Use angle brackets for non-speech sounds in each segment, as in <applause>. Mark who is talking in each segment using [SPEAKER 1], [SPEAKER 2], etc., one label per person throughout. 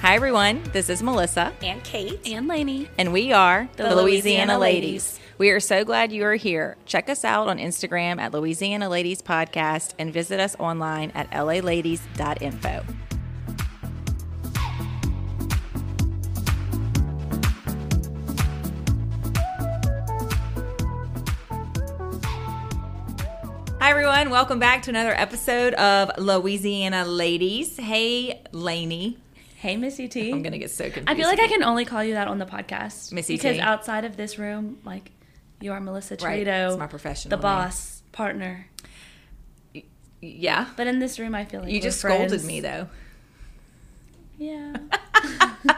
[SPEAKER 1] Hi, everyone. This is Melissa,
[SPEAKER 2] and Kate.
[SPEAKER 3] and Lainey.
[SPEAKER 1] and we are
[SPEAKER 2] The Louisiana Ladies.
[SPEAKER 1] We are so glad you are here. Check us out on Instagram at Louisiana Ladies Podcast and visit us online at laladies.info. Hi, everyone. Welcome back to another episode of Louisiana Ladies. Hey, Lainey.
[SPEAKER 3] Hey, Missy T.
[SPEAKER 1] I'm going to get so confused.
[SPEAKER 3] I feel like I can only call you that on the podcast,
[SPEAKER 1] Missy
[SPEAKER 3] because
[SPEAKER 1] T.
[SPEAKER 3] outside of this room, like you are Melissa Torito,
[SPEAKER 1] Right, it's my professional
[SPEAKER 3] the
[SPEAKER 1] name.
[SPEAKER 3] boss, partner.
[SPEAKER 1] Yeah.
[SPEAKER 3] But in this room, I feel like
[SPEAKER 1] You
[SPEAKER 3] we're
[SPEAKER 1] just
[SPEAKER 3] friends.
[SPEAKER 1] scolded me though. <laughs>
[SPEAKER 3] Yeah,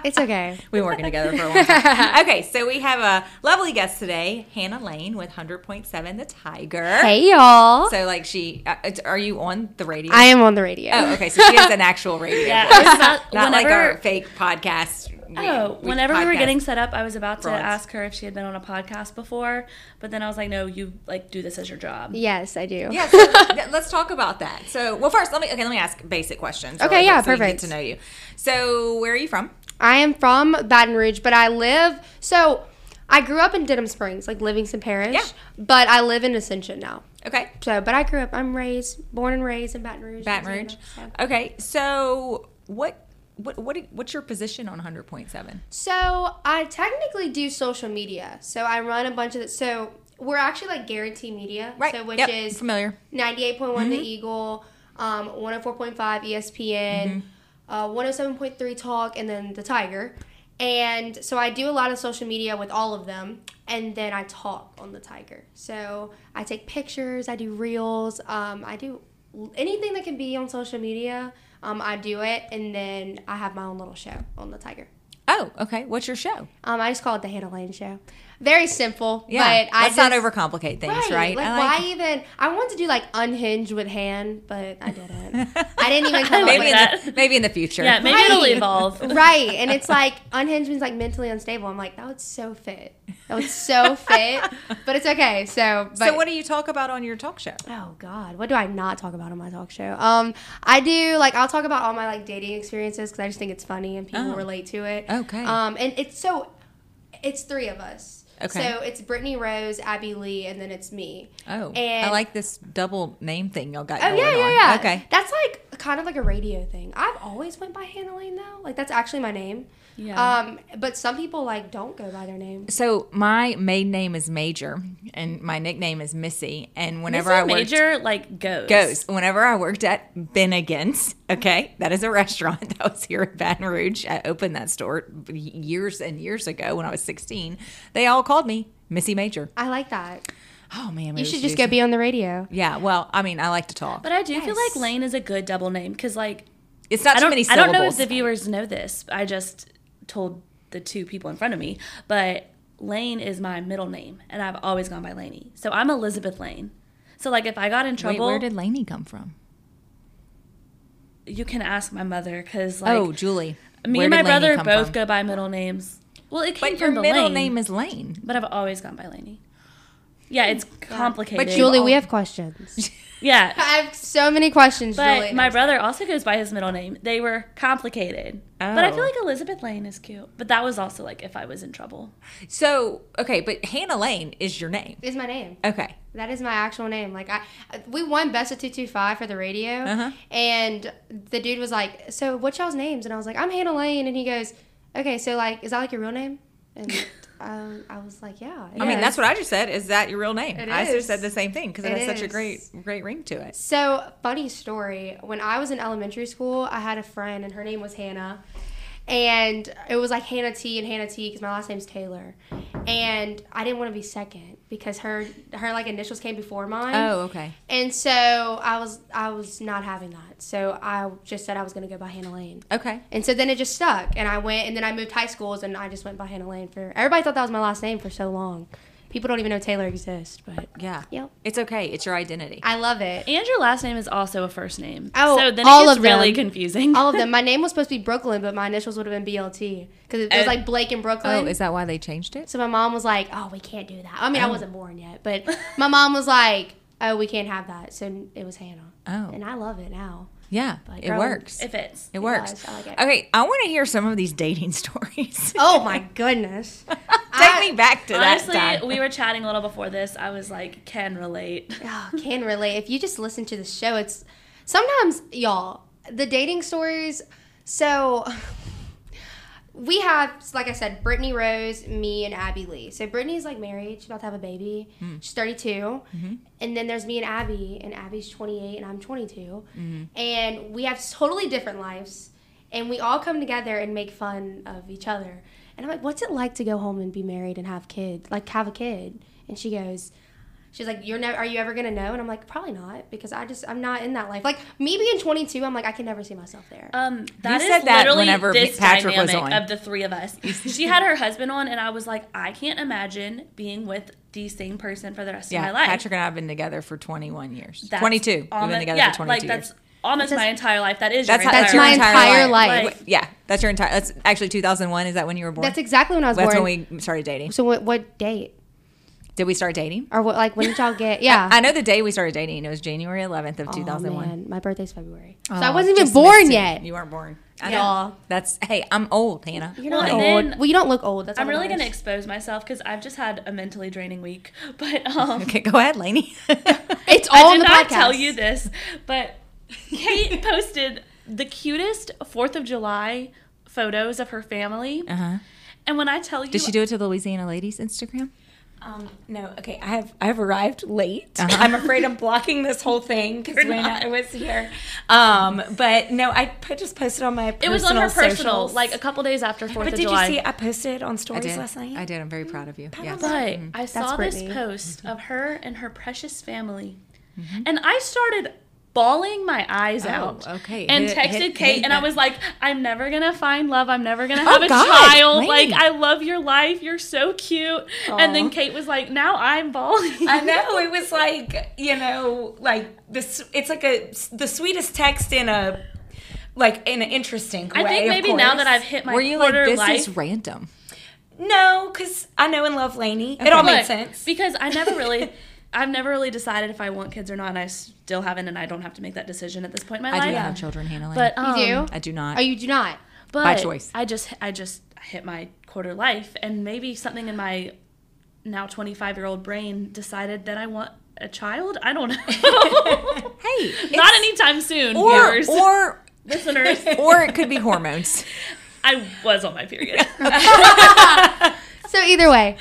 [SPEAKER 4] It's okay.
[SPEAKER 1] We weren't going to go there for a long time. <laughs> Okay, so we have a lovely guest today, Hannah Lane with 100.7 The Tiger.
[SPEAKER 4] Hey, y'all.
[SPEAKER 1] So, like, she, uh, it's- are you on the radio?
[SPEAKER 4] I am on the radio.
[SPEAKER 1] Oh, okay. So she has an
[SPEAKER 4] <laughs>
[SPEAKER 1] actual radio.
[SPEAKER 3] <laughs> yeah.
[SPEAKER 1] voice,
[SPEAKER 3] it's about-
[SPEAKER 1] Not like
[SPEAKER 3] whenever-
[SPEAKER 1] our fake podcast. we-
[SPEAKER 3] Oh,
[SPEAKER 1] we
[SPEAKER 3] whenever we were
[SPEAKER 1] podcast.
[SPEAKER 3] getting set up, I was about to
[SPEAKER 1] Frauds.
[SPEAKER 3] ask her if she had been on a podcast before, but then I was like, no, you like do this as your job.
[SPEAKER 4] Yes, I do.
[SPEAKER 1] Yeah, so let- let's talk about that. So, well, first, let me okay, let me ask basic questions.
[SPEAKER 4] Okay,
[SPEAKER 1] really
[SPEAKER 4] yeah,
[SPEAKER 1] quick so we can
[SPEAKER 4] perfect.
[SPEAKER 1] Get to know you. So, where are you from?
[SPEAKER 4] I am from Baton Rouge, but I live. So I grew up in Denham Springs, like Livingston Parish.
[SPEAKER 1] Yeah.
[SPEAKER 4] But I live in Ascension now.
[SPEAKER 1] Okay,
[SPEAKER 4] So, but I grew up. I'm raised, born and raised in Baton Rouge.
[SPEAKER 1] Baton
[SPEAKER 4] Louisiana,
[SPEAKER 1] Rouge.
[SPEAKER 4] so.
[SPEAKER 1] Okay, so what what what what's your position on 100.7?
[SPEAKER 4] So I technically do social media. So I run a bunch of. So we're actually like Guarantee Media.
[SPEAKER 1] Right.
[SPEAKER 4] So which
[SPEAKER 1] Yep,
[SPEAKER 4] is
[SPEAKER 1] familiar.
[SPEAKER 4] 98one The
[SPEAKER 1] Mm-hmm.
[SPEAKER 4] Eagle, um, 104.5 ESPN,
[SPEAKER 1] Mm-hmm.
[SPEAKER 4] uh, 107.3 Talk, and then The Tiger. And so I do a lot of social media with all of them, and then I talk on The Tiger. So I take pictures, I do reels, um, I do l- anything that can be on social media. Um, I do it, and then I have my own little show on The Tiger.
[SPEAKER 1] Oh, okay. What's your show?
[SPEAKER 4] Um, I just call it The Hannah Lane Show. Very simple,
[SPEAKER 1] Yeah,
[SPEAKER 4] but I
[SPEAKER 1] let's
[SPEAKER 4] just,
[SPEAKER 1] not overcomplicate things, right?
[SPEAKER 4] Like,
[SPEAKER 1] I
[SPEAKER 4] why even? I wanted to do like unhinged with hand, but
[SPEAKER 1] <laughs>
[SPEAKER 4] I didn't. I didn't even come up
[SPEAKER 1] maybe
[SPEAKER 4] with
[SPEAKER 1] in
[SPEAKER 3] that.
[SPEAKER 1] the, maybe in the future.
[SPEAKER 3] Yeah, maybe it'll
[SPEAKER 4] Right.
[SPEAKER 3] evolve.
[SPEAKER 4] <laughs> Right, and it's like unhinged means like mentally unstable. I'm like, that would so fit. That would
[SPEAKER 1] <laughs>
[SPEAKER 4] so fit, but it's okay. So, but
[SPEAKER 1] so what do you talk about on your talk show?
[SPEAKER 4] Oh God, what do I not talk about on my talk show? Um, I do like I'll talk about all my like dating experiences because I just think it's funny and people
[SPEAKER 1] Oh.
[SPEAKER 4] relate to it.
[SPEAKER 1] Okay.
[SPEAKER 4] Um, and it's so, it's three of us.
[SPEAKER 1] Okay.
[SPEAKER 4] So it's Brittany Rose, Abby Lee, and then it's me.
[SPEAKER 1] Oh, I
[SPEAKER 4] And-
[SPEAKER 1] like this double name thing y'all got
[SPEAKER 4] Oh
[SPEAKER 1] going
[SPEAKER 4] yeah, yeah,
[SPEAKER 1] on.
[SPEAKER 4] yeah.
[SPEAKER 1] Okay.
[SPEAKER 4] That's like kind of like a radio thing. I've always went by Hannah Lane though. Like that's actually my name.
[SPEAKER 3] Yeah.
[SPEAKER 4] Um, but some people like don't go by their name.
[SPEAKER 1] So my maiden name is Major, and my nickname is Missy. And <laughs> whenever
[SPEAKER 3] Mr.
[SPEAKER 1] I worked,
[SPEAKER 3] major like goes
[SPEAKER 1] goes. Whenever I worked at Bennigan's, okay, that is a restaurant <laughs> that was here in Baton Rouge. I opened that store years and years ago when I was 16. They all called me Missy Major.
[SPEAKER 4] I like that.
[SPEAKER 1] Oh man,
[SPEAKER 4] You should just go be on the radio.
[SPEAKER 1] Yeah, well, I mean, I like to talk.
[SPEAKER 3] But I do feel
[SPEAKER 4] Yes.
[SPEAKER 3] like Lane is a good double name because like
[SPEAKER 1] It's not
[SPEAKER 3] I
[SPEAKER 1] too
[SPEAKER 3] don't,
[SPEAKER 1] many
[SPEAKER 3] I
[SPEAKER 1] syllables.
[SPEAKER 3] don't know if the viewers know this. I just told the two people in front of me, but Lane is my middle name, and I've always gone by Laney. So I'm Elizabeth Lane. So like if I got in
[SPEAKER 1] Wait,
[SPEAKER 3] trouble,
[SPEAKER 1] where did Lainey come from?
[SPEAKER 3] you can ask my mother because like
[SPEAKER 1] oh, Julie.
[SPEAKER 3] me
[SPEAKER 1] Where
[SPEAKER 3] and my
[SPEAKER 1] did Lainey
[SPEAKER 3] brother
[SPEAKER 1] come
[SPEAKER 3] both
[SPEAKER 1] from?
[SPEAKER 3] go by middle names. Well, it came
[SPEAKER 1] But your
[SPEAKER 3] from the
[SPEAKER 1] middle
[SPEAKER 3] Lane,
[SPEAKER 1] name is Lane. <laughs>
[SPEAKER 3] but I've always gone by Laney. Yeah, it's complicated.
[SPEAKER 1] But
[SPEAKER 4] Julie,
[SPEAKER 1] all-
[SPEAKER 4] we have questions.
[SPEAKER 3] yeah,
[SPEAKER 4] I have so many questions,
[SPEAKER 3] But
[SPEAKER 4] Julie.
[SPEAKER 3] my brother also goes by his middle name. They were complicated. But I
[SPEAKER 1] Oh.
[SPEAKER 3] feel like Elizabeth Lane is cute. But that was also like if I was in trouble.
[SPEAKER 1] So okay, but Hannah Lane is your name.
[SPEAKER 4] is my name.
[SPEAKER 1] Okay.
[SPEAKER 4] That is my actual name. Like I, we won Best of Two Two Five for the radio,
[SPEAKER 1] Uh-huh.
[SPEAKER 4] and the dude was like, "So what's y'all's names?" And I was like, "I'm Hannah Lane," and he goes, "Okay, so like, is that like your real name?" And <laughs> um, I was like, "Yeah."
[SPEAKER 1] I mean, that's what I just said. Is that your real name?
[SPEAKER 4] It
[SPEAKER 1] I just
[SPEAKER 4] is.
[SPEAKER 1] said the same thing because it,
[SPEAKER 4] It
[SPEAKER 1] has such a
[SPEAKER 4] is.
[SPEAKER 1] great, great ring to it.
[SPEAKER 4] So, funny story. When I was in elementary school, I had a friend, and her name was Hannah. And it was like Hannah T and Hannah T because my last name's Taylor, and I didn't want to be second because her her like initials came before mine.
[SPEAKER 1] Oh, okay.
[SPEAKER 4] And so I was I was not having that. So I just said I was going to go by Hannah Lane.
[SPEAKER 1] Okay.
[SPEAKER 4] And so then it just stuck. And I went and then I moved high schools and I just went by Hannah Lane for everybody thought that was my last name for so long. People don't even know Taylor exists, but
[SPEAKER 1] Yeah.
[SPEAKER 4] Yep.
[SPEAKER 1] It's okay. It's your identity.
[SPEAKER 4] I love it.
[SPEAKER 3] And your last name is also a first name.
[SPEAKER 4] Oh,
[SPEAKER 3] so then
[SPEAKER 4] all
[SPEAKER 3] it gets
[SPEAKER 4] of them.
[SPEAKER 3] really confusing. <laughs>
[SPEAKER 4] All of them. My name was supposed to be Brooklyn, but my initials would have been BLT because it was
[SPEAKER 3] Oh.
[SPEAKER 4] like Blake and Brooklyn.
[SPEAKER 1] Oh, is that why they changed it?
[SPEAKER 4] so my mom was like, "Oh, we can't do that." I mean, I wasn't born yet, but my mom was like, "Oh, we can't have that." So it was Hannah,
[SPEAKER 1] Oh.
[SPEAKER 4] and I love it now.
[SPEAKER 1] Yeah,
[SPEAKER 3] Like,
[SPEAKER 1] it
[SPEAKER 3] girl,
[SPEAKER 1] works.
[SPEAKER 3] It fits.
[SPEAKER 1] it works.
[SPEAKER 4] does. I like it.
[SPEAKER 1] Okay, I want to hear some of these dating <laughs> stories.
[SPEAKER 4] <laughs> Oh my goodness.
[SPEAKER 1] Take
[SPEAKER 4] I-
[SPEAKER 1] me back to
[SPEAKER 3] Honestly,
[SPEAKER 1] that time.
[SPEAKER 3] we were chatting a little before this. I was like, can relate. <laughs>
[SPEAKER 4] oh, can relate. If you just listen to the show, it's sometimes y'all the dating stories. So we have, like I said, Brittany Rose, me, and Abby Lee. So Brittany's like married; she's about to have a baby. She's 32, and then there's me and Abby, and Abby's 28, and I'm 22, and we have totally different lives, and we all come together and make fun of each other. And I'm like, "What's it like to go home and be married and have kids? Like have a kid?" And she goes, She's like, "You're never. Are you ever gonna know?" And I'm like, "Probably not, because I just I'm not in that life. Like me being 22, I'm like I can never see myself there."
[SPEAKER 1] Uh,
[SPEAKER 3] Um, that is
[SPEAKER 1] said that
[SPEAKER 3] literally
[SPEAKER 1] whenever
[SPEAKER 3] this
[SPEAKER 1] Patrick was
[SPEAKER 3] dynamic
[SPEAKER 1] on.
[SPEAKER 3] of the three of us. she had her husband on, and I was like, I can't imagine being with the same person for the rest
[SPEAKER 1] yeah,
[SPEAKER 3] of my life.
[SPEAKER 1] Patrick and I have been together for 21 years.
[SPEAKER 3] That's
[SPEAKER 1] 22. We've
[SPEAKER 3] almo-
[SPEAKER 1] been together
[SPEAKER 3] yeah,
[SPEAKER 1] for 22
[SPEAKER 3] like
[SPEAKER 1] years.
[SPEAKER 3] that's almost my entire life. That is
[SPEAKER 1] That's
[SPEAKER 3] your
[SPEAKER 1] how-
[SPEAKER 3] entire
[SPEAKER 1] that's your
[SPEAKER 4] my
[SPEAKER 3] life.
[SPEAKER 1] entire,
[SPEAKER 4] entire
[SPEAKER 1] life.
[SPEAKER 3] life.
[SPEAKER 1] Wait, Yeah, that's your entire. That's actually 2001. Is that when you were born?
[SPEAKER 4] That's exactly when I was
[SPEAKER 1] That's
[SPEAKER 4] born.
[SPEAKER 1] when we started dating.
[SPEAKER 4] so what, what date
[SPEAKER 1] Did we start dating?
[SPEAKER 4] or what? Like when did y'all get? Yeah.
[SPEAKER 1] <laughs> I know the day we started dating. It was January 11th of
[SPEAKER 4] Aw,
[SPEAKER 1] 2001.
[SPEAKER 4] man, my birthday's February, so
[SPEAKER 1] Oh,
[SPEAKER 4] I wasn't even
[SPEAKER 1] just missed
[SPEAKER 4] born
[SPEAKER 1] it.
[SPEAKER 4] yet.
[SPEAKER 1] You weren't born. I
[SPEAKER 4] Yeah.
[SPEAKER 1] know. That's hey, I'm old, Hannah.
[SPEAKER 4] You're
[SPEAKER 3] Well,
[SPEAKER 4] not
[SPEAKER 3] and
[SPEAKER 4] old.
[SPEAKER 3] then-
[SPEAKER 4] well, you don't look old. That's
[SPEAKER 3] I'm
[SPEAKER 4] all that
[SPEAKER 3] really gonna
[SPEAKER 4] matters.
[SPEAKER 3] expose myself because I've just had a mentally draining week. <laughs> But um,
[SPEAKER 1] Okay, go ahead, Lainey. <laughs>
[SPEAKER 4] It's all
[SPEAKER 3] I
[SPEAKER 4] in
[SPEAKER 3] did
[SPEAKER 4] the
[SPEAKER 3] not
[SPEAKER 4] podcast.
[SPEAKER 3] tell you this, but Kate posted the cutest Fourth of July photos of her family.
[SPEAKER 1] uh-huh.
[SPEAKER 3] And when I tell you,
[SPEAKER 1] Did she do it to the Louisiana Ladies Instagram?
[SPEAKER 2] Um, no, okay. I have I have arrived late.
[SPEAKER 1] Uh-huh.
[SPEAKER 2] I'm afraid I'm blocking this
[SPEAKER 3] <laughs>
[SPEAKER 2] whole thing because when I was here, um, but no, I po- just posted on my
[SPEAKER 3] it
[SPEAKER 2] personal
[SPEAKER 3] was on her personal,
[SPEAKER 2] socials.
[SPEAKER 3] like a couple days after Fourth
[SPEAKER 2] But
[SPEAKER 3] of
[SPEAKER 2] did
[SPEAKER 3] July.
[SPEAKER 2] you see? I posted on
[SPEAKER 1] I
[SPEAKER 2] stories
[SPEAKER 1] did.
[SPEAKER 2] last night.
[SPEAKER 1] I did. I'm very proud of you. Yes.
[SPEAKER 3] But I saw this
[SPEAKER 4] Brittany.
[SPEAKER 3] post of her and her precious family,
[SPEAKER 1] Mm-hmm.
[SPEAKER 3] and I started bawling my eyes out.
[SPEAKER 1] Oh, okay.
[SPEAKER 3] And
[SPEAKER 1] Hit-
[SPEAKER 3] texted
[SPEAKER 1] hit-
[SPEAKER 3] Kate,
[SPEAKER 1] hit
[SPEAKER 3] and I
[SPEAKER 1] that.
[SPEAKER 3] was like, "I'm never gonna find love. I'm never gonna
[SPEAKER 1] Oh,
[SPEAKER 3] have a
[SPEAKER 1] God,
[SPEAKER 3] child.
[SPEAKER 1] Lane.
[SPEAKER 3] Like, I love your life. You're so cute." And then Kate was like, "Now I'm bawling."
[SPEAKER 2] I know it was like you know like this. It's like a the sweetest text in a like in an interesting way.
[SPEAKER 3] I think
[SPEAKER 2] of
[SPEAKER 3] maybe now
[SPEAKER 2] course.
[SPEAKER 3] that I've hit my
[SPEAKER 1] Were you like
[SPEAKER 3] quarter
[SPEAKER 1] this
[SPEAKER 3] life,
[SPEAKER 1] is random?
[SPEAKER 2] no, because I know and love Lainey. It all
[SPEAKER 3] Look,
[SPEAKER 2] made sense.
[SPEAKER 3] because I never really.
[SPEAKER 1] <laughs>
[SPEAKER 3] I've never really decided if I want kids or not, and I still haven't, and I don't have to make that decision at this point in my
[SPEAKER 1] I
[SPEAKER 3] life.
[SPEAKER 1] do have children, Hannah. Lane.
[SPEAKER 3] But
[SPEAKER 4] You
[SPEAKER 3] um,
[SPEAKER 4] do?
[SPEAKER 1] I do not.
[SPEAKER 4] Oh, you do not.
[SPEAKER 3] but
[SPEAKER 1] By choice.
[SPEAKER 3] I just I just hit my quarter life, and maybe something in my now twenty five year old brain decided that I want a child. I don't know.
[SPEAKER 1] <laughs> hey,
[SPEAKER 3] <laughs> Not
[SPEAKER 1] it's-
[SPEAKER 3] anytime soon,
[SPEAKER 1] or
[SPEAKER 3] viewers,
[SPEAKER 1] or
[SPEAKER 3] listeners.
[SPEAKER 1] or it could <laughs> be hormones.
[SPEAKER 3] I was on
[SPEAKER 1] <laughs>
[SPEAKER 3] my period.
[SPEAKER 4] So either way,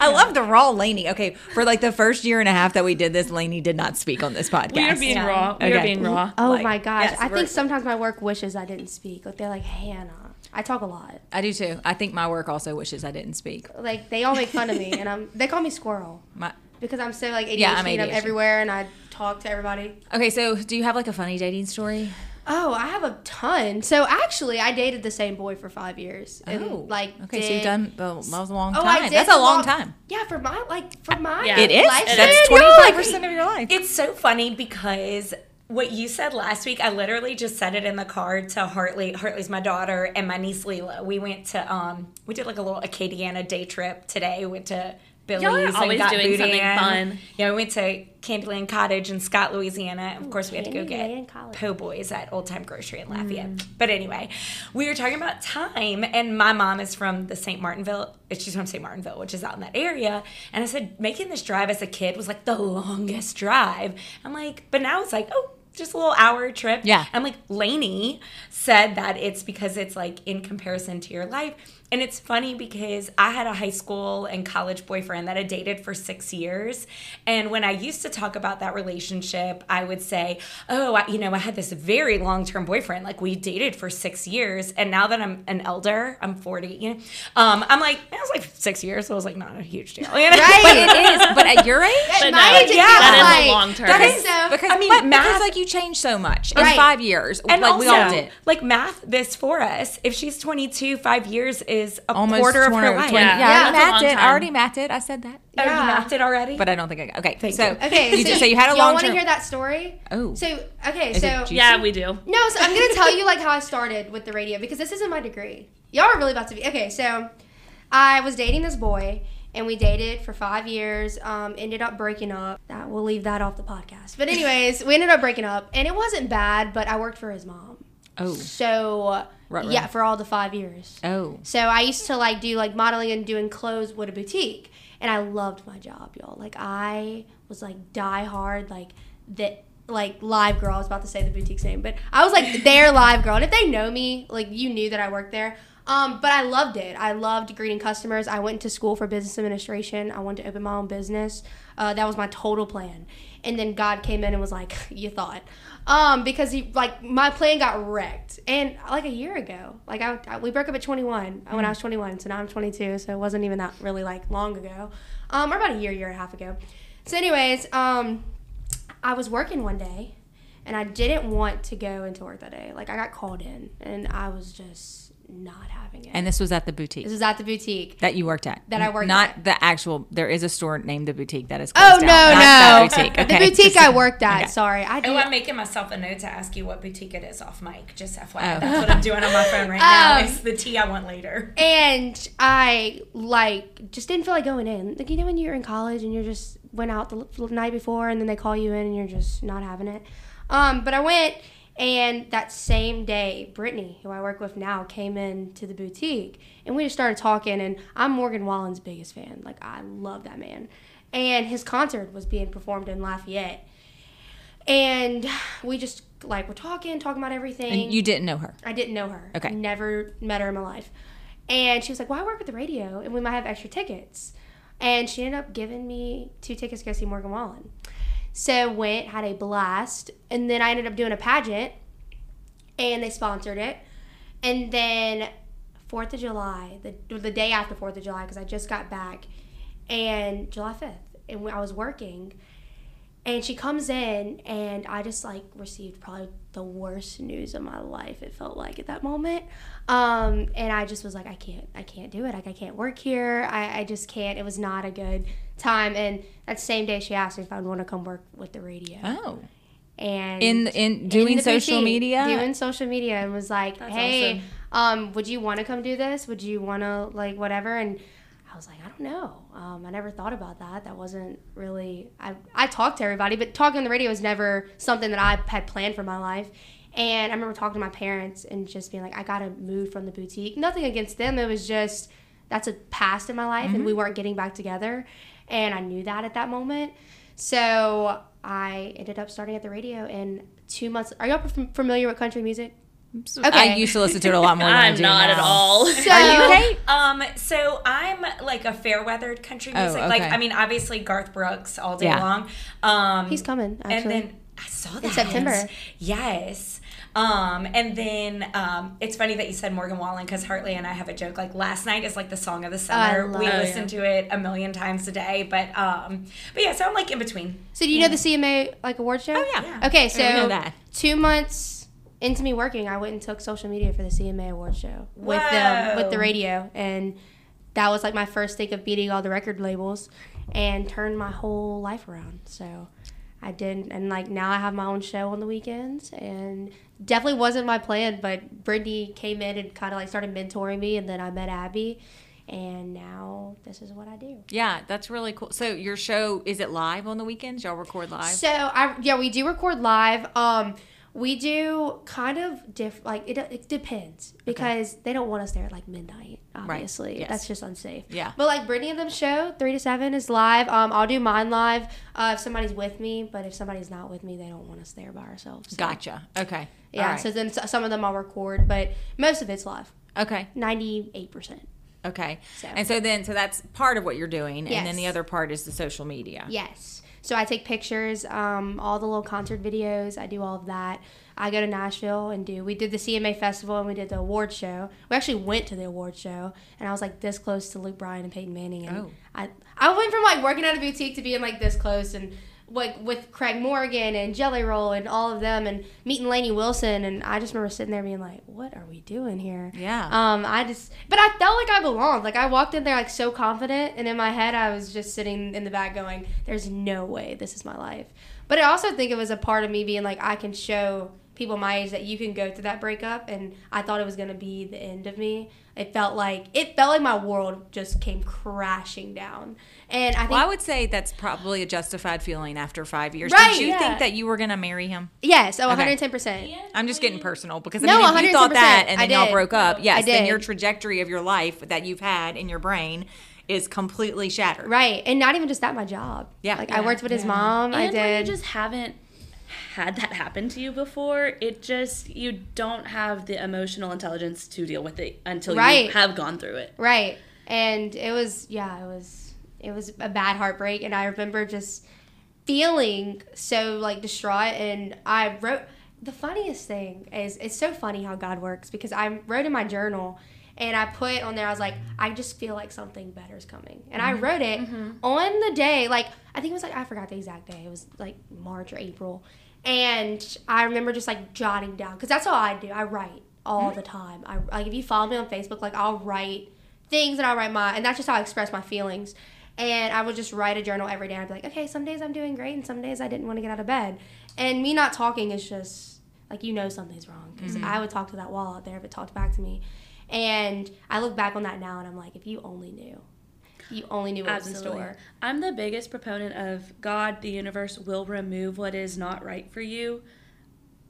[SPEAKER 1] I love the raw Laney. Okay, for like the first year and a half that we did this, Laney did not speak on this podcast.
[SPEAKER 3] We are being
[SPEAKER 2] Yeah.
[SPEAKER 3] raw. We are
[SPEAKER 1] Okay.
[SPEAKER 3] being raw.
[SPEAKER 4] oh
[SPEAKER 1] Like,
[SPEAKER 4] my gosh,
[SPEAKER 1] yes,
[SPEAKER 4] I
[SPEAKER 1] we're-
[SPEAKER 4] think sometimes my work wishes I didn't speak. Like they're like Hannah, I talk a lot.
[SPEAKER 1] I do too. I think my work also wishes I didn't speak.
[SPEAKER 4] Like they all make fun of me, and I'm they call me squirrel
[SPEAKER 1] My,
[SPEAKER 4] because I'm so like ADHD,
[SPEAKER 1] Yeah, I'm
[SPEAKER 4] and I'm
[SPEAKER 1] ADHD.
[SPEAKER 4] everywhere, and I talk to everybody.
[SPEAKER 1] okay, so do you have like a funny dating story?
[SPEAKER 4] Oh, I have a ton. So actually, I dated the same boy for five years. And, like
[SPEAKER 1] Oh, okay, so
[SPEAKER 4] did-
[SPEAKER 1] you've done the, that was a long
[SPEAKER 4] Oh, I
[SPEAKER 1] time.
[SPEAKER 4] did
[SPEAKER 1] That's a
[SPEAKER 4] for
[SPEAKER 1] long time.
[SPEAKER 4] Yeah, for my like for my
[SPEAKER 3] Yeah.
[SPEAKER 1] It is.
[SPEAKER 4] life
[SPEAKER 1] That's
[SPEAKER 4] span,
[SPEAKER 1] twenty
[SPEAKER 4] y'all,
[SPEAKER 1] five
[SPEAKER 4] like,
[SPEAKER 1] percent of your life.
[SPEAKER 2] It's so funny because what you said last week, I literally just said it in the car to Hartley. Hartley's my daughter and my niece Leela. We went to um, we did like a little Acadiana day trip today. We went to Billy's
[SPEAKER 3] always
[SPEAKER 2] and got
[SPEAKER 3] doing something
[SPEAKER 2] Boudin.
[SPEAKER 3] fun.
[SPEAKER 2] Yeah, we went to Candyland Cottage in Scott, Louisiana. Of course, we had to go get
[SPEAKER 4] Candyland Cottage.
[SPEAKER 2] po' boys at Old Time Grocery in Lafayette. But anyway, we were talking about time, and my mom is from the St. Martinville. uh, She's from St. Martinville, which is out in that area. And I said making this drive as a kid was like the longest drive. I'm like, but now it's like, oh. Just a little hour trip.
[SPEAKER 1] Yeah.
[SPEAKER 2] I'm like, Lainey said that it's because it's like in comparison to your life. And it's funny because I had a high school and college boyfriend that I dated for six years. And when I used to talk about that relationship, I would say, Oh, I, you know, I had this very long term boyfriend. Like we dated for six years. And now that I'm an elder, I'm 40, you know, um, I'm like, it was like six years. So it was like, not a huge deal. <laughs> You know?
[SPEAKER 1] but
[SPEAKER 4] Right.
[SPEAKER 1] it is. But at your age,
[SPEAKER 4] At
[SPEAKER 3] But
[SPEAKER 4] my
[SPEAKER 3] no,
[SPEAKER 4] age, it
[SPEAKER 2] yeah,
[SPEAKER 4] feels
[SPEAKER 2] that
[SPEAKER 3] is a
[SPEAKER 4] like-
[SPEAKER 3] long term.
[SPEAKER 4] that
[SPEAKER 2] That
[SPEAKER 4] is-
[SPEAKER 2] is-
[SPEAKER 4] so-
[SPEAKER 1] because
[SPEAKER 2] I mean,
[SPEAKER 1] but
[SPEAKER 2] math-
[SPEAKER 1] because like you changed so much in
[SPEAKER 4] Right.
[SPEAKER 1] five years,
[SPEAKER 2] And
[SPEAKER 1] like
[SPEAKER 2] also,
[SPEAKER 1] we all did.
[SPEAKER 2] like math this for us. If she's 22, five years is a
[SPEAKER 1] Almost
[SPEAKER 2] quarter of
[SPEAKER 1] 20
[SPEAKER 2] her life.
[SPEAKER 1] 20
[SPEAKER 3] Yeah.
[SPEAKER 1] yeah,
[SPEAKER 4] Yeah,
[SPEAKER 1] I
[SPEAKER 3] that's a
[SPEAKER 1] already mathed
[SPEAKER 3] long
[SPEAKER 1] it.
[SPEAKER 3] time.
[SPEAKER 1] I already mathed it. I said that,
[SPEAKER 2] Oh,
[SPEAKER 4] Yeah.
[SPEAKER 2] you mapped it already?
[SPEAKER 1] but I don't think I. Okay, so
[SPEAKER 2] you.
[SPEAKER 4] <laughs> Okay,
[SPEAKER 1] <laughs> you
[SPEAKER 4] so,
[SPEAKER 1] just so you had a
[SPEAKER 4] y'all
[SPEAKER 1] long
[SPEAKER 4] want to
[SPEAKER 1] term.
[SPEAKER 4] hear that story?
[SPEAKER 1] Oh.
[SPEAKER 4] so okay,
[SPEAKER 1] Is it
[SPEAKER 4] so
[SPEAKER 1] juicy?
[SPEAKER 3] Yeah, we do.
[SPEAKER 4] no, so I'm gonna tell you like how I started with the radio because this isn't my degree. Y'all are really about to be okay. So I was dating this boy, and we dated for five years. Um, ended up breaking up. That we'll leave that off the podcast. But anyways, we ended up breaking up, and it wasn't bad. But I worked for his mom,
[SPEAKER 1] Oh,
[SPEAKER 4] so
[SPEAKER 1] Ruh-roh.
[SPEAKER 4] yeah, for all the five years.
[SPEAKER 1] oh,
[SPEAKER 4] So I used to like do like modeling and doing clothes with a boutique, and I loved my job, y'all. Like I was like die hard, like the like live girl. I was about to say the boutique's name, but I was like their live girl. And if they know me, like you knew that I worked there. Um, but I loved it. I loved greeting customers. I went to school for business administration. I wanted to open my own business. Uh, that was my total plan. And then God came in and was like, <laughs> "You thought," um, because he like my plan got wrecked. And like a year ago, like I, I- we broke up at 21 when I
[SPEAKER 1] Hmm.
[SPEAKER 4] was 21. So now I'm 22. So it wasn't even that really like long ago, um, or about a year, year and a half ago. So, anyways, um, I was working one day and I didn't want to go into work that day. Like I got called in and I was just not having it.
[SPEAKER 1] and this was at the boutique
[SPEAKER 4] this was at the boutique.
[SPEAKER 1] that you worked at.
[SPEAKER 4] That I worked
[SPEAKER 1] Not the actual. There is a store named the boutique that is.
[SPEAKER 4] Oh
[SPEAKER 1] closed
[SPEAKER 4] no,
[SPEAKER 1] down.
[SPEAKER 4] no.
[SPEAKER 1] Not that boutique. Okay.
[SPEAKER 4] The boutique I worked at.
[SPEAKER 1] Okay.
[SPEAKER 4] Sorry. I did
[SPEAKER 2] Oh, I'm making myself a note to ask you what boutique it is off mic. Just FYI,
[SPEAKER 1] Oh.
[SPEAKER 2] that's what I'm doing on my phone right now.
[SPEAKER 4] Um,
[SPEAKER 2] It's the tea I want later.
[SPEAKER 4] and I like just didn't feel like going in. Like you know when you're in college and you're just went out the l- night before and then they call you in and you're just not having it. Um, but I went and that same day, Brittany, who I work with now, came in to the boutique and we just started talking. And I'm Morgan Wallen's biggest fan. Like I love that man. And his concert was being performed in Lafayette, and we just like were talking, talking about everything.
[SPEAKER 1] And you didn't know her.
[SPEAKER 4] I didn't know her.
[SPEAKER 1] Okay.
[SPEAKER 4] Never met her in my life. And she was like, Well, I work at the radio and we might have extra tickets. And she ended up giving me two tickets to go see Morgan Wallen. So went, had a blast, and then I ended up doing a pageant and they sponsored it. And then Fourth of July, the the day after Fourth of July, because I just got back, and July fifth, and when I was working, and she comes in, and I just like received probably the worst news of my life. It felt like at that moment, um, and I just was like, I can't, I can't do it. Like I can't work here. I, I just can't. It was not a good time. And that same day, she asked me if I would want to come work with the radio.
[SPEAKER 1] Oh,
[SPEAKER 4] And
[SPEAKER 1] in in doing
[SPEAKER 4] the
[SPEAKER 1] social
[SPEAKER 4] boutique,
[SPEAKER 1] media.
[SPEAKER 4] doing social media, and was like, "Hey, um, would you want to come do this? Would you want to like whatever?" And I was like, "I don't know. Um, I never thought about that. That wasn't really. I I talked to everybody, but talking on the radio was never something that I had planned for my life." And I remember talking to my parents and just being like, "I gotta move from the boutique. Nothing against them. It was just." that's a past in my life and we weren't getting back together and i knew that at that moment so i ended up starting at the radio and two months are y'all fam- familiar with country music
[SPEAKER 1] I
[SPEAKER 4] Okay.
[SPEAKER 1] used to listen to it a lot more than I
[SPEAKER 3] <laughs> I'm
[SPEAKER 1] do
[SPEAKER 3] not at
[SPEAKER 1] now.
[SPEAKER 3] all.
[SPEAKER 4] so
[SPEAKER 2] Um, so I'm like a fair weathered country
[SPEAKER 1] Oh,
[SPEAKER 2] music. Like
[SPEAKER 1] okay.
[SPEAKER 2] I mean, obviously Garth Brooks all day
[SPEAKER 1] Yeah.
[SPEAKER 2] long. Um,
[SPEAKER 4] he's coming
[SPEAKER 2] and
[SPEAKER 4] actually
[SPEAKER 2] then I saw that
[SPEAKER 4] September.
[SPEAKER 2] Yes. Um, and then um, it's funny that you said Morgan Wallen because Hartley and I have a joke. Like last night is like the song of the summer.
[SPEAKER 4] love
[SPEAKER 2] we
[SPEAKER 4] it.
[SPEAKER 2] listen to it a million times a day, but um, but yeah, so I'm like in between.
[SPEAKER 4] so do you know the cma like award show
[SPEAKER 1] Oh yeah.
[SPEAKER 2] Yeah.
[SPEAKER 4] okay
[SPEAKER 1] I didn't know
[SPEAKER 4] so
[SPEAKER 1] that.
[SPEAKER 4] two months into me working i went and took social media for the cma award show with them with the
[SPEAKER 2] Whoa.
[SPEAKER 4] radio and that was like my first thing of beating all the record labels and turned my whole life around so i did and like now i have my own show on the weekends and definitely wasn't my plan but brittany came in and kind of like started mentoring me and then i met abby and now this is what i do
[SPEAKER 1] Yeah, that's really cool. So your show is it live on the weekends? Y'all record live?
[SPEAKER 4] So I yeah, we do record live. Um, we do kind of diff like it, it depends because they don't want us there at like midnight. Obviously,
[SPEAKER 1] yes.
[SPEAKER 4] that's just unsafe.
[SPEAKER 1] Yeah.
[SPEAKER 4] But like Brittany and them show three to seven is live. Um, I'll do mine live uh, if somebody's with me, but if somebody's not with me, they don't want us there by ourselves. So,
[SPEAKER 1] Gotcha. Okay.
[SPEAKER 4] Yeah.
[SPEAKER 1] All right.
[SPEAKER 4] So then s- some of them I'll record, but most of it's live.
[SPEAKER 1] okay.
[SPEAKER 4] Ninety eight percent.
[SPEAKER 1] Okay.
[SPEAKER 4] So-
[SPEAKER 1] And so then, so that's part of what you're doing, and then the
[SPEAKER 4] Yes.
[SPEAKER 1] other part is the social media.
[SPEAKER 4] Yes. So I take pictures, um, all the little concert videos. I do all of that. I go to Nashville and do. We did the CMA festival and we did the award show. We actually went to the award show, and I was like this close to Luke Bryan and Peyton Manning. And
[SPEAKER 1] Oh.
[SPEAKER 4] I I went from like working at a boutique to being like this close and. Like with Craig Morgan and Jelly Roll and all of them, and meeting Lainey Wilson, and I just remember sitting there being like, "What are we doing here?"
[SPEAKER 1] Yeah.
[SPEAKER 4] Um, I just, but I felt like I belonged. Like I walked in there like so confident, and in my head I was just sitting in the back going, "There's no way this is my life." But I also think it was a part of me being like, I can show people my age that you can go through that breakup and I thought it was gonna be the end of me. It felt like it felt like my world just came crashing down. And I think
[SPEAKER 1] Well, I would say that's probably a justified feeling after five years.
[SPEAKER 4] Right,
[SPEAKER 1] Did you
[SPEAKER 3] yeah.
[SPEAKER 1] think that you were going to marry him?
[SPEAKER 4] yes, oh
[SPEAKER 1] Okay.
[SPEAKER 4] 110%.
[SPEAKER 1] I'm just getting personal because I
[SPEAKER 4] No,
[SPEAKER 1] mean, if you thought
[SPEAKER 4] 110%,
[SPEAKER 1] that and
[SPEAKER 4] I
[SPEAKER 1] then y'all
[SPEAKER 4] did.
[SPEAKER 1] broke up, yes, then
[SPEAKER 4] did.
[SPEAKER 1] your trajectory of your life that you've had in your brain is completely shattered.
[SPEAKER 4] Right. And not even just that, my job.
[SPEAKER 1] Yeah.
[SPEAKER 4] Like
[SPEAKER 1] Yeah.
[SPEAKER 4] I worked with his mom.
[SPEAKER 3] And
[SPEAKER 4] I
[SPEAKER 3] when you
[SPEAKER 4] did.
[SPEAKER 3] just haven't had that happen to you before, it just you don't have the emotional intelligence to deal with it until
[SPEAKER 4] Right.
[SPEAKER 3] you have gone through it.
[SPEAKER 4] Right. And it was yeah, it was it was a bad heartbreak and I remember just feeling so like distraught and I wrote the funniest thing is it's so funny how God works because I wrote in my journal and I put on there I was like I just feel like something better's coming. And I wrote it on the day like I think it was like I forgot the exact day. It was like March or April. And I remember just like jotting down cuz that's all I do. I write all the time. I like if you follow me on Facebook like I'll write things and I'll write my and that's just how I express my feelings. And I would just write a journal every day. I'd be like, okay, some days I'm doing great and some days I didn't want to get out of bed. And me not talking is just like you know something's wrong because
[SPEAKER 3] Mm-hmm.
[SPEAKER 4] I would talk to that wall out there if it talked back to me. And I look back on that now and I'm like, if you only knew, you only knew what was in
[SPEAKER 3] Absolutely.
[SPEAKER 4] store.
[SPEAKER 3] I'm the biggest proponent of God, the universe will remove what is not right for you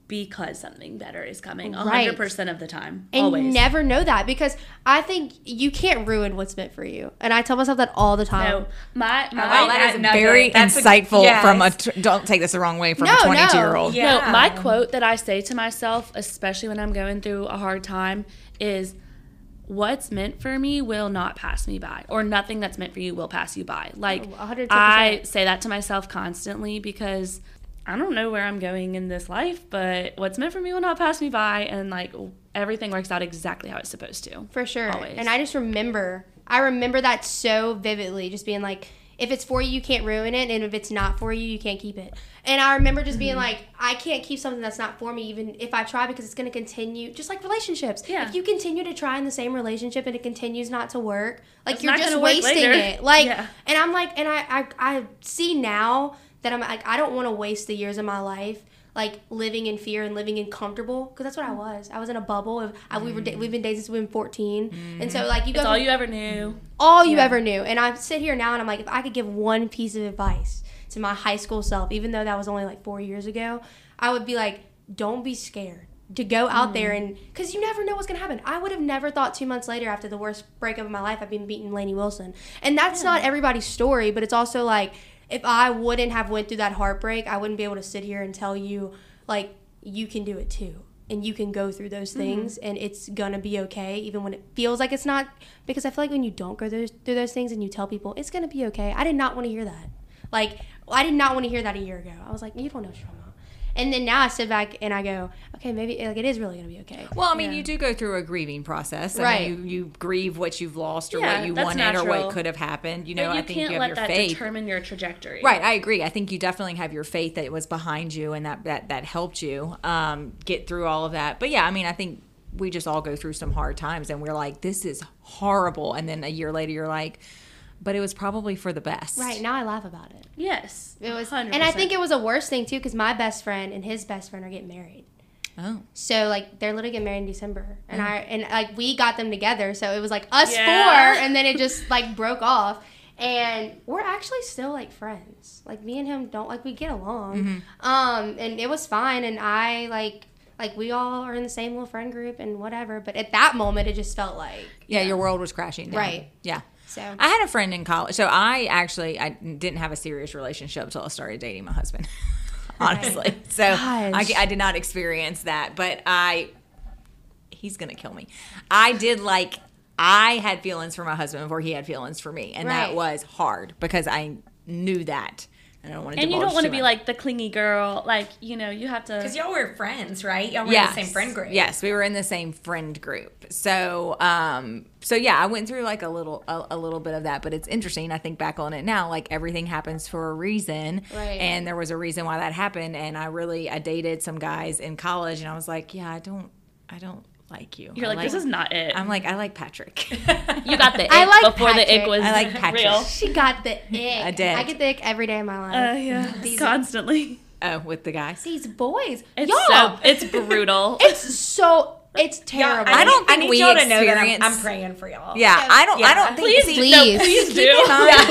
[SPEAKER 3] because something better is coming a
[SPEAKER 4] Right.
[SPEAKER 3] 100% of the time.
[SPEAKER 4] And you
[SPEAKER 3] always.
[SPEAKER 4] never know that because I think you can't ruin what's meant for you. And I tell myself that all the time.
[SPEAKER 3] so my, my
[SPEAKER 1] Wow, that
[SPEAKER 2] that
[SPEAKER 1] is
[SPEAKER 2] nugget.
[SPEAKER 1] very
[SPEAKER 2] That's a-
[SPEAKER 1] insightful
[SPEAKER 2] yes.
[SPEAKER 1] from a. tw- Don't take this the wrong way from
[SPEAKER 4] No,
[SPEAKER 1] a
[SPEAKER 4] no.
[SPEAKER 1] 22 year old.
[SPEAKER 2] Yeah.
[SPEAKER 3] No, my quote that I say to myself, especially when I'm going through a hard time, is what's meant for me will not pass me by or nothing that's meant for you will pass you by. Like
[SPEAKER 4] Oh, 110%.
[SPEAKER 3] I say that to myself constantly because I don't know where I'm going in this life, but what's meant for me will not pass me by and like everything works out exactly how it's supposed to.
[SPEAKER 4] For sure.
[SPEAKER 3] Always.
[SPEAKER 4] And I just remember, I remember that so vividly, just being like, if it's for you, you can't ruin it. And if it's not for you, you can't keep it. And I remember just
[SPEAKER 3] Mm-hmm.
[SPEAKER 4] being like, I can't keep something that's not for me, even if I try, because it's going to continue, just like relationships.
[SPEAKER 3] Yeah.
[SPEAKER 4] If you continue to try in the same relationship and it continues not to work, like
[SPEAKER 3] It's
[SPEAKER 4] you're
[SPEAKER 3] not
[SPEAKER 4] just
[SPEAKER 3] gonna work
[SPEAKER 4] wasting
[SPEAKER 3] later.
[SPEAKER 4] it. Like,
[SPEAKER 3] Yeah.
[SPEAKER 4] and I'm like, and I, I, I see now that I'm like, I don't want to waste the years of my life like living in fear and living in comfortable because that's what I was. I was in a bubble of I, we were da- we've been dating since we've been 14, and so like you go
[SPEAKER 3] Mm. It's
[SPEAKER 4] from
[SPEAKER 3] all you ever knew.
[SPEAKER 1] Mm-hmm.
[SPEAKER 4] all you ever knew. And I sit here now and I'm like, if I could give one piece of advice to my high school self, even though that was only like four years ago, I would be like, don't be scared to go out there and because you never know what's going to happen. I would have never thought two months later after the worst breakup of my life, I've been beating Lainey Wilson. And that's not everybody's story, but it's also like, if I wouldn't have went through that heartbreak, I wouldn't be able to sit here and tell you like you can do it too and you can go through those things and it's gonna be okay even when it feels like it's not because i feel like when you don't go those, through those things and you tell people it's gonna be okay i did not want to hear that like i did not want to hear that a year ago i was like you don't know what you're talking about and then now i sit back and i go okay maybe like it is really gonna be okay
[SPEAKER 1] Well, I mean, you do go through a grieving process. I
[SPEAKER 4] Right.
[SPEAKER 1] mean, you, you grieve what you've lost or
[SPEAKER 3] Yeah,
[SPEAKER 1] what you
[SPEAKER 3] that's
[SPEAKER 1] wanted or
[SPEAKER 3] natural.
[SPEAKER 1] what could have happened. You know,
[SPEAKER 3] But
[SPEAKER 1] I
[SPEAKER 3] you
[SPEAKER 1] think you
[SPEAKER 3] can't
[SPEAKER 1] have
[SPEAKER 3] let
[SPEAKER 1] your
[SPEAKER 3] that
[SPEAKER 1] faith.
[SPEAKER 3] determine your trajectory.
[SPEAKER 1] Right, I agree. I think you definitely have your faith that it was behind you and that that that helped you um, get through all of that. But yeah, I mean, I think we just all go through some hard times and we're like, this is horrible, and then a year later you're like, but it was probably for the best.
[SPEAKER 4] right now i laugh about it
[SPEAKER 3] Yes.
[SPEAKER 4] it was and i think it was a worse thing too because my best friend and his best friend are getting married
[SPEAKER 1] Oh,
[SPEAKER 4] So like they're literally getting married in December, and I and like we got them together, so it was like us
[SPEAKER 3] Yeah.
[SPEAKER 4] four, and then it just like broke off, and we're actually still like friends. Like me and him don't like we get along, um, and it was fine, and I like like we all are in the same little friend group and whatever, but at that moment it just felt like
[SPEAKER 1] yeah, your world was crashing. down.
[SPEAKER 4] Right.
[SPEAKER 1] Yeah.
[SPEAKER 4] so.
[SPEAKER 1] I had a friend in college. So I actually I didn't have a serious relationship until I started dating my husband. <laughs> Honestly, so I,
[SPEAKER 4] Gosh.
[SPEAKER 1] I did not experience that, but I he's gonna kill me. I did like I had feelings for my husband before he had feelings for me, and that
[SPEAKER 4] Right.
[SPEAKER 1] was hard because I knew that. I don't want to.
[SPEAKER 3] and you don't want to be like the clingy girl. Like, you know, you have to
[SPEAKER 2] Because y'all were friends, right? Y'all were in the same friend group.
[SPEAKER 1] Yes, we were in the same friend group. So, um, so yeah, I went through like a little, a, a little bit of that, but it's interesting. I think back on it now, like everything happens for a reason,
[SPEAKER 4] Right.
[SPEAKER 1] and there was a reason why that happened. And I really, I dated some guys in college, and I was like, yeah, I don't, I don't like you.
[SPEAKER 3] You're
[SPEAKER 1] I
[SPEAKER 3] like, this is not it.
[SPEAKER 1] I'm like, I like Patrick.
[SPEAKER 3] you got the ick
[SPEAKER 4] I like
[SPEAKER 3] before the
[SPEAKER 4] Patrick.
[SPEAKER 3] ick was
[SPEAKER 1] I like Patrick.
[SPEAKER 3] real.
[SPEAKER 4] she got the ick.
[SPEAKER 1] I did.
[SPEAKER 4] I get the ick every day of my life.
[SPEAKER 3] yeah, Uh, constantly.
[SPEAKER 1] Oh, with the guys.
[SPEAKER 4] These boys,
[SPEAKER 3] It's
[SPEAKER 4] y'all,
[SPEAKER 3] so
[SPEAKER 1] <laughs>
[SPEAKER 3] it's brutal.
[SPEAKER 4] it's so it's terrible.
[SPEAKER 1] I don't think we
[SPEAKER 2] y'all to know that I'm-
[SPEAKER 1] experience-
[SPEAKER 2] I'm, praying for y'all.
[SPEAKER 1] Yeah,
[SPEAKER 4] Yeah.
[SPEAKER 1] I don't. I
[SPEAKER 2] Yeah.
[SPEAKER 1] don't think.
[SPEAKER 3] please,
[SPEAKER 1] see,
[SPEAKER 3] please, no, please
[SPEAKER 4] please.
[SPEAKER 1] Keep in
[SPEAKER 3] do.
[SPEAKER 1] mind,
[SPEAKER 4] Yeah,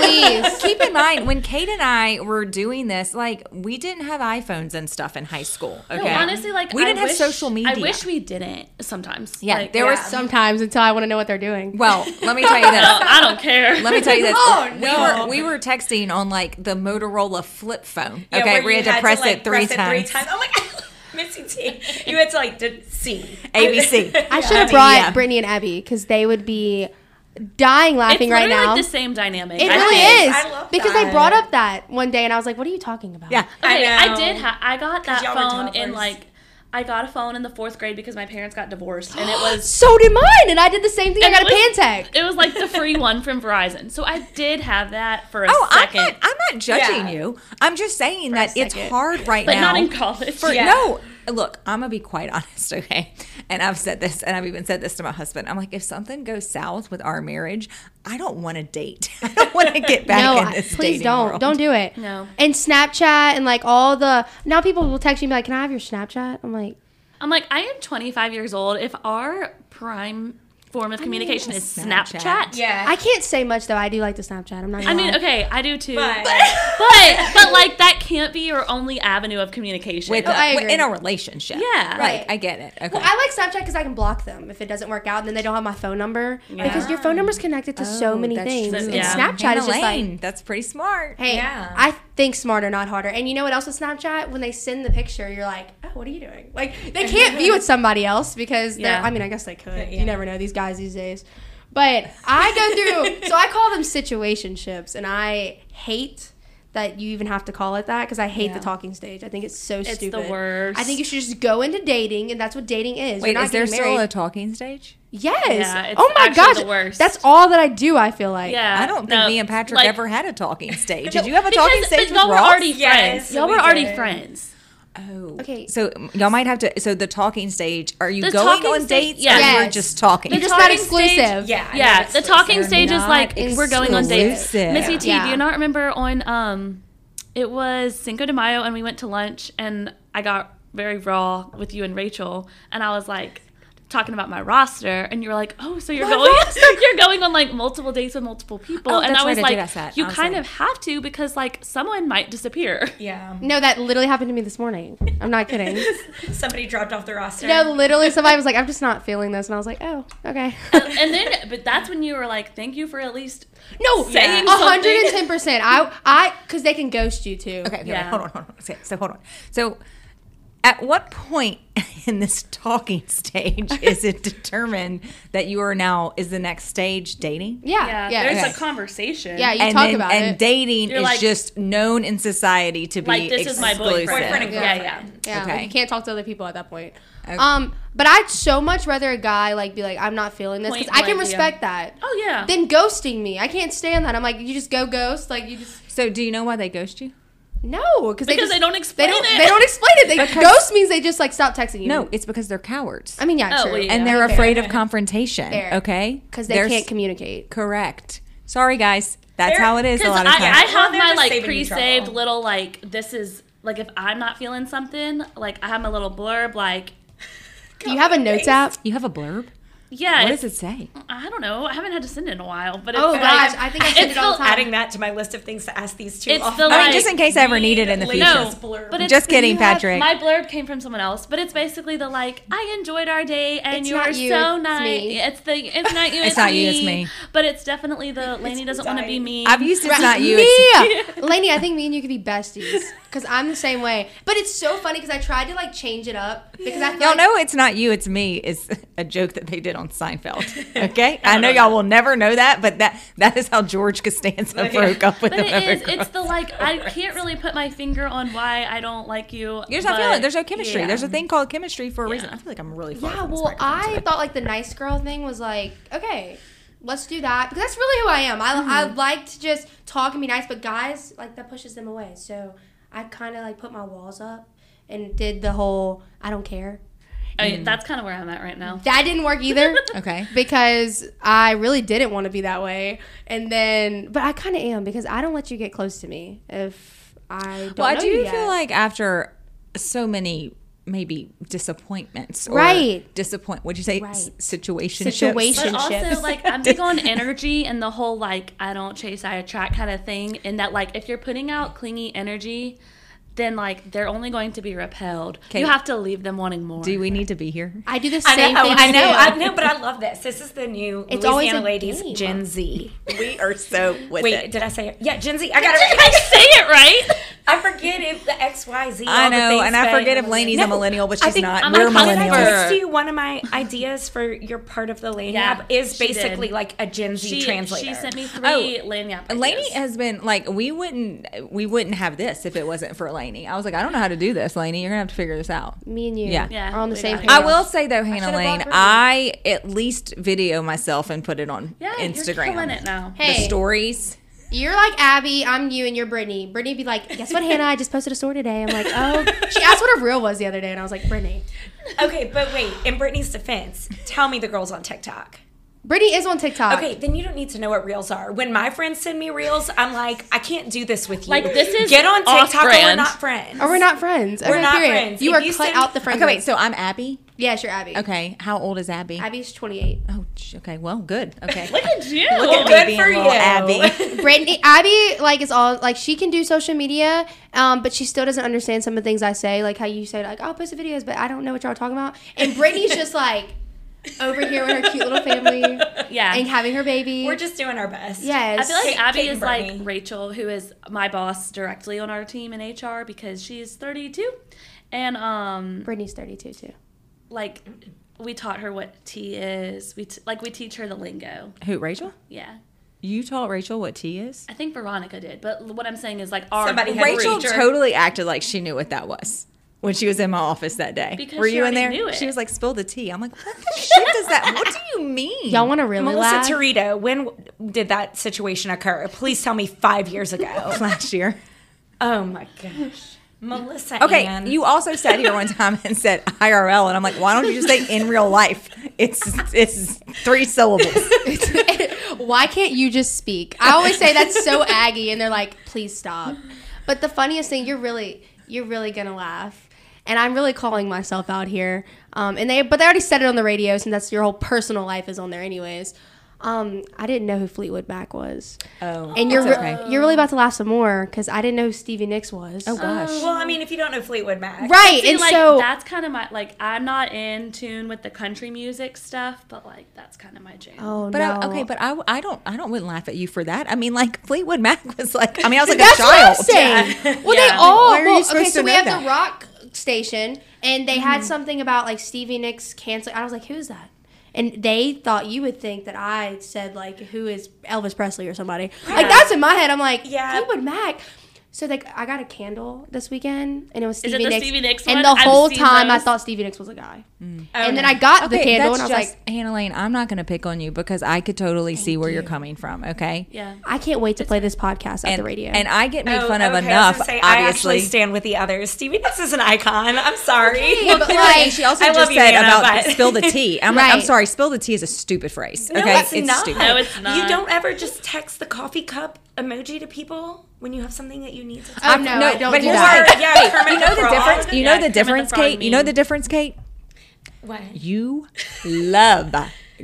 [SPEAKER 4] please.
[SPEAKER 1] Keep in mind when Kate and I were doing this, like we didn't have iPhones and stuff in high school. <laughs> Okay,
[SPEAKER 3] No, honestly, like
[SPEAKER 1] we
[SPEAKER 3] I
[SPEAKER 1] didn't have
[SPEAKER 3] wish-
[SPEAKER 1] social media.
[SPEAKER 3] I wish we didn't sometimes.
[SPEAKER 1] Yeah,
[SPEAKER 3] Like,
[SPEAKER 1] there were
[SPEAKER 3] yeah.
[SPEAKER 4] Sometimes until I want to know what they're doing.
[SPEAKER 1] Well, let me tell you this.
[SPEAKER 3] No, Oh, <laughs> I don't care.
[SPEAKER 1] Let me tell you this.
[SPEAKER 2] Oh,
[SPEAKER 1] we
[SPEAKER 2] no.
[SPEAKER 1] were we were texting on like the Motorola flip phone.
[SPEAKER 2] Yeah,
[SPEAKER 1] okay,
[SPEAKER 2] where
[SPEAKER 1] we
[SPEAKER 2] you
[SPEAKER 1] had to press it
[SPEAKER 2] like,
[SPEAKER 1] three
[SPEAKER 2] press
[SPEAKER 1] times.
[SPEAKER 2] It three times. Oh my <laughs> god, Missy T. You had to like d- see <laughs>
[SPEAKER 1] ABC.
[SPEAKER 4] I should
[SPEAKER 1] Yeah.
[SPEAKER 4] have brought
[SPEAKER 1] Yeah.
[SPEAKER 4] Brittany and Abby because they would be dying
[SPEAKER 3] It's
[SPEAKER 4] laughing right
[SPEAKER 3] literally
[SPEAKER 4] now.
[SPEAKER 3] the same dynamic.
[SPEAKER 4] it
[SPEAKER 3] I
[SPEAKER 4] really
[SPEAKER 3] think.
[SPEAKER 4] is
[SPEAKER 2] I love
[SPEAKER 4] because I
[SPEAKER 2] that.
[SPEAKER 4] brought up that one day and I was like, "What are you talking about?"
[SPEAKER 1] Yeah.
[SPEAKER 3] Okay,
[SPEAKER 2] I
[SPEAKER 3] I,
[SPEAKER 2] know.
[SPEAKER 3] did. Ha- I got that
[SPEAKER 2] y'all were
[SPEAKER 3] phone in
[SPEAKER 2] toddlers.
[SPEAKER 3] like I got a phone in the fourth grade because my parents got
[SPEAKER 1] <gasps>
[SPEAKER 3] divorced, and it was
[SPEAKER 4] So did mine, and I did the same thing.
[SPEAKER 3] And
[SPEAKER 4] I got
[SPEAKER 3] it
[SPEAKER 4] a
[SPEAKER 3] was-
[SPEAKER 4] Pantech.
[SPEAKER 3] it was like the
[SPEAKER 1] <laughs>
[SPEAKER 3] free one from Verizon. So I did have that for a
[SPEAKER 1] Oh, I'm
[SPEAKER 3] second,
[SPEAKER 1] not, I'm not judging
[SPEAKER 2] Yeah.
[SPEAKER 1] you. I'm just saying
[SPEAKER 4] a
[SPEAKER 1] that it's
[SPEAKER 4] second.
[SPEAKER 1] hard right
[SPEAKER 3] but
[SPEAKER 1] now.
[SPEAKER 3] not in college.
[SPEAKER 1] for-
[SPEAKER 2] Yeah.
[SPEAKER 1] No, look, I'm gonna be quite <laughs> honest, okay? And I've said this, and I've even said this to my husband. I'm like, if something goes south with our marriage, I don't want to date. <laughs> I don't want to get back
[SPEAKER 4] no,
[SPEAKER 1] in
[SPEAKER 4] I-
[SPEAKER 1] this
[SPEAKER 4] please
[SPEAKER 1] dating
[SPEAKER 4] don't.
[SPEAKER 1] world.
[SPEAKER 4] Don't do it.
[SPEAKER 3] No.
[SPEAKER 4] And Snapchat and like all the now people will text you and be like, "Can I have your Snapchat?" I'm like,
[SPEAKER 3] I'm like, I am 25 years old. If our prime form of communication is
[SPEAKER 1] Snapchat.
[SPEAKER 3] Snapchat,
[SPEAKER 2] Yeah,
[SPEAKER 4] I can't say much though. I do like the Snapchat. I'm not. Gonna
[SPEAKER 3] I mean,
[SPEAKER 4] lie.
[SPEAKER 3] okay, I do too.
[SPEAKER 1] <laughs>
[SPEAKER 2] But-
[SPEAKER 3] But but, but like that can't be your only avenue of communication.
[SPEAKER 1] With
[SPEAKER 4] Oh, I
[SPEAKER 1] a-
[SPEAKER 4] agree.
[SPEAKER 1] in a relationship.
[SPEAKER 3] Yeah.
[SPEAKER 1] right.
[SPEAKER 4] Right.
[SPEAKER 1] I get it. Okay.
[SPEAKER 4] Well, I like Snapchat because I can block them if it doesn't work out, and then they don't have my phone number because your phone number's connected to so
[SPEAKER 1] Oh,
[SPEAKER 4] many
[SPEAKER 1] that's
[SPEAKER 4] things.
[SPEAKER 1] true.
[SPEAKER 4] And
[SPEAKER 3] Yeah.
[SPEAKER 4] Snapchat
[SPEAKER 1] Hannah
[SPEAKER 4] is just like,
[SPEAKER 1] Lane, that's pretty smart.
[SPEAKER 4] hey,
[SPEAKER 2] Yeah.
[SPEAKER 4] I think smarter, not harder. And you know what else with Snapchat? When they send the picture, you're like, oh, what are you doing? Like they can't view
[SPEAKER 3] <laughs>
[SPEAKER 4] it somebody else because they're.
[SPEAKER 3] Yeah.
[SPEAKER 4] I mean, I guess they could.
[SPEAKER 2] Yeah.
[SPEAKER 4] You never know these guys these days. But
[SPEAKER 3] <laughs>
[SPEAKER 4] I go through, so I call them situationships, and I hate that you even have to call it that because I hate
[SPEAKER 3] Yeah.
[SPEAKER 4] the talking stage. I think it's so
[SPEAKER 3] it's
[SPEAKER 4] stupid.
[SPEAKER 3] the worst.
[SPEAKER 4] I think you should just go into dating, and that's what dating is. You're
[SPEAKER 1] Wait,
[SPEAKER 4] not
[SPEAKER 1] is there
[SPEAKER 4] getting
[SPEAKER 1] still
[SPEAKER 4] married.
[SPEAKER 1] a talking stage?
[SPEAKER 4] Yes.
[SPEAKER 3] Yeah, it's
[SPEAKER 4] oh my
[SPEAKER 3] actually
[SPEAKER 4] gosh.
[SPEAKER 3] the worst.
[SPEAKER 4] That's all that I do. I feel like.
[SPEAKER 3] yeah.
[SPEAKER 1] I don't think
[SPEAKER 3] no,
[SPEAKER 1] me and Patrick
[SPEAKER 3] like-
[SPEAKER 1] ever had a talking
[SPEAKER 4] <laughs>
[SPEAKER 1] stage. Did
[SPEAKER 3] No,
[SPEAKER 1] you have a
[SPEAKER 3] because-
[SPEAKER 1] talking stage
[SPEAKER 3] but
[SPEAKER 1] with
[SPEAKER 3] y'all were
[SPEAKER 1] Ross?
[SPEAKER 3] already
[SPEAKER 2] Yes,
[SPEAKER 3] friends. Y'all
[SPEAKER 2] we
[SPEAKER 3] were already
[SPEAKER 2] did.
[SPEAKER 3] friends.
[SPEAKER 1] Oh.
[SPEAKER 4] Okay.
[SPEAKER 1] So um, y'all might have to. So the talking stage. Are you
[SPEAKER 3] The
[SPEAKER 1] going
[SPEAKER 3] talking
[SPEAKER 1] on
[SPEAKER 3] stage-
[SPEAKER 1] dates?
[SPEAKER 3] yeah.
[SPEAKER 1] Or you're
[SPEAKER 4] Yes.
[SPEAKER 1] just talking.
[SPEAKER 4] They're
[SPEAKER 3] The
[SPEAKER 4] just not
[SPEAKER 3] talking stage-
[SPEAKER 4] exclusive.
[SPEAKER 2] yeah, I know
[SPEAKER 3] yeah,
[SPEAKER 2] it's
[SPEAKER 3] the talking stage is
[SPEAKER 1] not
[SPEAKER 3] like we're going on dates.
[SPEAKER 1] exclusive.
[SPEAKER 3] Missy T,
[SPEAKER 4] Yeah.
[SPEAKER 3] do you not remember on um, it was Cinco de Mayo and we went to lunch and I got very raw with you and Rachel and I was like talking about my roster and you were like, oh, so you're going <laughs> you're going on like multiple dates with multiple people
[SPEAKER 1] Oh,
[SPEAKER 3] and
[SPEAKER 1] that's
[SPEAKER 3] I was
[SPEAKER 1] right, I did
[SPEAKER 3] like,
[SPEAKER 1] ask that.
[SPEAKER 3] you
[SPEAKER 1] I was
[SPEAKER 3] kind
[SPEAKER 1] like-
[SPEAKER 3] of have to because like someone might <laughs> disappear.
[SPEAKER 2] Yeah,
[SPEAKER 4] No, that literally happened to me this morning.
[SPEAKER 3] <laughs>
[SPEAKER 4] I'm not kidding.
[SPEAKER 2] somebody dropped off the roster.
[SPEAKER 4] no, literally, somebody was like, "I'm just not feeling this," and I was like, "Oh, okay." <laughs>
[SPEAKER 3] and then, but that's when you were like, thank you for at least
[SPEAKER 4] no,
[SPEAKER 3] saying
[SPEAKER 4] a hundred and
[SPEAKER 3] something.
[SPEAKER 4] ten percent. I, I, because they can ghost you too.
[SPEAKER 1] Okay, okay,
[SPEAKER 3] Yeah.
[SPEAKER 1] hold on, hold on. Okay, so hold on. So, at what point <laughs> in this talking stage is it determined that you are now is the next stage dating?
[SPEAKER 4] Yeah.
[SPEAKER 3] Yeah,
[SPEAKER 4] Yeah.
[SPEAKER 3] there's
[SPEAKER 4] yeah.
[SPEAKER 1] okay.
[SPEAKER 3] a conversation.
[SPEAKER 4] Yeah, you
[SPEAKER 1] and
[SPEAKER 4] talk
[SPEAKER 1] then-
[SPEAKER 4] about
[SPEAKER 1] and
[SPEAKER 4] it.
[SPEAKER 1] dating
[SPEAKER 3] You're
[SPEAKER 1] is
[SPEAKER 3] like-
[SPEAKER 1] just known in society to be
[SPEAKER 3] like this is my boyfriend.
[SPEAKER 1] exclusive.
[SPEAKER 2] Boyfriend and
[SPEAKER 3] yeah, yeah.
[SPEAKER 2] girlfriend.
[SPEAKER 4] yeah, like,
[SPEAKER 1] okay.
[SPEAKER 4] you can't talk to other people at that point.
[SPEAKER 1] Okay.
[SPEAKER 4] Um, but I'd so much rather a guy like be like, "I'm not feeling this," because
[SPEAKER 3] Point
[SPEAKER 4] I can
[SPEAKER 3] blank, yeah.
[SPEAKER 4] respect that.
[SPEAKER 3] Oh yeah.
[SPEAKER 4] Then ghosting me, I can't stand that. I'm like, you just go ghost, like you just
[SPEAKER 1] So, do you know why they ghost you?
[SPEAKER 4] no, because
[SPEAKER 3] because
[SPEAKER 4] just-
[SPEAKER 3] they don't
[SPEAKER 4] they
[SPEAKER 3] explain
[SPEAKER 4] don't
[SPEAKER 3] it.
[SPEAKER 4] they don't explain it. They ghost means they just like stop texting you.
[SPEAKER 1] No, it's because they're cowards
[SPEAKER 4] I mean yeah,
[SPEAKER 3] Oh,
[SPEAKER 4] true.
[SPEAKER 3] well, yeah.
[SPEAKER 1] and they're
[SPEAKER 4] Fair.
[SPEAKER 1] afraid of confrontation.
[SPEAKER 4] Fair.
[SPEAKER 1] Okay,
[SPEAKER 4] because they
[SPEAKER 1] They're
[SPEAKER 4] can't
[SPEAKER 1] s-
[SPEAKER 4] communicate.
[SPEAKER 1] correct. Sorry, guys. That's
[SPEAKER 2] They're-
[SPEAKER 1] how it is a
[SPEAKER 3] Because
[SPEAKER 1] lot
[SPEAKER 3] I,
[SPEAKER 1] of
[SPEAKER 3] I
[SPEAKER 1] times.
[SPEAKER 2] Well,
[SPEAKER 3] have
[SPEAKER 2] they're
[SPEAKER 3] my
[SPEAKER 2] just
[SPEAKER 3] like
[SPEAKER 2] saving you
[SPEAKER 3] pre-saved
[SPEAKER 2] trouble.
[SPEAKER 3] little like this is like if I'm not feeling something, like I have my little blurb like
[SPEAKER 4] Do you have a notes app?
[SPEAKER 1] you have a blurb.
[SPEAKER 3] yeah.
[SPEAKER 1] What
[SPEAKER 3] it's-
[SPEAKER 1] does it say?
[SPEAKER 3] I don't know. I haven't had to send it in a while, but it's
[SPEAKER 4] Oh
[SPEAKER 3] like,
[SPEAKER 4] gosh,
[SPEAKER 3] <laughs>
[SPEAKER 4] I think I send
[SPEAKER 3] it's
[SPEAKER 4] it all the
[SPEAKER 3] still
[SPEAKER 4] time.
[SPEAKER 2] Adding that to my list of things to ask these two.
[SPEAKER 3] It's
[SPEAKER 2] off-
[SPEAKER 3] the,
[SPEAKER 2] I mean,
[SPEAKER 1] I mean,
[SPEAKER 3] like-
[SPEAKER 1] just in case I ever need it in the
[SPEAKER 2] Lead
[SPEAKER 1] future.
[SPEAKER 3] no,
[SPEAKER 2] It's blurb.
[SPEAKER 3] but it's
[SPEAKER 1] Just kidding,
[SPEAKER 4] you have-
[SPEAKER 1] Patrick.
[SPEAKER 3] My blurb came from someone else, but it's basically the like, I enjoyed our day and
[SPEAKER 4] It's
[SPEAKER 3] you
[SPEAKER 4] not
[SPEAKER 3] are
[SPEAKER 4] you,
[SPEAKER 3] so
[SPEAKER 4] it's
[SPEAKER 3] nice.
[SPEAKER 4] me.
[SPEAKER 3] It's the it's not you,
[SPEAKER 1] <laughs> It's
[SPEAKER 3] it's,
[SPEAKER 1] not
[SPEAKER 3] me.
[SPEAKER 1] you, it's me.
[SPEAKER 3] But it's definitely the Laney doesn't want to be
[SPEAKER 2] anxiety.
[SPEAKER 3] me.
[SPEAKER 1] I've used it's
[SPEAKER 4] <laughs>
[SPEAKER 1] not you. It's
[SPEAKER 4] Yeah, <laughs> Lainey, I think me and you could be besties because I'm the same way. But it's so funny because I tried to like change it up because I feel
[SPEAKER 1] Y'all
[SPEAKER 4] like-
[SPEAKER 1] know it's not you, it's me is <laughs> a joke that they did on Seinfeld. Okay? I know y'all will never know that, but that that is how George Costanza broke up with
[SPEAKER 3] But it
[SPEAKER 1] another
[SPEAKER 3] is.
[SPEAKER 1] girl.
[SPEAKER 3] It's
[SPEAKER 1] <laughs>
[SPEAKER 3] the like I can't really put my finger on why I don't like you.
[SPEAKER 1] You're just not
[SPEAKER 3] but-
[SPEAKER 1] feeling it. There's no chemistry.
[SPEAKER 3] yeah.
[SPEAKER 1] There's a thing called chemistry for a reason.
[SPEAKER 3] Yeah.
[SPEAKER 1] I feel like I'm really far
[SPEAKER 4] Yeah,
[SPEAKER 1] from this
[SPEAKER 4] well,
[SPEAKER 1] microphone
[SPEAKER 4] I
[SPEAKER 1] today.
[SPEAKER 4] thought like the nice girl thing was like, okay, let's do that because that's really who I am. I, I like to just talk and be nice, but guys like that pushes them away. So I kind of like put my walls up and did the whole I don't care.
[SPEAKER 3] I mean, that's kind of where I'm at right now.
[SPEAKER 4] That didn't work either.
[SPEAKER 1] Okay.
[SPEAKER 4] Because I really didn't want to be that way, and then but I kind of am because I don't let you get close to me if I don't
[SPEAKER 1] Well, I
[SPEAKER 4] know
[SPEAKER 1] do
[SPEAKER 4] you
[SPEAKER 1] feel
[SPEAKER 4] yet.
[SPEAKER 1] like after so many maybe disappointments, or
[SPEAKER 4] Right.
[SPEAKER 1] Disappoint. Would you say s-
[SPEAKER 4] Right.
[SPEAKER 1] situationships?
[SPEAKER 4] Situation-
[SPEAKER 3] But also,
[SPEAKER 4] relationships.
[SPEAKER 3] like, I'm big on energy and the whole, like, I don't chase, I attract kind of thing. In that, like, if you're putting out clingy energy, then, like, they're only going to be repelled.
[SPEAKER 1] Okay.
[SPEAKER 3] You have to leave them wanting more. <laughs>
[SPEAKER 1] Do we need to be here?
[SPEAKER 4] I do the
[SPEAKER 2] I
[SPEAKER 4] same
[SPEAKER 2] know,
[SPEAKER 4] thing.
[SPEAKER 2] I know,
[SPEAKER 4] too.
[SPEAKER 2] I know, but I love this. This is the new
[SPEAKER 4] It's always
[SPEAKER 2] Louisiana
[SPEAKER 4] a
[SPEAKER 2] ladies,
[SPEAKER 4] game.
[SPEAKER 2] Gen Z.
[SPEAKER 1] We are so with
[SPEAKER 2] Wait, did I say it? Yeah, Gen Z. I got it.
[SPEAKER 3] I say it right.
[SPEAKER 2] I forget if the X Y Z.
[SPEAKER 1] I
[SPEAKER 2] all the
[SPEAKER 1] know,
[SPEAKER 2] things,
[SPEAKER 1] and I
[SPEAKER 2] but-
[SPEAKER 1] forget if Lainey's a millennial, but
[SPEAKER 2] I
[SPEAKER 1] she's
[SPEAKER 2] think-
[SPEAKER 1] not.
[SPEAKER 3] I'm
[SPEAKER 1] We're
[SPEAKER 3] like, how did
[SPEAKER 2] I
[SPEAKER 1] millennials.
[SPEAKER 3] first.
[SPEAKER 2] text you one of my ideas for your part of the Lane
[SPEAKER 3] Yeah,
[SPEAKER 2] Lab is
[SPEAKER 3] she did.
[SPEAKER 2] basically like a Gen Z
[SPEAKER 3] She,
[SPEAKER 2] translator.
[SPEAKER 3] she sent me three oh, lanyap.
[SPEAKER 1] Lainey
[SPEAKER 3] ideas.
[SPEAKER 1] has been like we wouldn't we wouldn't have this if it wasn't for Lainey. I was like, I don't know how to do this, Lainey. You're gonna have to figure this out.
[SPEAKER 4] Me and you
[SPEAKER 1] Yeah.
[SPEAKER 3] Yeah,
[SPEAKER 4] are on the
[SPEAKER 3] we
[SPEAKER 4] same
[SPEAKER 3] got
[SPEAKER 4] page.
[SPEAKER 3] it.
[SPEAKER 1] I will say though, Hannah
[SPEAKER 4] should've
[SPEAKER 1] Lane,
[SPEAKER 4] bought her.
[SPEAKER 1] I at least video myself and put it on
[SPEAKER 3] yeah,
[SPEAKER 1] Instagram.
[SPEAKER 3] You're killing it now.
[SPEAKER 1] The
[SPEAKER 4] Hey,
[SPEAKER 1] stories.
[SPEAKER 4] you're like Abby. I'm you, and you're Brittany. Brittany be like, guess what, Hannah? I just posted a story today. I'm like, oh. She asked what her reel was the other day, and I was like, Brittany.
[SPEAKER 2] Okay, but wait. In Brittany's defense, tell me the girls on TikTok.
[SPEAKER 4] Brittany is on TikTok.
[SPEAKER 2] Okay, then you don't need to know what reels are. When my friends send me reels, I'm like, I can't do this with you.
[SPEAKER 3] Like, this is
[SPEAKER 2] get on
[SPEAKER 3] off
[SPEAKER 2] TikTok or we're
[SPEAKER 3] brand.
[SPEAKER 2] not friends.
[SPEAKER 4] Or we're not friends. Okay,
[SPEAKER 2] We're not
[SPEAKER 4] period.
[SPEAKER 2] friends.
[SPEAKER 4] You
[SPEAKER 2] If
[SPEAKER 4] are
[SPEAKER 2] you
[SPEAKER 4] cut
[SPEAKER 2] send-
[SPEAKER 4] out the friend
[SPEAKER 1] Okay, wait.
[SPEAKER 4] group.
[SPEAKER 1] So I'm Abby.
[SPEAKER 4] yes, you're Abby.
[SPEAKER 1] Okay, how old is Abby?
[SPEAKER 4] Abby's 28.
[SPEAKER 1] Oh, sh- okay. Well, good. Okay.
[SPEAKER 3] Look at you.
[SPEAKER 1] at me.
[SPEAKER 2] Good
[SPEAKER 1] being
[SPEAKER 2] for
[SPEAKER 1] little
[SPEAKER 2] you,
[SPEAKER 1] Abby.
[SPEAKER 4] Brittany, Abby, like is all like she can do social media, um, but she still doesn't understand some of the things I say, like how you say like I'll post the videos, but I don't know what y'all are talking about. And Brittany's just like over here with her cute little family and
[SPEAKER 3] yeah.
[SPEAKER 4] having her baby.
[SPEAKER 2] <laughs> We're just doing our best.
[SPEAKER 4] yes,
[SPEAKER 3] I feel like
[SPEAKER 2] Kate-
[SPEAKER 3] Abby
[SPEAKER 2] Kate and
[SPEAKER 3] is like
[SPEAKER 2] Brittany.
[SPEAKER 3] Rachel, who is my boss directly on our team in HR because she's 32, and um,
[SPEAKER 4] Brittany's 32 too.
[SPEAKER 3] like we taught her what tea is. We t- like we teach her the lingo.
[SPEAKER 1] Who? Rachel?
[SPEAKER 3] Yeah,
[SPEAKER 1] You taught Rachel what tea is?
[SPEAKER 3] I think Veronica did, but l- what I'm saying is like our
[SPEAKER 2] Somebody had
[SPEAKER 1] Rachel
[SPEAKER 2] Rachel.
[SPEAKER 1] totally acted like she knew what that was when she was in my office that day.
[SPEAKER 3] Because
[SPEAKER 1] Were
[SPEAKER 3] she
[SPEAKER 1] you in
[SPEAKER 3] already
[SPEAKER 1] there?
[SPEAKER 3] knew it.
[SPEAKER 1] She was like, "Spill the tea." I'm like, "What the shit does that? What do you mean?"
[SPEAKER 4] Y'all want to really laugh?
[SPEAKER 2] Melissa Torito, when w- did that situation occur? Please tell me five years ago.
[SPEAKER 1] <laughs> last year.
[SPEAKER 2] oh my gosh. Melissa
[SPEAKER 1] Okay,
[SPEAKER 2] Ann.
[SPEAKER 1] you also sat here one time and said IRL, and I'm like, why don't you just say in real life? It's it's three <laughs> syllables.
[SPEAKER 4] Why can't you just speak? I always say that's so Aggie, and they're like, please stop. But the funniest thing, you're really, you're really gonna laugh, and I'm really calling myself out here. Um, and they, but they already said it on the radio, since that's your whole personal life is on there, anyways. Um, I didn't know who Fleetwood Mac was,
[SPEAKER 1] Oh,
[SPEAKER 4] and you're
[SPEAKER 1] it's
[SPEAKER 4] re-
[SPEAKER 1] okay.
[SPEAKER 4] you're really about to laugh some more because I didn't know who Stevie Nicks was.
[SPEAKER 1] Oh gosh.
[SPEAKER 2] Well, I mean, if you don't know Fleetwood Mac.
[SPEAKER 4] right,
[SPEAKER 3] See,
[SPEAKER 4] and
[SPEAKER 3] like
[SPEAKER 4] so
[SPEAKER 3] that's kind of my like I'm not in tune with the country music stuff, but like that's kind of my jam.
[SPEAKER 4] oh
[SPEAKER 1] But
[SPEAKER 4] no,
[SPEAKER 1] I, okay, but I, I don't I don't wouldn't laugh at you for that. I mean, like Fleetwood Mac was like I mean I was like
[SPEAKER 4] That's
[SPEAKER 1] a child.
[SPEAKER 4] what I'm
[SPEAKER 3] <laughs>
[SPEAKER 4] saying. Well, they
[SPEAKER 3] Yeah.
[SPEAKER 4] all.
[SPEAKER 1] Why are you
[SPEAKER 4] well, okay,
[SPEAKER 1] supposed
[SPEAKER 4] so
[SPEAKER 1] to
[SPEAKER 4] we
[SPEAKER 1] know
[SPEAKER 4] have
[SPEAKER 1] that? Mm-hmm.
[SPEAKER 4] the rock station, and they had something about like Stevie Nicks canceling. I was like, who's that? And they thought you would think that I said like, who is Elvis Presley or somebody? Like that's in my head. I'm like,
[SPEAKER 2] Yeah.
[SPEAKER 4] yeah, Fleetwood Mac. So like, I got a candle this weekend, and it was
[SPEAKER 3] it
[SPEAKER 4] Stevie
[SPEAKER 3] the
[SPEAKER 4] Nicks.
[SPEAKER 3] Stevie Nicks
[SPEAKER 4] and
[SPEAKER 3] one?
[SPEAKER 4] the
[SPEAKER 3] I've
[SPEAKER 4] whole
[SPEAKER 3] seen
[SPEAKER 4] time, I
[SPEAKER 3] those.
[SPEAKER 4] thought Stevie Nicks was a guy.
[SPEAKER 2] Okay.
[SPEAKER 4] And then I got the
[SPEAKER 1] Mm. Okay,
[SPEAKER 4] candle, and
[SPEAKER 1] that's
[SPEAKER 4] I was
[SPEAKER 1] just
[SPEAKER 4] like,
[SPEAKER 1] Hannah Lane. I'm not going to pick on you because I could totally see where you. are coming from. Okay.
[SPEAKER 3] yeah.
[SPEAKER 4] I can't wait to play this podcast at
[SPEAKER 1] And,
[SPEAKER 4] the radio.
[SPEAKER 1] and I get made
[SPEAKER 2] Oh,
[SPEAKER 1] fun of
[SPEAKER 2] okay, I was
[SPEAKER 1] enough,
[SPEAKER 2] gonna say, I
[SPEAKER 1] obviously.
[SPEAKER 2] actually
[SPEAKER 1] <laughs>
[SPEAKER 2] stand with the others. Stevie Nicks is an icon. I'm sorry. <laughs>
[SPEAKER 4] Okay, but like,
[SPEAKER 1] she also
[SPEAKER 2] I
[SPEAKER 1] just
[SPEAKER 2] love you,
[SPEAKER 1] said
[SPEAKER 2] Hannah,
[SPEAKER 1] about
[SPEAKER 2] but-
[SPEAKER 1] spill the tea. I'm like, I'm
[SPEAKER 4] Right.
[SPEAKER 1] sorry, spill the tea is a stupid phrase.
[SPEAKER 2] No,
[SPEAKER 1] Okay,
[SPEAKER 2] it's, not.
[SPEAKER 1] stupid.
[SPEAKER 3] No, it's not.
[SPEAKER 2] You don't ever just text the coffee cup emoji to people when you have something that you need to
[SPEAKER 4] oh
[SPEAKER 2] tell.
[SPEAKER 4] no,
[SPEAKER 1] no,
[SPEAKER 4] I don't
[SPEAKER 1] but
[SPEAKER 4] do
[SPEAKER 1] here's
[SPEAKER 4] that.
[SPEAKER 1] the
[SPEAKER 2] Or, yeah, Kermit
[SPEAKER 1] You know
[SPEAKER 2] the
[SPEAKER 1] the
[SPEAKER 2] Frog.
[SPEAKER 1] difference. You
[SPEAKER 3] Yeah,
[SPEAKER 1] know the
[SPEAKER 3] Kermit the
[SPEAKER 1] difference,
[SPEAKER 3] Frog
[SPEAKER 1] Kate. You know
[SPEAKER 3] meme.
[SPEAKER 1] the difference, Kate.
[SPEAKER 2] What?
[SPEAKER 1] <laughs> You love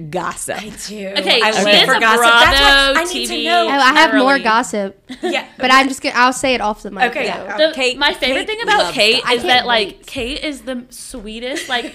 [SPEAKER 1] gossip.
[SPEAKER 2] I do.
[SPEAKER 3] Okay,
[SPEAKER 2] I
[SPEAKER 3] she
[SPEAKER 2] live
[SPEAKER 3] is
[SPEAKER 2] for
[SPEAKER 3] a
[SPEAKER 2] gossip. That's what I
[SPEAKER 3] Bravo
[SPEAKER 2] need to
[SPEAKER 3] TV.
[SPEAKER 4] Oh,
[SPEAKER 2] know.
[SPEAKER 4] I have more
[SPEAKER 3] Literally.
[SPEAKER 4] gossip.
[SPEAKER 2] <laughs> Yeah.
[SPEAKER 4] But I'm just gonna. I'll say it off the mic.
[SPEAKER 2] Okay,
[SPEAKER 4] though.
[SPEAKER 2] yeah.
[SPEAKER 3] The-
[SPEAKER 1] Uh, Kate-
[SPEAKER 3] my favorite
[SPEAKER 1] Kate
[SPEAKER 3] thing about
[SPEAKER 1] loves
[SPEAKER 3] Kate
[SPEAKER 4] I
[SPEAKER 3] is that
[SPEAKER 4] can't
[SPEAKER 3] like
[SPEAKER 4] wait.
[SPEAKER 3] Kate is the sweetest.
[SPEAKER 1] <laughs>
[SPEAKER 3] Like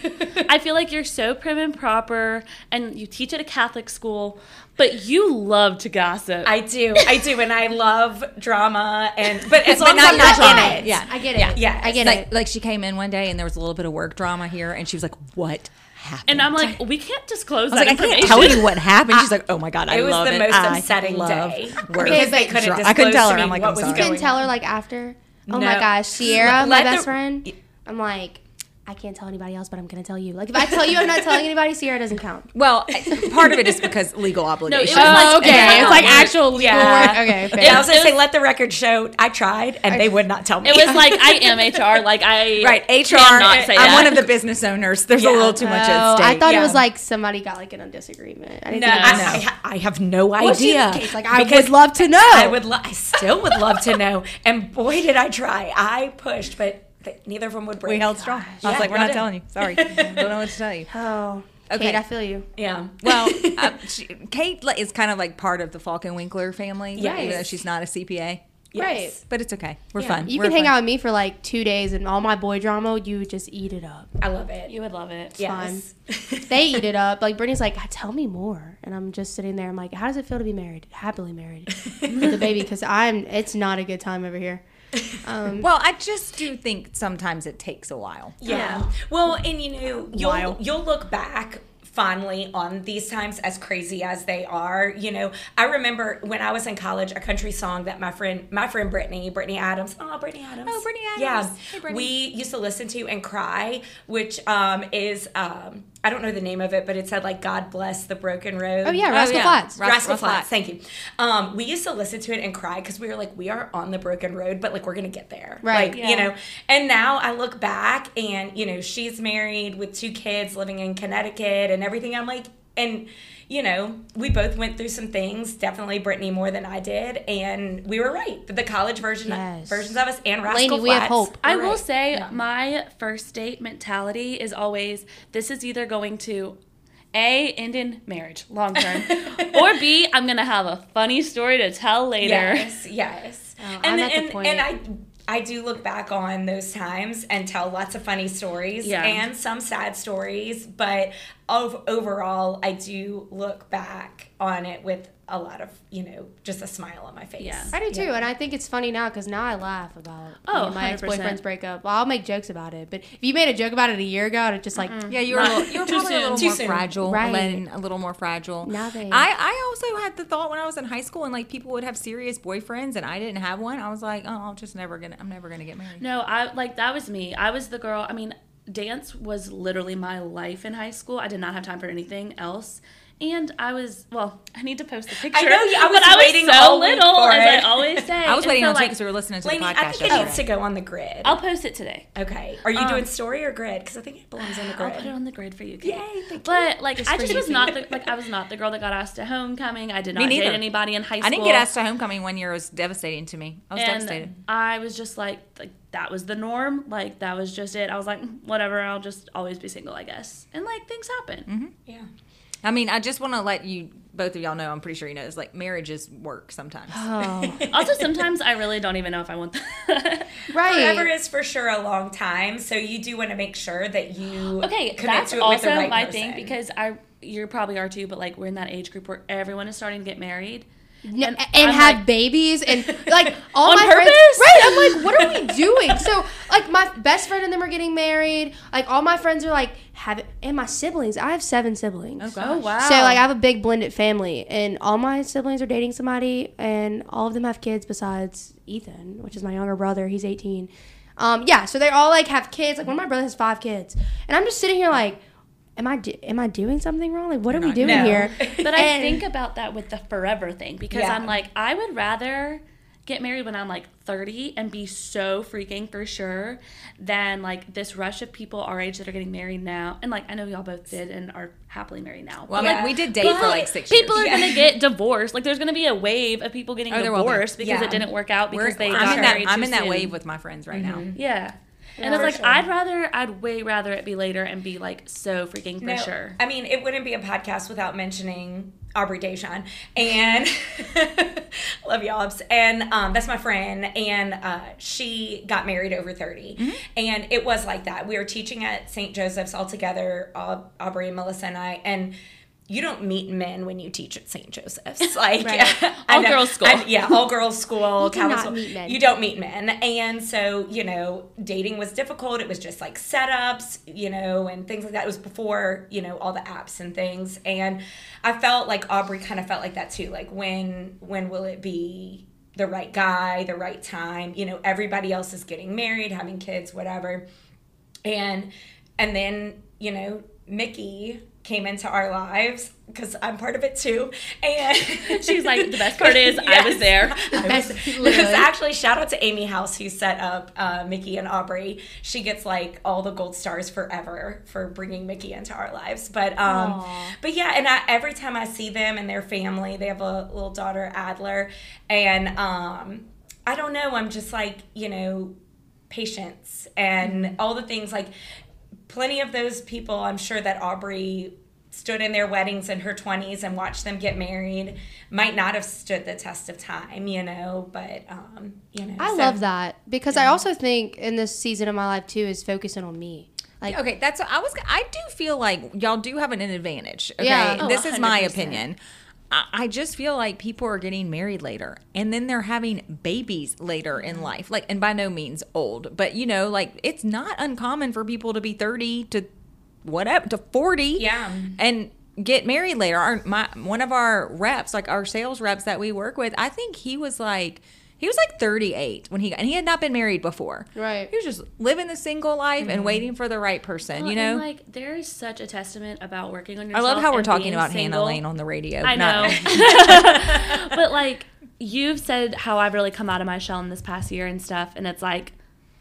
[SPEAKER 3] I feel like you're so prim and proper, and you teach at a Catholic school, but you love to gossip.
[SPEAKER 2] I do. I do. And I love drama. And But as
[SPEAKER 1] <laughs> But
[SPEAKER 2] long
[SPEAKER 1] not
[SPEAKER 2] as I'm not
[SPEAKER 1] your
[SPEAKER 2] in
[SPEAKER 1] drama.
[SPEAKER 2] it.
[SPEAKER 1] Yeah.
[SPEAKER 4] I get it. Yeah,
[SPEAKER 2] Yeah.
[SPEAKER 4] I get
[SPEAKER 1] like,
[SPEAKER 4] it.
[SPEAKER 1] like she came in one day and there was a little bit of work drama here, and she was like, "What happened?"
[SPEAKER 3] and I'm like, we can't disclose
[SPEAKER 1] I was
[SPEAKER 3] that
[SPEAKER 1] like, I can't
[SPEAKER 3] information.
[SPEAKER 1] tell you what
[SPEAKER 2] <laughs>
[SPEAKER 1] happened. She's like, oh my god, I
[SPEAKER 2] It was
[SPEAKER 1] love
[SPEAKER 2] the most
[SPEAKER 1] I
[SPEAKER 2] upsetting
[SPEAKER 1] love
[SPEAKER 2] day.
[SPEAKER 1] work.
[SPEAKER 2] Because they
[SPEAKER 4] but-
[SPEAKER 2] couldn't
[SPEAKER 1] Dra-
[SPEAKER 2] disclose
[SPEAKER 1] I couldn't tell
[SPEAKER 2] to
[SPEAKER 1] her.
[SPEAKER 2] me
[SPEAKER 1] I'm like,
[SPEAKER 2] what
[SPEAKER 1] I'm
[SPEAKER 2] was
[SPEAKER 1] sorry.
[SPEAKER 4] You couldn't
[SPEAKER 2] going
[SPEAKER 4] tell her like after. Oh
[SPEAKER 2] No.
[SPEAKER 4] my gosh, Sierra, my
[SPEAKER 2] Let
[SPEAKER 4] best
[SPEAKER 2] the-
[SPEAKER 4] friend. I'm like, I can't tell anybody else, but I'm gonna tell you. Like if I tell you, I'm not telling anybody. Sierra doesn't count.
[SPEAKER 1] Well, part of it is because legal obligation.
[SPEAKER 3] was-
[SPEAKER 5] Oh,
[SPEAKER 3] like-
[SPEAKER 5] okay. It's like
[SPEAKER 3] Yeah.
[SPEAKER 5] actual legal
[SPEAKER 2] <laughs> Yeah.
[SPEAKER 5] work. Okay, fair.
[SPEAKER 2] I was gonna say, let the record show I tried, and they would not tell me.
[SPEAKER 3] It was like <laughs> I am HR. Like I
[SPEAKER 1] right, HR.
[SPEAKER 3] cannot say
[SPEAKER 1] I'm
[SPEAKER 3] that.
[SPEAKER 1] one of the business owners. There's a
[SPEAKER 2] Yeah.
[SPEAKER 1] little too much
[SPEAKER 5] Oh,
[SPEAKER 1] at stake.
[SPEAKER 4] I thought
[SPEAKER 2] yeah.
[SPEAKER 4] it was like somebody got like in a disagreement. I didn't
[SPEAKER 2] no,
[SPEAKER 4] think it was-
[SPEAKER 2] <laughs>
[SPEAKER 4] Oh,
[SPEAKER 2] I, I, ha- I have no
[SPEAKER 5] What's your
[SPEAKER 2] idea.
[SPEAKER 5] case? Like, I
[SPEAKER 2] Because
[SPEAKER 5] would love to know.
[SPEAKER 2] I would. Lo- I still would love to know. And boy, did I try! I pushed, but th- neither of them would break.
[SPEAKER 1] we held strong. I
[SPEAKER 2] Yeah,
[SPEAKER 1] was like, we're
[SPEAKER 2] y'all
[SPEAKER 1] not
[SPEAKER 2] did.
[SPEAKER 1] telling you. Sorry, don't know what to tell you.
[SPEAKER 4] Oh,
[SPEAKER 1] Okay.
[SPEAKER 4] Kate, I feel you.
[SPEAKER 2] Yeah. <laughs>
[SPEAKER 1] Well, uh, she, Kate li- is kind of like part of the Falcon Winkler family,
[SPEAKER 2] Yes.
[SPEAKER 1] even though she's not a CPA.
[SPEAKER 2] Yes.
[SPEAKER 1] But it's okay. We're
[SPEAKER 2] Yeah.
[SPEAKER 1] fun.
[SPEAKER 4] You
[SPEAKER 1] We're
[SPEAKER 4] can hang
[SPEAKER 1] fun.
[SPEAKER 4] out with me for like two days, and all my boy drama, you would just eat it up.
[SPEAKER 2] I love it.
[SPEAKER 3] You would love it.
[SPEAKER 2] yes.
[SPEAKER 4] They eat it up. Like Brittany's like, tell me more, and I'm just sitting there. I'm like, how does it feel to be married, happily married, with a baby? Because I'm, it's not a good time over here. Um,
[SPEAKER 1] Well, I just do think sometimes it takes a while.
[SPEAKER 2] Yeah. Well, and you know, you'll
[SPEAKER 1] Um, Wild.
[SPEAKER 2] you'll look back fondly on these times as crazy as they are. You know, I remember when I was in college, a country song that my friend my friend Brittany, Brittany Adams. Oh, Brittany Adams.
[SPEAKER 1] Oh, Brittany Adams.
[SPEAKER 2] Yeah.
[SPEAKER 1] Hey, Brittany.
[SPEAKER 2] We used to listen to and cry, which um is um I don't know the name of it, but it said like God bless the broken road.
[SPEAKER 4] oh yeah, Rascal
[SPEAKER 1] yeah.
[SPEAKER 4] Flatts.
[SPEAKER 1] Ra- Rascal
[SPEAKER 2] Rascal Flats.
[SPEAKER 1] Flatts.
[SPEAKER 2] Thank you. Um, we used to listen to it and cry because we were like, we are on the broken road, but like we're gonna get there,
[SPEAKER 4] Right.
[SPEAKER 2] Like, You know. And now I look back and you know she's married with two kids, living in Connecticut, and everything. I'm like, and you know we both went through some things. Definitely Brittany more than I did, and we were right. The college version
[SPEAKER 4] Yes.
[SPEAKER 2] versions of us and Rascal
[SPEAKER 4] Lainey, we have
[SPEAKER 2] Flatts
[SPEAKER 4] hope.
[SPEAKER 2] were
[SPEAKER 3] I will
[SPEAKER 2] right.
[SPEAKER 3] say
[SPEAKER 2] Yeah.
[SPEAKER 3] my first date mentality is always this is either going to a end in marriage long term <laughs> or b I'm gonna have a funny story to tell later.
[SPEAKER 2] Yes, yes.
[SPEAKER 3] Oh,
[SPEAKER 2] and
[SPEAKER 4] I'm
[SPEAKER 2] then-
[SPEAKER 4] at the
[SPEAKER 2] and,
[SPEAKER 4] point-
[SPEAKER 2] and I I do look back on those times and tell lots of funny stories
[SPEAKER 3] Yeah.
[SPEAKER 2] and some sad stories, but of overall I do look back on it with a lot of, you know, just a smile on my face.
[SPEAKER 3] Yeah.
[SPEAKER 4] I do too, and I think it's funny now because now I laugh about
[SPEAKER 3] Oh,
[SPEAKER 4] oh, my
[SPEAKER 3] 100%.
[SPEAKER 4] ex-boyfriend's breakup. Well, I'll make jokes about it, but if you made a joke about it a year ago, I'd just like
[SPEAKER 1] Yeah, you were a little, you were
[SPEAKER 3] <laughs> Too
[SPEAKER 1] probably a
[SPEAKER 3] soon.
[SPEAKER 1] little
[SPEAKER 2] Too
[SPEAKER 1] more
[SPEAKER 2] soon.
[SPEAKER 1] fragile,
[SPEAKER 4] Right.
[SPEAKER 1] then a little more fragile.
[SPEAKER 4] Now they-
[SPEAKER 1] I I also had the thought when I was in high school and like people would have serious boyfriends and I didn't have one. I was like, oh, I'm just never gonna, I'm never gonna get married.
[SPEAKER 3] No, I like that was me. I was the girl. I mean, dance was literally my life in high school. I did not have time for anything else. And I was well. <laughs> I need to post the picture.
[SPEAKER 2] know, yeah, I was
[SPEAKER 3] but I was
[SPEAKER 2] waiting
[SPEAKER 3] so
[SPEAKER 2] all week
[SPEAKER 3] little,
[SPEAKER 2] for
[SPEAKER 3] as
[SPEAKER 2] it.
[SPEAKER 3] I always say.
[SPEAKER 1] I was
[SPEAKER 3] And
[SPEAKER 1] waiting
[SPEAKER 3] so,
[SPEAKER 1] on you
[SPEAKER 3] like,
[SPEAKER 1] because we were listening to
[SPEAKER 2] Lainey,
[SPEAKER 1] the podcast.
[SPEAKER 2] I think it
[SPEAKER 1] yesterday.
[SPEAKER 2] needs to go on the grid.
[SPEAKER 3] I'll post it today.
[SPEAKER 2] okay. Are you doing story or grid? Because I think it belongs on the
[SPEAKER 3] I'll
[SPEAKER 2] grid.
[SPEAKER 3] put it on the grid for you. Kate.
[SPEAKER 2] Yay, thank you.
[SPEAKER 3] But like, I
[SPEAKER 2] for
[SPEAKER 3] just
[SPEAKER 2] you.
[SPEAKER 3] was not
[SPEAKER 2] <laughs>
[SPEAKER 3] the, like I was not the girl that got asked to homecoming. I did
[SPEAKER 1] Me
[SPEAKER 3] not date
[SPEAKER 1] neither.
[SPEAKER 3] anybody in high school.
[SPEAKER 1] I didn't get asked to homecoming one year. It was devastating to me. I was
[SPEAKER 3] and
[SPEAKER 1] devastated.
[SPEAKER 3] I was just like, like that was the norm. Like that was just it. I was like, "Mm, whatever. I'll just always be single, I guess. And like things happen.
[SPEAKER 2] yeah.
[SPEAKER 1] I mean, I just want to let you both of y'all know. I'm pretty sure you know. It's like marriages work
[SPEAKER 3] <sighs>
[SPEAKER 1] sometimes.
[SPEAKER 4] oh
[SPEAKER 3] Also, <laughs> sometimes I really don't even know if I want that.
[SPEAKER 4] right.
[SPEAKER 2] Forever is for sure a long time, so you do want to make sure that
[SPEAKER 3] <laughs>
[SPEAKER 2] you
[SPEAKER 3] okay,
[SPEAKER 2] commit
[SPEAKER 3] that's
[SPEAKER 2] to it with
[SPEAKER 3] also
[SPEAKER 2] the right
[SPEAKER 3] my
[SPEAKER 2] person.
[SPEAKER 3] thing because I, you probably are too, but like we're in that age group where everyone is starting to get married.
[SPEAKER 4] N- and,
[SPEAKER 3] I'm
[SPEAKER 4] had
[SPEAKER 3] like- <laughs>
[SPEAKER 4] babies and like all
[SPEAKER 3] On
[SPEAKER 4] my
[SPEAKER 3] purpose?
[SPEAKER 4] friends right i'm like what are we doing so like my best friend and them are getting married like all my friends are like have and my siblings i have seven siblings
[SPEAKER 3] Oh wow!
[SPEAKER 4] so like i have a big blended family and all my siblings are dating somebody and all of them have kids besides ethan which is my younger brother he's 18 um, yeah so they all like have kids like one of my brothers has five kids and i'm just sitting here like am i do- am i doing something wrong like what are we doing
[SPEAKER 2] No.
[SPEAKER 4] here
[SPEAKER 3] <laughs> But I
[SPEAKER 4] And-
[SPEAKER 3] think about that with the forever thing because
[SPEAKER 2] Yeah.
[SPEAKER 3] I'm like, I would rather get married when I'm like 30 and be so freaking for sure than like this rush of people our age that are getting married now. And like, I know y'all both did and are happily married now.
[SPEAKER 1] Well,
[SPEAKER 3] but,
[SPEAKER 2] Yeah.
[SPEAKER 1] like we did date for
[SPEAKER 3] But
[SPEAKER 1] like six
[SPEAKER 3] people
[SPEAKER 1] years.
[SPEAKER 3] are going to get divorced. Like, there's going to be a wave of people getting
[SPEAKER 1] Oh, there will be.
[SPEAKER 3] divorced because
[SPEAKER 2] Yeah.
[SPEAKER 3] it didn't work out
[SPEAKER 1] We're-
[SPEAKER 3] because they got
[SPEAKER 1] I'm in that,
[SPEAKER 3] married
[SPEAKER 1] I'm
[SPEAKER 3] too
[SPEAKER 1] in that
[SPEAKER 3] soon. Mm-hmm.
[SPEAKER 1] wave with my friends right now.
[SPEAKER 3] Yeah. And I
[SPEAKER 2] For
[SPEAKER 3] was like,
[SPEAKER 2] sure.
[SPEAKER 3] I'd rather, I'd way rather it be later and be like so freaking for
[SPEAKER 1] <laughs>
[SPEAKER 2] No,
[SPEAKER 3] sure.
[SPEAKER 2] I mean, it wouldn't be a podcast without mentioning Aubrey Dejan and <laughs> love you, Obs. And um, that's my friend. And uh, she got married over 30.
[SPEAKER 3] Mm-hmm.
[SPEAKER 2] And it was like that. We were teaching at St. Joseph's all together, Au- Aubrey and Melissa and I. And you don't meet men when you teach at St. Joseph's. <laughs> Like, I
[SPEAKER 3] All
[SPEAKER 2] know.
[SPEAKER 3] girls school.
[SPEAKER 2] I- yeah, all girls
[SPEAKER 3] <laughs>
[SPEAKER 2] school.
[SPEAKER 4] You do not
[SPEAKER 2] Catholic school.
[SPEAKER 4] meet men.
[SPEAKER 2] You don't meet men. And so, you know, dating was difficult. It was just like setups, you know, and things like that. It was before, you know, all the apps and things. And I felt like Aubrey kind of felt like that too. Like when when will it be the right guy, the right time? You know, everybody else is getting married, having kids, whatever. And And then, you know, Mickey came into our lives because I'm part of it too. And
[SPEAKER 3] She's like, the best part is I was <laughs> there.
[SPEAKER 2] I was-
[SPEAKER 4] Literally.
[SPEAKER 2] <laughs> actually shout out to Amy House who set up uh, Mickey and Aubrey. She gets like all the gold stars forever for bringing Mickey into our lives. But um, but yeah, and I, every time I see them and their family, they have a little daughter Adler, and um, I don't know. I'm just like you know, patience and all the things like plenty of those people i'm sure that aubrey stood in their weddings in her 20s and watched them get married might not have stood the test of time you know but um you know
[SPEAKER 4] I
[SPEAKER 2] so-
[SPEAKER 4] love that because I also think in this season of my life too is focusing on me. Like
[SPEAKER 1] Okay, that's I was I do feel like y'all do have an advantage. Okay,
[SPEAKER 4] Yeah.
[SPEAKER 3] Oh,
[SPEAKER 1] this is my
[SPEAKER 3] 100%.
[SPEAKER 1] opinion. I, I just feel like people are getting married later, and then they're having babies later in life. Like, and by no means old, but you know, like it's not uncommon for people to be thirty to whatever to forty,
[SPEAKER 2] Yeah.
[SPEAKER 1] and get married later. Our my one of our reps, like our sales reps that we work with, I think he was like. He was like 38 when he got, and he had not been married before.
[SPEAKER 4] Right.
[SPEAKER 1] He was just living the single life and waiting for the right person.
[SPEAKER 3] Mm-hmm. Well,
[SPEAKER 1] you know,
[SPEAKER 3] and, like there is such a testament about working on
[SPEAKER 1] I
[SPEAKER 3] yourself.
[SPEAKER 1] love how we're
[SPEAKER 3] and
[SPEAKER 1] talking
[SPEAKER 3] being
[SPEAKER 1] about Hannah
[SPEAKER 3] single.
[SPEAKER 1] Lane on the radio.
[SPEAKER 3] I
[SPEAKER 1] not-
[SPEAKER 3] know, but like you've said how I've really come out of my shell in this past year and stuff, and it's like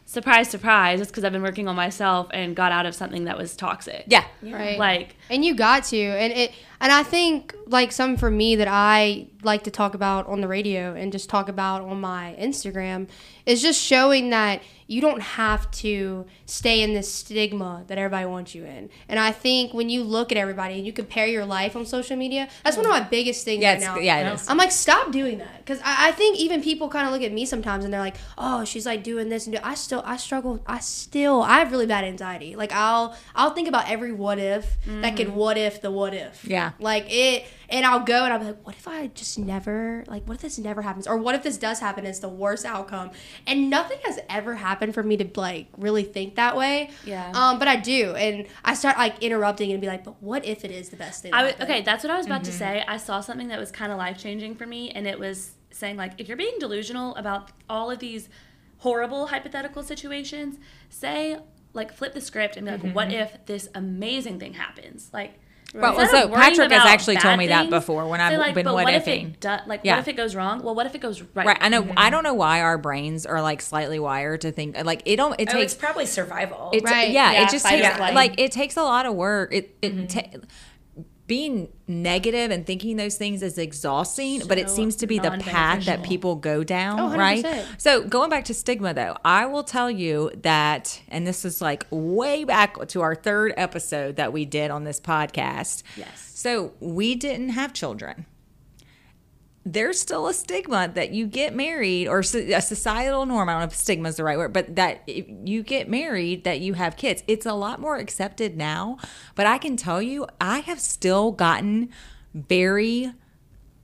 [SPEAKER 3] surprise, surprise, it's because I've been working on myself and got out of something that was toxic.
[SPEAKER 1] yeah.
[SPEAKER 4] right.
[SPEAKER 3] like
[SPEAKER 4] And you got to. And it and I think like something for me that I like to talk about on the radio and just talk about on my Instagram is just showing that you don't have to stay in this stigma that everybody wants you in. And I think when you look at everybody and you compare your life on social media, that's one of my biggest things
[SPEAKER 1] Yeah,
[SPEAKER 4] right
[SPEAKER 1] it's-
[SPEAKER 4] now.
[SPEAKER 1] yeah, it is.
[SPEAKER 4] I'm like, stop doing that. Because I, I think even people kind of look at me sometimes and they're like, oh, she's like doing this and do. I still, I struggle. I still, I have really bad anxiety. Like I'll, I'll think about every what if that could what if the what if.
[SPEAKER 1] Yeah.
[SPEAKER 4] Like it, and I'll go and I'll be like, what if I just never, like, what if this never happens? Or what if this does happen? and It's the worst outcome. And nothing has ever happened for me to like really think that way.
[SPEAKER 3] Yeah.
[SPEAKER 4] Um, but I do. And I start like interrupting and be like, but what if it is the best thing? that
[SPEAKER 3] I w-
[SPEAKER 4] happened?
[SPEAKER 3] okay, that's what I was about to say. I saw something that was kind of life changing for me, and it was saying like, if you're being delusional about all of these horrible hypothetical situations, say like flip the script and be like, what if this amazing thing happens? Like.
[SPEAKER 1] Well,
[SPEAKER 3] instead
[SPEAKER 1] so
[SPEAKER 3] of worrying
[SPEAKER 1] Patrick has
[SPEAKER 3] about
[SPEAKER 1] actually told
[SPEAKER 3] bad
[SPEAKER 1] me that
[SPEAKER 3] things,
[SPEAKER 1] before when
[SPEAKER 3] say,
[SPEAKER 1] I've
[SPEAKER 3] like,
[SPEAKER 1] been
[SPEAKER 3] but
[SPEAKER 1] what
[SPEAKER 3] what if
[SPEAKER 1] if-ing.
[SPEAKER 3] it do- like
[SPEAKER 1] Yeah.
[SPEAKER 3] what if it goes wrong? Well, what if it goes right?
[SPEAKER 1] Right. I know.
[SPEAKER 3] Mm-hmm.
[SPEAKER 1] I don't know why our brains are like slightly wired to think like it don't. It
[SPEAKER 2] oh,
[SPEAKER 1] takes.
[SPEAKER 2] it's probably survival
[SPEAKER 1] It's,
[SPEAKER 4] Right.
[SPEAKER 1] Yeah,
[SPEAKER 3] Yeah,
[SPEAKER 1] It just
[SPEAKER 3] fight or
[SPEAKER 1] takes
[SPEAKER 3] flight.
[SPEAKER 1] like it takes a lot of work. It it.
[SPEAKER 3] Mm-hmm.
[SPEAKER 1] ta- being negative and thinking those things is exhausting, but it
[SPEAKER 3] So
[SPEAKER 1] seems to be the path that
[SPEAKER 3] non-beneficial.
[SPEAKER 1] people go down,
[SPEAKER 4] Oh, 100%.
[SPEAKER 1] right? So, going back to stigma though, I will tell you that, and this is like way back to our third episode that we did on this podcast.
[SPEAKER 3] Yes.
[SPEAKER 1] So, we didn't have children. There's still a stigma that you get married, or so- a societal norm. I don't know if stigma is the right word, but that if you get married, that you have kids. It's a lot more accepted now. But I can tell you, I have still gotten very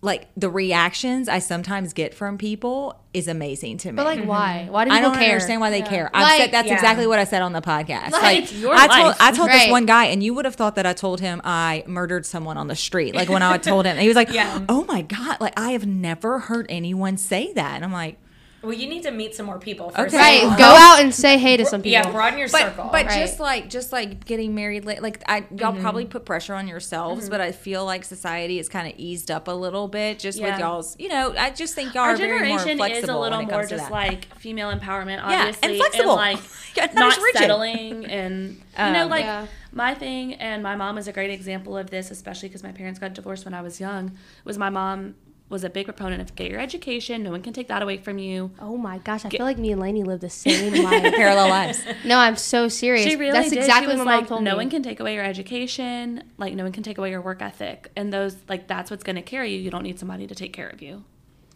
[SPEAKER 1] like the reactions I sometimes get from people is amazing to me.
[SPEAKER 4] But like, why? Why do people
[SPEAKER 1] I don't
[SPEAKER 4] care?
[SPEAKER 1] understand why they care. I
[SPEAKER 4] Like-
[SPEAKER 1] said that's
[SPEAKER 2] Yeah.
[SPEAKER 1] exactly what I said on the podcast. Like,
[SPEAKER 3] your
[SPEAKER 1] I told
[SPEAKER 3] life.
[SPEAKER 1] I told
[SPEAKER 4] Right.
[SPEAKER 1] this one guy, and you would have thought that I told him I murdered someone on the street. Like when I told him, he was like,
[SPEAKER 2] Yeah.
[SPEAKER 1] "Oh my god!" Like I have never heard anyone say that, and I'm like,
[SPEAKER 2] well you need to meet some more people first
[SPEAKER 1] Okay.
[SPEAKER 2] of all.
[SPEAKER 4] Right. Go out and say hey to some people.
[SPEAKER 2] yeah broaden your
[SPEAKER 1] but
[SPEAKER 2] circle
[SPEAKER 1] but
[SPEAKER 4] Right.
[SPEAKER 1] just like just like getting married late, like I y'all
[SPEAKER 3] Mm-hmm.
[SPEAKER 1] probably put pressure on yourselves, but I feel like society is kind of eased up a little bit just
[SPEAKER 3] Yeah.
[SPEAKER 1] with y'all's. You know, I just think y'all
[SPEAKER 3] Our
[SPEAKER 1] are very more
[SPEAKER 3] generation
[SPEAKER 1] flexible
[SPEAKER 3] is a little
[SPEAKER 1] when it
[SPEAKER 3] more
[SPEAKER 1] comes to
[SPEAKER 3] just
[SPEAKER 1] that.
[SPEAKER 3] like female empowerment,
[SPEAKER 1] Yeah, and
[SPEAKER 3] obviously,
[SPEAKER 1] flexible.
[SPEAKER 3] like
[SPEAKER 1] <laughs> Yeah, not
[SPEAKER 3] not
[SPEAKER 1] as rigid. <laughs>
[SPEAKER 3] settling, and you know,
[SPEAKER 1] Um,
[SPEAKER 3] like
[SPEAKER 4] Yeah.
[SPEAKER 3] my thing, and my mom is a great example of this, especially because my parents got divorced when I was young. Was my mom was a big proponent of get your education, no one can take that away from you.
[SPEAKER 4] Oh my gosh, I feel like me and Lainey live the <laughs> same life.
[SPEAKER 3] <laughs>
[SPEAKER 1] parallel lives.
[SPEAKER 4] No, I'm so serious.
[SPEAKER 3] She really
[SPEAKER 4] That's
[SPEAKER 3] did.
[SPEAKER 4] exactly
[SPEAKER 3] she was
[SPEAKER 4] what my
[SPEAKER 3] like,
[SPEAKER 4] mom told
[SPEAKER 3] no
[SPEAKER 4] me.
[SPEAKER 3] one can take away your education, like no one can take away your work ethic, and those like that's what's going to carry you. You don't need somebody to take care of you.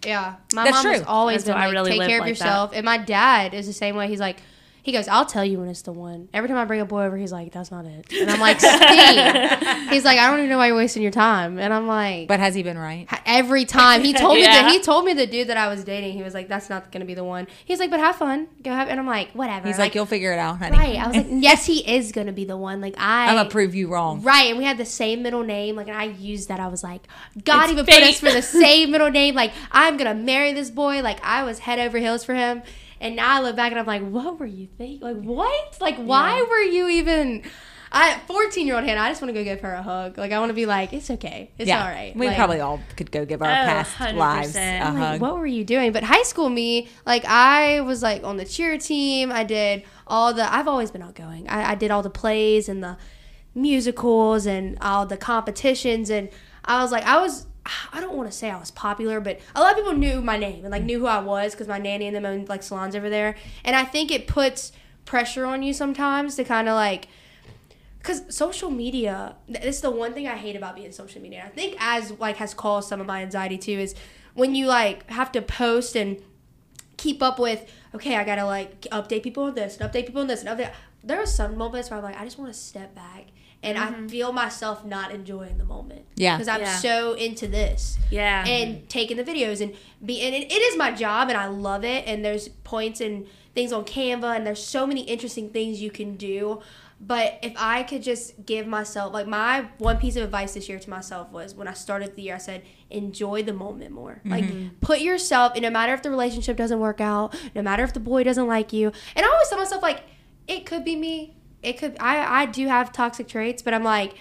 [SPEAKER 4] yeah, my
[SPEAKER 1] That's
[SPEAKER 4] mom has
[SPEAKER 1] true.
[SPEAKER 4] always
[SPEAKER 3] And so
[SPEAKER 4] been
[SPEAKER 3] I
[SPEAKER 4] like,
[SPEAKER 3] really
[SPEAKER 4] take
[SPEAKER 3] live
[SPEAKER 4] care of
[SPEAKER 3] like
[SPEAKER 4] yourself. And my dad is the same way. He's like, he goes, I'll tell you when it's the one. Every time I bring a boy over, he's like, that's not it. And I'm like, Steve. he's like, I don't even know why you're wasting your time. And I'm like,
[SPEAKER 1] But has he been right?
[SPEAKER 4] Ha- every time he told me
[SPEAKER 3] Yeah.
[SPEAKER 4] that he told me the dude that I was dating, he was like, that's not gonna be the one. He's like, but have fun, go have. And I'm like, whatever.
[SPEAKER 1] He's like, you'll figure it out, honey.
[SPEAKER 4] right. I was like,
[SPEAKER 1] <laughs>
[SPEAKER 4] yes, he is gonna be the one. Like I,
[SPEAKER 1] I'm gonna prove you wrong.
[SPEAKER 4] Right, and we had the same middle name. Like, and I used that. I was like, God
[SPEAKER 3] It's
[SPEAKER 4] even
[SPEAKER 1] <laughs>
[SPEAKER 3] fate.
[SPEAKER 4] put us for the same middle name. Like, I'm gonna marry this boy. Like, I was head over heels for him. And now I look back and I'm like, what were you thinking? Like, what? Like, why were you even? I 14 year old Hannah, I just want to go give her a hug. Like, I want to be like, it's okay, it's all right.
[SPEAKER 1] We
[SPEAKER 4] Like,
[SPEAKER 1] probably all could go give our
[SPEAKER 3] Oh,
[SPEAKER 1] past lives a
[SPEAKER 3] 100%.
[SPEAKER 1] hug.
[SPEAKER 4] I'm like, what were you doing? But high school me, like I was like on the cheer team. I did all the. I've always been outgoing. I, I did all the plays and the musicals and all the competitions. And I was like, I was. I don't want to say I was popular, but a lot of people knew my name and like knew who I was because my nanny and them owned like salons over there. And I think it puts pressure on you sometimes to kind of like because social media th- this is the one thing i hate about being social media i think as like has caused some of my anxiety too is when you like have to post and keep up with okay i gotta like update people on this and update people on this and update there are some moments where i'm like i just want to step back and i feel myself not enjoying the moment
[SPEAKER 1] Yeah.
[SPEAKER 4] because i'm
[SPEAKER 3] Yeah.
[SPEAKER 4] so into this
[SPEAKER 3] Yeah.
[SPEAKER 4] and taking the videos and be and it, it is my job and I love it and there's points and things on Canva and there's so many interesting things you can do. But if I could just give myself like my one piece of advice this year to myself was when I started the year I said enjoy the moment more. Like put yourself and no matter if the relationship doesn't work out, no matter if the boy doesn't like you. And I always tell myself like it could be me. It could I I do have toxic traits, but I'm like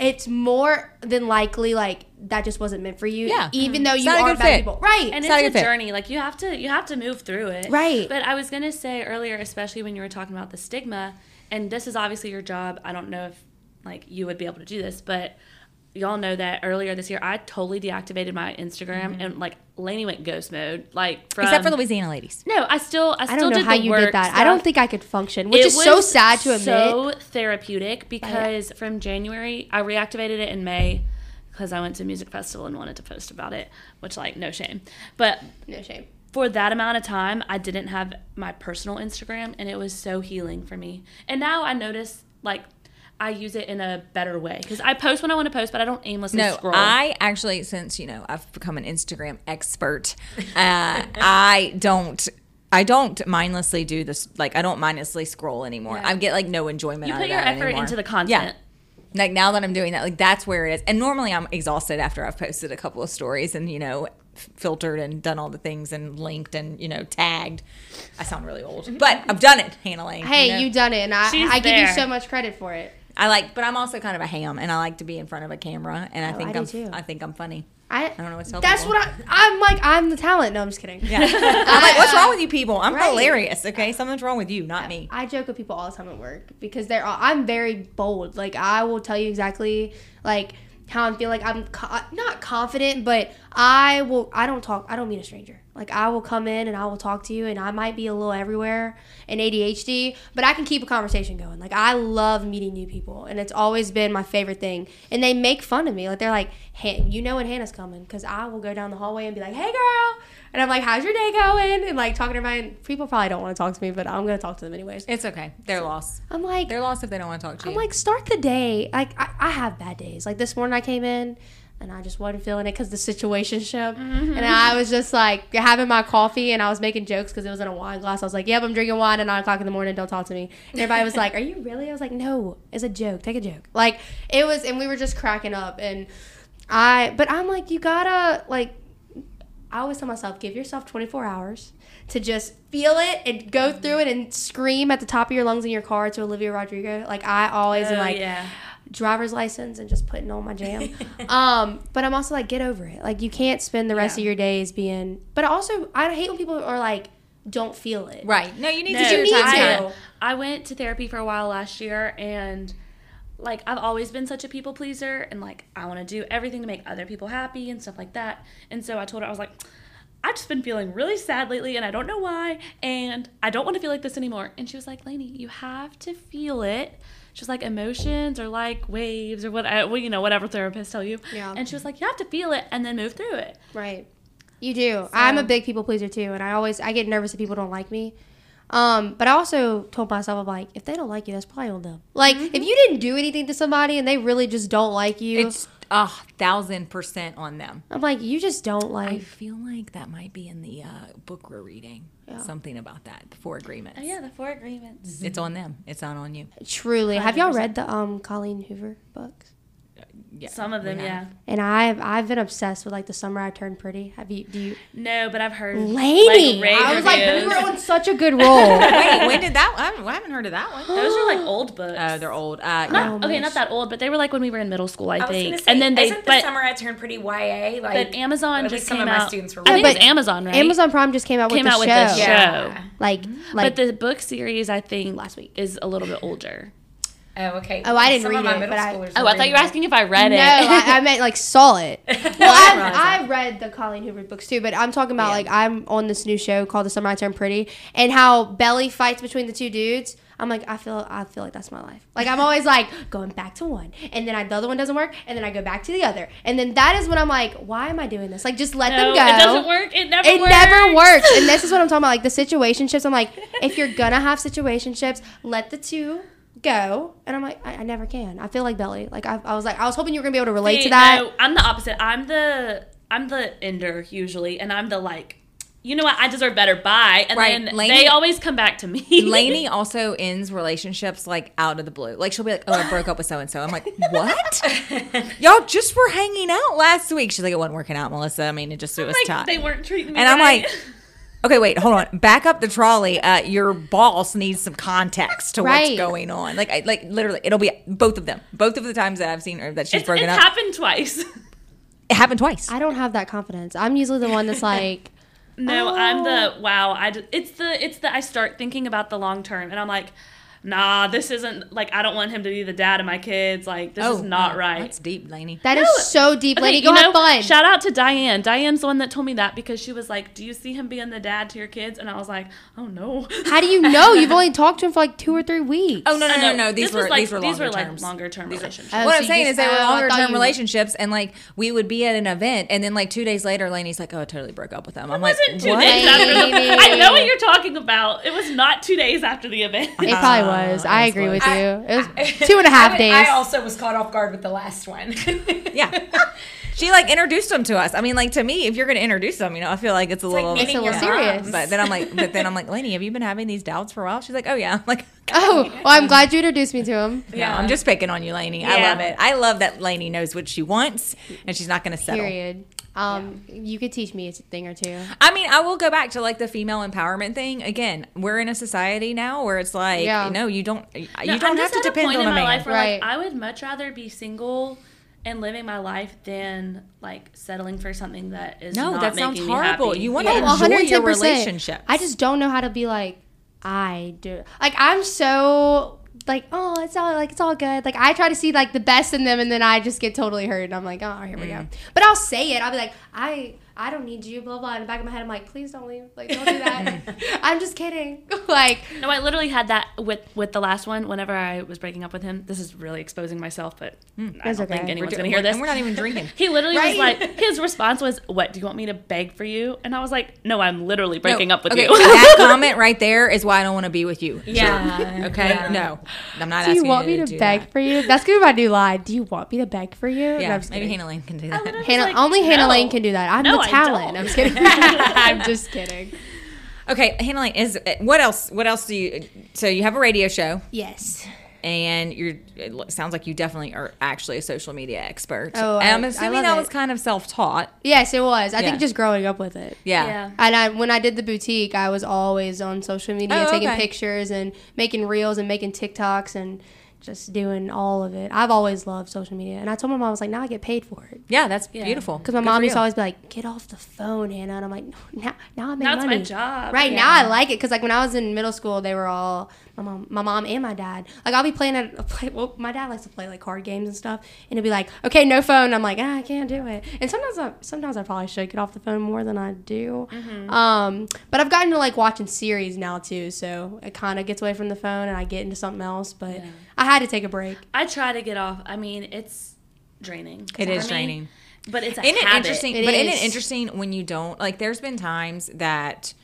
[SPEAKER 4] it's more than likely like that just wasn't meant for you.
[SPEAKER 1] Yeah.
[SPEAKER 3] Mm-hmm.
[SPEAKER 4] Even though
[SPEAKER 1] It's
[SPEAKER 4] you
[SPEAKER 1] not a
[SPEAKER 4] are
[SPEAKER 1] good
[SPEAKER 4] bad
[SPEAKER 1] fit.
[SPEAKER 4] people. Right.
[SPEAKER 3] and
[SPEAKER 1] It's
[SPEAKER 3] it's,
[SPEAKER 1] not a
[SPEAKER 3] a
[SPEAKER 1] good fit.
[SPEAKER 3] journey like you have to you have to move through it
[SPEAKER 4] Right.
[SPEAKER 3] but i was gonna say earlier especially when you were talking about the stigma and this is obviously your job i don't know if like you would be able to do this but y'all know that earlier this year i totally deactivated my instagram
[SPEAKER 4] Mm-hmm.
[SPEAKER 3] and like laney went ghost mode like from,
[SPEAKER 1] Except for Louisiana ladies.
[SPEAKER 3] no i still i
[SPEAKER 4] I
[SPEAKER 3] still
[SPEAKER 4] don't know
[SPEAKER 3] did
[SPEAKER 4] how
[SPEAKER 3] the
[SPEAKER 4] you
[SPEAKER 3] work
[SPEAKER 4] did that. I
[SPEAKER 3] stuff.
[SPEAKER 4] don't think I could function, which
[SPEAKER 3] It
[SPEAKER 4] is so
[SPEAKER 3] was
[SPEAKER 4] sad to admit.
[SPEAKER 3] So therapeutic because from January I reactivated it in May because I went to a music festival and wanted to post about it, which like no shame. But
[SPEAKER 4] no shame.
[SPEAKER 3] for that amount of time, I didn't have my personal Instagram, and it was so healing for me. And now I notice like I use it in a better way because I post when I want to post, but I don't aimlessly
[SPEAKER 1] No,
[SPEAKER 3] scroll.
[SPEAKER 1] I actually, since you know, I've become an Instagram expert. Uh, I don't. I don't mindlessly do this. Like I don't mindlessly scroll anymore. I get like no enjoyment.
[SPEAKER 3] you
[SPEAKER 1] out
[SPEAKER 3] put
[SPEAKER 1] of
[SPEAKER 3] your
[SPEAKER 1] that
[SPEAKER 3] effort
[SPEAKER 1] anymore.
[SPEAKER 3] into the
[SPEAKER 1] Yeah.
[SPEAKER 3] content.
[SPEAKER 1] Like now that I'm doing that, like that's where it is. And normally I'm exhausted after I've posted a couple of stories and you know f- filtered and done all the things and linked and you know tagged. I sound really
[SPEAKER 3] Mm-hmm.
[SPEAKER 1] old, but I've done it, Hannah Lane.
[SPEAKER 4] Hey,
[SPEAKER 1] know?
[SPEAKER 4] you done it, and I,
[SPEAKER 3] She's
[SPEAKER 4] I give you
[SPEAKER 3] there.
[SPEAKER 4] so much credit for it.
[SPEAKER 1] I like, but I'm also kind of a ham, and I like to be in front of a camera, and I
[SPEAKER 4] Oh,
[SPEAKER 1] think
[SPEAKER 4] I
[SPEAKER 1] I
[SPEAKER 4] do
[SPEAKER 1] am
[SPEAKER 4] too.
[SPEAKER 1] I think I'm
[SPEAKER 4] <laughs>
[SPEAKER 1] funny.
[SPEAKER 4] I,
[SPEAKER 1] I don't know what to tell
[SPEAKER 4] That's
[SPEAKER 1] people.
[SPEAKER 4] what I. I'm like. I'm the talent. No, I'm just kidding. <laughs>
[SPEAKER 1] Yeah. I'm like,
[SPEAKER 3] <laughs>
[SPEAKER 1] what's wrong with you people? I'm
[SPEAKER 4] Right.
[SPEAKER 1] hilarious. Okay, something's wrong with you, not me.
[SPEAKER 4] I joke with people all the time at work because they're all, I'm very bold. Like I will tell you exactly like how I'm feeling. Like I'm co- not confident, but I will. I don't talk. I don't meet a stranger. Like I will come in and I will talk to you, and I might be a little everywhere and ADHD, but I can keep a conversation going. Like I love meeting new people, and it's always been my favorite thing. And they make fun of me. Like they're like, "Han- you know when Hannah's coming, because I will go down the hallway and be like, hey girl. And I'm like, how's your day going? And like talking to everybody. And people probably don't want to talk to me, but I'm going to talk to them anyways.
[SPEAKER 1] It's okay. They're lost.
[SPEAKER 4] I'm like,
[SPEAKER 1] They're lost if they don't want to talk to you.
[SPEAKER 4] I'm like, start the day. Like, I, I have bad days. Like this morning, I came in and I just wasn't feeling it because the situationship, and I was just like having my coffee and I was making jokes because it was in a wine glass. I was like, "Yep, I'm drinking wine at nine o'clock in the morning. Don't talk to me." And everybody was like, "Are you really?" I was like, "No, it's a joke. Take a joke." Like it was, and we were just cracking up. And I, but I'm like, you gotta like I always tell myself, give yourself 24 hours to just feel it and go
[SPEAKER 3] Mm-hmm.
[SPEAKER 4] through it and scream at the top of your lungs in your car to Olivia Rodrigo. Like I always am
[SPEAKER 3] Oh,
[SPEAKER 4] like
[SPEAKER 3] yeah.
[SPEAKER 4] driver's license and just putting on
[SPEAKER 3] <laughs>
[SPEAKER 4] my jam. um, but I'm also like, get over it. Like you can't spend the rest of your days being. But also, I hate when people are like, don't feel it.
[SPEAKER 1] right? No, you need to.
[SPEAKER 3] No,
[SPEAKER 4] you
[SPEAKER 1] do
[SPEAKER 4] need
[SPEAKER 1] your time
[SPEAKER 4] to.
[SPEAKER 1] out.
[SPEAKER 3] I, I went to therapy for a while last year and like I've always been such a people pleaser and like I want to do everything to make other people happy and stuff like that. And so I told her I was like I've just been feeling really sad lately and I don't know why and I don't want to feel like this anymore. And she was like, "Lainey, you have to feel it." She was like, "Emotions are like waves or what I- well, you know, whatever therapists tell you."
[SPEAKER 4] Yeah.
[SPEAKER 3] And she was like, "You have to feel it and then move through it."
[SPEAKER 4] Right. You do. I'm a big people pleaser too, and I always I get nervous if people don't like me. Um, but I also told myself I'm like, if they don't like you, that's probably on them. Like,
[SPEAKER 3] Mm-hmm.
[SPEAKER 4] if you didn't do anything to somebody and they really just don't like you,
[SPEAKER 1] It's a thousand percent on them.
[SPEAKER 4] I'm like, you just don't
[SPEAKER 1] I
[SPEAKER 4] like.
[SPEAKER 1] feel like that might be in the uh, book we're reading. Something about that. The Four Agreements.
[SPEAKER 3] Oh yeah, the four agreements.
[SPEAKER 4] <laughs>
[SPEAKER 1] It's on them. It's not on you.
[SPEAKER 4] Truly, have y'all read the um Colleen Hoover books?
[SPEAKER 1] yeah.
[SPEAKER 3] Some of them,
[SPEAKER 1] we
[SPEAKER 3] yeah.
[SPEAKER 1] have.
[SPEAKER 4] And I've I've been obsessed with like the summer I turned pretty. Have you? Do you?
[SPEAKER 3] No, but I've heard.
[SPEAKER 4] Lady,
[SPEAKER 3] rave
[SPEAKER 4] I was like, we
[SPEAKER 3] reviews.
[SPEAKER 4] were on such a good
[SPEAKER 3] <laughs>
[SPEAKER 4] roll.
[SPEAKER 1] Wait, when did that? I haven't, I haven't heard of that
[SPEAKER 4] <gasps>
[SPEAKER 1] one.
[SPEAKER 3] Those <gasps> are like old books.
[SPEAKER 1] Uh, they're old. Uh,
[SPEAKER 3] Not,
[SPEAKER 1] yeah.
[SPEAKER 4] Oh,
[SPEAKER 3] okay,
[SPEAKER 4] my
[SPEAKER 3] not that old, but they were like when we were in middle school, I,
[SPEAKER 2] I was
[SPEAKER 3] think.
[SPEAKER 2] gonna say,
[SPEAKER 3] and then they,
[SPEAKER 2] isn't the
[SPEAKER 3] but,
[SPEAKER 2] summer I turned pretty YA? Like
[SPEAKER 3] but Amazon
[SPEAKER 2] at
[SPEAKER 3] just
[SPEAKER 2] least
[SPEAKER 3] came
[SPEAKER 2] some of
[SPEAKER 3] out.
[SPEAKER 2] my students were.
[SPEAKER 3] I think
[SPEAKER 2] reading
[SPEAKER 3] it's
[SPEAKER 4] But
[SPEAKER 3] Amazon, right?
[SPEAKER 4] Amazon Prime just came out
[SPEAKER 3] came
[SPEAKER 4] with
[SPEAKER 3] out
[SPEAKER 4] the
[SPEAKER 3] with
[SPEAKER 4] show.
[SPEAKER 3] the show.
[SPEAKER 2] Yeah.
[SPEAKER 4] Like, like
[SPEAKER 3] but the book series, I think,
[SPEAKER 4] Last week.
[SPEAKER 3] is a little bit older.
[SPEAKER 2] Oh, okay.
[SPEAKER 4] Oh, I didn't
[SPEAKER 2] Some of
[SPEAKER 4] read
[SPEAKER 2] my
[SPEAKER 4] it,
[SPEAKER 2] middle
[SPEAKER 4] but I-
[SPEAKER 2] schoolers
[SPEAKER 5] Oh,
[SPEAKER 2] were
[SPEAKER 5] I thought you were
[SPEAKER 2] reading
[SPEAKER 5] asking if I read
[SPEAKER 3] <laughs>
[SPEAKER 4] no,
[SPEAKER 5] it.
[SPEAKER 4] I, I meant like saw it.
[SPEAKER 2] it.
[SPEAKER 4] Well,
[SPEAKER 1] didn't realize
[SPEAKER 4] I've,
[SPEAKER 1] that.
[SPEAKER 4] I've read the Colleen Hoover books too, but I'm talking about like I'm on this new show called The Summer I Turned Pretty, and how Belly fights between the two dudes. I'm like, I feel, I feel like that's my life. Like I'm always like going back to one, and then I, the other one doesn't work, and then I go back to the other, and then that is when I'm like, why am I doing this? Like just let
[SPEAKER 3] No,
[SPEAKER 4] them go.
[SPEAKER 3] It doesn't work. It never
[SPEAKER 4] <laughs> It
[SPEAKER 3] works.
[SPEAKER 4] never works. And this is what I'm talking about. Like the situationships. I'm like, if you're gonna have situationships, let the two go. And I'm like, I, I never can. I feel like Belly. Like I, I was like, I was hoping you were gonna be able to relate to
[SPEAKER 3] See,
[SPEAKER 4] that.
[SPEAKER 3] No, I'm the opposite. I'm the I'm the ender usually, and I'm the like, you know what? I deserve better. Bye. And
[SPEAKER 1] Right,
[SPEAKER 3] then
[SPEAKER 1] Lainey-
[SPEAKER 3] they always come back to me.
[SPEAKER 1] <laughs>
[SPEAKER 3] <laughs>
[SPEAKER 1] Lainey also ends relationships like out of the blue. Like she'll be like, "Oh, I broke up with so and so." I'm like,
[SPEAKER 3] <laughs>
[SPEAKER 1] "What? Y'all just were hanging out last week." She's like, "It wasn't working out, Melissa. I mean, it just it was
[SPEAKER 3] like
[SPEAKER 1] time."
[SPEAKER 3] they weren't treating me.
[SPEAKER 1] and I'm
[SPEAKER 3] right. <laughs>
[SPEAKER 1] like, "Okay, wait, hold on. Back up the trolley. Uh, your boss needs some context to
[SPEAKER 4] Right.
[SPEAKER 1] what's going on. Like, I, like literally, it'll be both of them. Both of the times that I've seen her that she's
[SPEAKER 3] it's,
[SPEAKER 1] broken
[SPEAKER 3] it's
[SPEAKER 1] up,
[SPEAKER 3] happened twice.
[SPEAKER 1] it happened twice.
[SPEAKER 4] I don't have that confidence. I'm usually the one that's like,
[SPEAKER 3] No, I'm
[SPEAKER 4] Oh.
[SPEAKER 3] the wow. I d- it's the it's the I start thinking about the long term, and I'm like, nah, this isn't like I don't want him to be the dad of my kids. Like this is not
[SPEAKER 1] wow,
[SPEAKER 3] right.
[SPEAKER 1] Oh, That's deep, Lainey.
[SPEAKER 4] that is so Oh, deep, lady.
[SPEAKER 3] Okay,
[SPEAKER 4] Go
[SPEAKER 3] you
[SPEAKER 4] have
[SPEAKER 3] know,
[SPEAKER 4] fun.
[SPEAKER 3] Shout out to Diane. Diane's the one that told me that because she was like, "Do you see him being the dad to your kids?" And I was like, "Oh no."
[SPEAKER 4] How do
[SPEAKER 3] <laughs>
[SPEAKER 4] you know? You've only talked to him for like two or three weeks.
[SPEAKER 1] Oh no, no,
[SPEAKER 3] I
[SPEAKER 1] no,
[SPEAKER 3] know.
[SPEAKER 1] no. These
[SPEAKER 3] This was,
[SPEAKER 1] were
[SPEAKER 3] like-
[SPEAKER 1] these were
[SPEAKER 3] these
[SPEAKER 1] longer
[SPEAKER 3] were, like,
[SPEAKER 1] terms.
[SPEAKER 3] longer-term
[SPEAKER 1] These were-
[SPEAKER 3] relationships.
[SPEAKER 1] what
[SPEAKER 4] Oh,
[SPEAKER 1] I'm
[SPEAKER 4] so
[SPEAKER 1] saying
[SPEAKER 4] you
[SPEAKER 1] is they
[SPEAKER 4] just-
[SPEAKER 1] were
[SPEAKER 4] oh, I
[SPEAKER 1] longer
[SPEAKER 4] thought
[SPEAKER 1] term
[SPEAKER 4] you-
[SPEAKER 1] relationships, and like we would be at an event, and then like two days later, Lainey's like, "Oh, I totally broke up with him." I'm like,
[SPEAKER 3] wasn't two
[SPEAKER 1] "What?"
[SPEAKER 3] days after the,
[SPEAKER 4] Baby.
[SPEAKER 3] I know what you're talking about. It was not two days after the event.
[SPEAKER 4] It probably was. I agree with you.
[SPEAKER 2] I-
[SPEAKER 4] It was <laughs> two and a half
[SPEAKER 2] I,
[SPEAKER 4] days.
[SPEAKER 2] I also was caught off guard with the last
[SPEAKER 4] <laughs>
[SPEAKER 2] one.
[SPEAKER 1] Yeah.
[SPEAKER 2] <laughs>
[SPEAKER 1] She like introduced him to us. I mean, like to me, if you're gonna introduce them, you know, I feel like it's a
[SPEAKER 2] like
[SPEAKER 1] little.
[SPEAKER 2] meeting
[SPEAKER 4] a little
[SPEAKER 2] your
[SPEAKER 4] serious.
[SPEAKER 1] <laughs>
[SPEAKER 2] moms.
[SPEAKER 1] but then I'm like, but then I'm like, Lainey, have you been having these doubts for a while? She's like, Oh yeah. I'm like,
[SPEAKER 4] <laughs> oh, well, I'm glad you introduced me to him.
[SPEAKER 1] yeah, I'm just picking on you, Lainey. I
[SPEAKER 3] Yeah.
[SPEAKER 1] love it. I love that Lainey knows what she wants, and she's not gonna settle.
[SPEAKER 4] Period. Um, you could teach me a thing or two.
[SPEAKER 1] I mean, I will go back to like the female empowerment thing. Again, we're in a society now where it's like,
[SPEAKER 4] Yeah.
[SPEAKER 1] no, you don't, you
[SPEAKER 3] No, I'm
[SPEAKER 1] don't have
[SPEAKER 3] just
[SPEAKER 1] to
[SPEAKER 3] at
[SPEAKER 1] depend
[SPEAKER 3] a point
[SPEAKER 1] on a
[SPEAKER 3] in my
[SPEAKER 1] man.
[SPEAKER 3] life where
[SPEAKER 4] Right.
[SPEAKER 3] like I would much rather be single and living my life than like settling for something that is
[SPEAKER 1] No,
[SPEAKER 3] not
[SPEAKER 1] that sounds
[SPEAKER 3] making me
[SPEAKER 1] horrible.
[SPEAKER 3] happy.
[SPEAKER 1] You want
[SPEAKER 4] Oh,
[SPEAKER 1] to enjoy your
[SPEAKER 4] 110%.
[SPEAKER 1] relationship.
[SPEAKER 4] I just don't know how to be like, I do. Like, I'm so like, oh, it's all like it's all good. Like, I try to see like the best in them, and then I just get totally hurt, and I'm like, oh, here we go. But I'll say it. I'll be like, I. I don't need you, blah blah. In the back of my head, I'm like, please don't leave. Like, don't do that. I'm just kidding. <laughs> like,
[SPEAKER 3] No, I literally had that with with the last one. Whenever I was breaking up with him, this is really exposing myself, but I
[SPEAKER 4] It's
[SPEAKER 3] don't
[SPEAKER 4] okay.
[SPEAKER 3] think
[SPEAKER 1] Hmm. We're
[SPEAKER 3] anyone's
[SPEAKER 1] do-
[SPEAKER 3] gonna hear this.
[SPEAKER 1] And we're not even drinking.
[SPEAKER 3] <laughs> He literally
[SPEAKER 1] Right?
[SPEAKER 3] was like, his response was, "What do you want me to beg for you?" And I was like, "No, I'm literally breaking
[SPEAKER 1] No,
[SPEAKER 3] up with
[SPEAKER 1] okay,
[SPEAKER 3] you." <laughs>
[SPEAKER 1] that comment right there is why I don't want to be with you.
[SPEAKER 2] yeah.
[SPEAKER 1] Okay,
[SPEAKER 2] Yeah.
[SPEAKER 1] no, I'm not.
[SPEAKER 4] do
[SPEAKER 1] asking
[SPEAKER 4] you want me to,
[SPEAKER 1] do
[SPEAKER 4] beg
[SPEAKER 1] that.
[SPEAKER 4] for you? That's gonna be my new line. Do you want me to beg for you? No, I'm
[SPEAKER 1] Yeah,
[SPEAKER 4] just
[SPEAKER 1] maybe
[SPEAKER 4] kidding.
[SPEAKER 1] Hannah Lane can do
[SPEAKER 3] I
[SPEAKER 1] that.
[SPEAKER 3] literally
[SPEAKER 4] Hannah,
[SPEAKER 3] was like,
[SPEAKER 4] only Hannah
[SPEAKER 3] "No."
[SPEAKER 4] Lane can do that. I'm
[SPEAKER 3] No,
[SPEAKER 4] the
[SPEAKER 3] I don't.
[SPEAKER 4] talent. I'm just kidding. <laughs> I'm just kidding.
[SPEAKER 1] <laughs> Okay, Hannah Lane is. uh, What else? What else do you? So you have a radio show,
[SPEAKER 4] Yes.
[SPEAKER 1] and you're. It lo- sounds like you definitely are actually a social media expert.
[SPEAKER 4] Oh,
[SPEAKER 1] And I'm
[SPEAKER 4] I- I
[SPEAKER 1] assuming
[SPEAKER 4] love
[SPEAKER 1] that was
[SPEAKER 4] it.
[SPEAKER 1] kind of self-taught.
[SPEAKER 4] Yes, it was. I
[SPEAKER 1] Yeah.
[SPEAKER 4] think just growing up with it.
[SPEAKER 1] Yeah.
[SPEAKER 3] Yeah.
[SPEAKER 4] And I, when I did the boutique, I was always on social media,
[SPEAKER 1] Oh,
[SPEAKER 4] taking
[SPEAKER 1] okay.
[SPEAKER 4] pictures and making reels and making TikToks and just doing all of it. I've always loved social media, and I told my mom I was like, now I get paid for it.
[SPEAKER 1] Yeah, that's beautiful.
[SPEAKER 4] Because my
[SPEAKER 1] Good
[SPEAKER 4] mom
[SPEAKER 1] for
[SPEAKER 4] used to
[SPEAKER 1] you.
[SPEAKER 4] always be like, "Get off the phone, Hannah," and I'm like, "No, now, now I make
[SPEAKER 3] That's
[SPEAKER 4] money."
[SPEAKER 3] my job.
[SPEAKER 4] Right now, I like it because like when I was in middle school, they were all my mom, my mom and my dad. Like I'll be playing at a <laughs> play. Well, my dad likes to play like card games and stuff, and it'll be like, "Okay, no phone." I'm like, ah, "I can't do it." And sometimes, I, sometimes I probably should get off the phone more than I do.
[SPEAKER 1] Mm-hmm.
[SPEAKER 4] Um, but I've gotten to like watching series now too, so it kind of gets away from the phone and I get into something else. But I had to take a break.
[SPEAKER 3] I try to get off. I mean, it's draining.
[SPEAKER 1] It is
[SPEAKER 3] I mean,
[SPEAKER 1] draining.
[SPEAKER 3] but it's a
[SPEAKER 1] Isn't it
[SPEAKER 3] habit.
[SPEAKER 1] interesting?
[SPEAKER 4] It
[SPEAKER 1] but isn't
[SPEAKER 4] is.
[SPEAKER 1] it interesting when you don't like? There's been times that,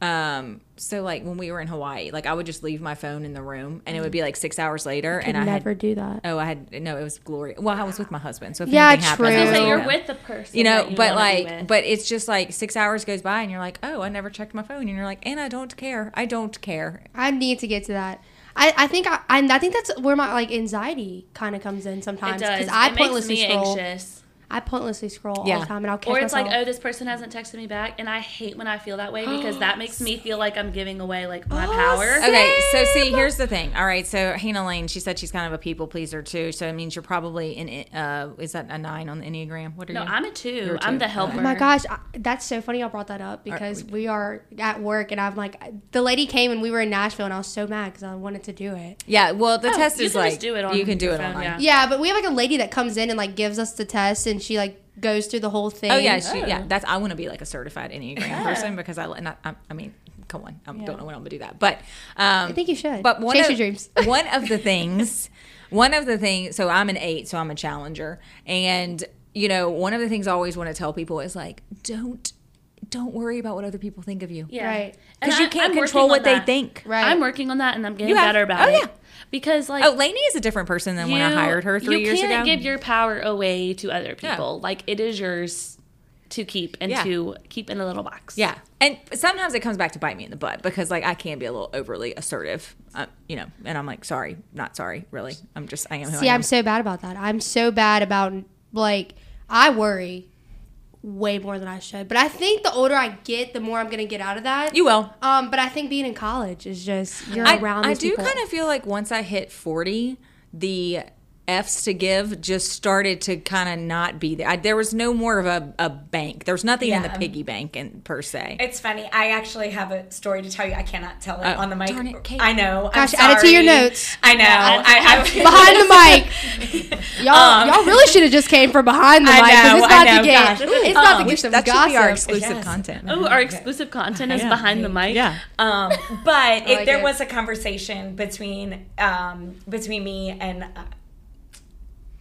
[SPEAKER 1] um, so like when we were in Hawaii, like I would just leave my phone in the room, and it would be like six hours later,
[SPEAKER 4] Could
[SPEAKER 1] and I
[SPEAKER 4] never
[SPEAKER 1] had
[SPEAKER 4] do that.
[SPEAKER 1] oh I had no, it was glory. Well, I was with my husband, so if
[SPEAKER 4] Yeah,
[SPEAKER 1] anything happened,
[SPEAKER 4] true.
[SPEAKER 1] I
[SPEAKER 3] I
[SPEAKER 1] was
[SPEAKER 3] was gonna
[SPEAKER 1] with
[SPEAKER 3] say
[SPEAKER 1] him.
[SPEAKER 3] you're with the person,
[SPEAKER 1] You know,
[SPEAKER 3] that you
[SPEAKER 1] but
[SPEAKER 3] wanna be
[SPEAKER 1] like,
[SPEAKER 3] with.
[SPEAKER 1] but it's just like six hours goes by, and you're like, oh, I never checked my phone, and you're like, and I don't care, I don't care.
[SPEAKER 4] I need to get to that. I, I think I, I I think that's where my like anxiety kind of comes in sometimes
[SPEAKER 3] it does.
[SPEAKER 4] I
[SPEAKER 3] it makes
[SPEAKER 4] pointlessly
[SPEAKER 3] me
[SPEAKER 4] scroll.
[SPEAKER 3] anxious.
[SPEAKER 4] I pointlessly scroll all
[SPEAKER 1] Yeah.
[SPEAKER 4] the time, and I'll catch
[SPEAKER 3] Or it's
[SPEAKER 4] myself.
[SPEAKER 3] like, oh, this person hasn't texted me back, and I hate when I feel
[SPEAKER 1] <gasps>
[SPEAKER 3] that way because that makes me feel like I'm giving away like my
[SPEAKER 4] Oh,
[SPEAKER 3] power.
[SPEAKER 4] sick.
[SPEAKER 1] Okay, so see,
[SPEAKER 4] Same.
[SPEAKER 1] here's the thing. All right, so Hannah Lane, she said she's kind of a people pleaser too. So it means you're probably in. Uh, is that a nine on the enneagram? What are
[SPEAKER 3] No,
[SPEAKER 1] you?
[SPEAKER 3] I'm a 2
[SPEAKER 1] You're a
[SPEAKER 3] i I'm
[SPEAKER 1] two.
[SPEAKER 3] the helper.
[SPEAKER 4] Oh my gosh, I, that's so funny. Y'all brought that up because we are at work, and I'm like, the lady came and we were in Nashville, and I was so mad because I wanted to do it.
[SPEAKER 1] yeah. Well, the
[SPEAKER 3] Oh,
[SPEAKER 1] test
[SPEAKER 3] you
[SPEAKER 1] is
[SPEAKER 3] can just
[SPEAKER 1] like
[SPEAKER 3] do it on
[SPEAKER 1] you can do
[SPEAKER 3] your
[SPEAKER 1] it
[SPEAKER 3] phone,
[SPEAKER 1] online.
[SPEAKER 3] yeah.
[SPEAKER 4] Yeah, but we have like a lady that comes in and like gives us the test, and she like goes through the whole thing.
[SPEAKER 1] Oh yeah, she, yeah.
[SPEAKER 3] Oh.
[SPEAKER 1] That's I want to be like a certified enneagram person because I and I, I, I mean, come on, I don't know when I'm gonna do that, but um,
[SPEAKER 4] I think you should.
[SPEAKER 1] But one
[SPEAKER 4] Chase
[SPEAKER 1] of,
[SPEAKER 4] your dreams.
[SPEAKER 1] <laughs> one of the things, one of the things. So I'm an eight, so I'm a challenger, and you know, one of the things I always want to tell people is like, don't, don't worry about what other people think of you,
[SPEAKER 3] Yeah.
[SPEAKER 4] Right.
[SPEAKER 3] And
[SPEAKER 1] because you
[SPEAKER 3] I-
[SPEAKER 1] can't
[SPEAKER 3] I'm working
[SPEAKER 1] control
[SPEAKER 3] on
[SPEAKER 1] what they
[SPEAKER 3] that.
[SPEAKER 1] think.
[SPEAKER 4] Right.
[SPEAKER 3] I'm working on that, and I'm getting
[SPEAKER 1] You have-
[SPEAKER 3] better about
[SPEAKER 1] oh,
[SPEAKER 3] it.
[SPEAKER 1] yeah.
[SPEAKER 3] Because like
[SPEAKER 1] Oh, Lainey is a different person than when I
[SPEAKER 3] you-
[SPEAKER 1] hired her three
[SPEAKER 3] you
[SPEAKER 1] years
[SPEAKER 3] can't
[SPEAKER 1] ago.
[SPEAKER 3] give your power away to other
[SPEAKER 1] No.
[SPEAKER 3] people. Like it is yours to keep and
[SPEAKER 1] Yeah.
[SPEAKER 3] to keep in a little box.
[SPEAKER 1] yeah, and sometimes it comes back to bite me in the butt because like I can be a little overly assertive, uh, you know, and I'm like, sorry, not sorry, really. I'm just I am. Who
[SPEAKER 4] See,
[SPEAKER 1] I am.
[SPEAKER 4] I'm so bad about that. I'm so bad about like I worry way more than I should. But I think the older I get, the more I'm gonna get out of that.
[SPEAKER 1] You will.
[SPEAKER 4] Um, but I think being in college is just you're
[SPEAKER 1] I,
[SPEAKER 4] around.
[SPEAKER 1] I
[SPEAKER 4] these
[SPEAKER 1] do
[SPEAKER 4] people. <laughs>
[SPEAKER 1] kind of feel like once I hit 40, the F's to give just started to kind of not be there. I, there was no more of a, a bank. There was nothing in the
[SPEAKER 2] Yeah.
[SPEAKER 1] piggy bank in, per se.
[SPEAKER 2] It's funny. I actually have a story to tell you. I cannot tell it
[SPEAKER 1] Oh,
[SPEAKER 2] on the mic.
[SPEAKER 1] darn it, Kate.
[SPEAKER 2] I know.
[SPEAKER 4] Gosh,
[SPEAKER 2] I'm
[SPEAKER 4] add it to your
[SPEAKER 2] sorry.
[SPEAKER 4] notes.
[SPEAKER 2] I
[SPEAKER 4] <laughs>
[SPEAKER 2] know. I, I,
[SPEAKER 4] behind the
[SPEAKER 1] <laughs>
[SPEAKER 4] mic. Y'all,
[SPEAKER 1] Um,
[SPEAKER 4] y'all really should have just came from behind the
[SPEAKER 2] I
[SPEAKER 4] mic. 'cause
[SPEAKER 2] know,
[SPEAKER 4] it's
[SPEAKER 2] I
[SPEAKER 4] about
[SPEAKER 2] know,
[SPEAKER 4] to get.
[SPEAKER 2] gosh.
[SPEAKER 4] It's about
[SPEAKER 2] Um,
[SPEAKER 4] to get
[SPEAKER 2] which-
[SPEAKER 4] some
[SPEAKER 1] Uh, that should
[SPEAKER 4] gossip.
[SPEAKER 1] be our exclusive
[SPEAKER 2] Yes.
[SPEAKER 1] content.
[SPEAKER 3] Oh, our exclusive content is
[SPEAKER 1] Yeah.
[SPEAKER 3] behind the mic.
[SPEAKER 1] Yeah.
[SPEAKER 2] Um, but if
[SPEAKER 4] like
[SPEAKER 2] there
[SPEAKER 4] it.
[SPEAKER 2] was a conversation between um, between me and uh,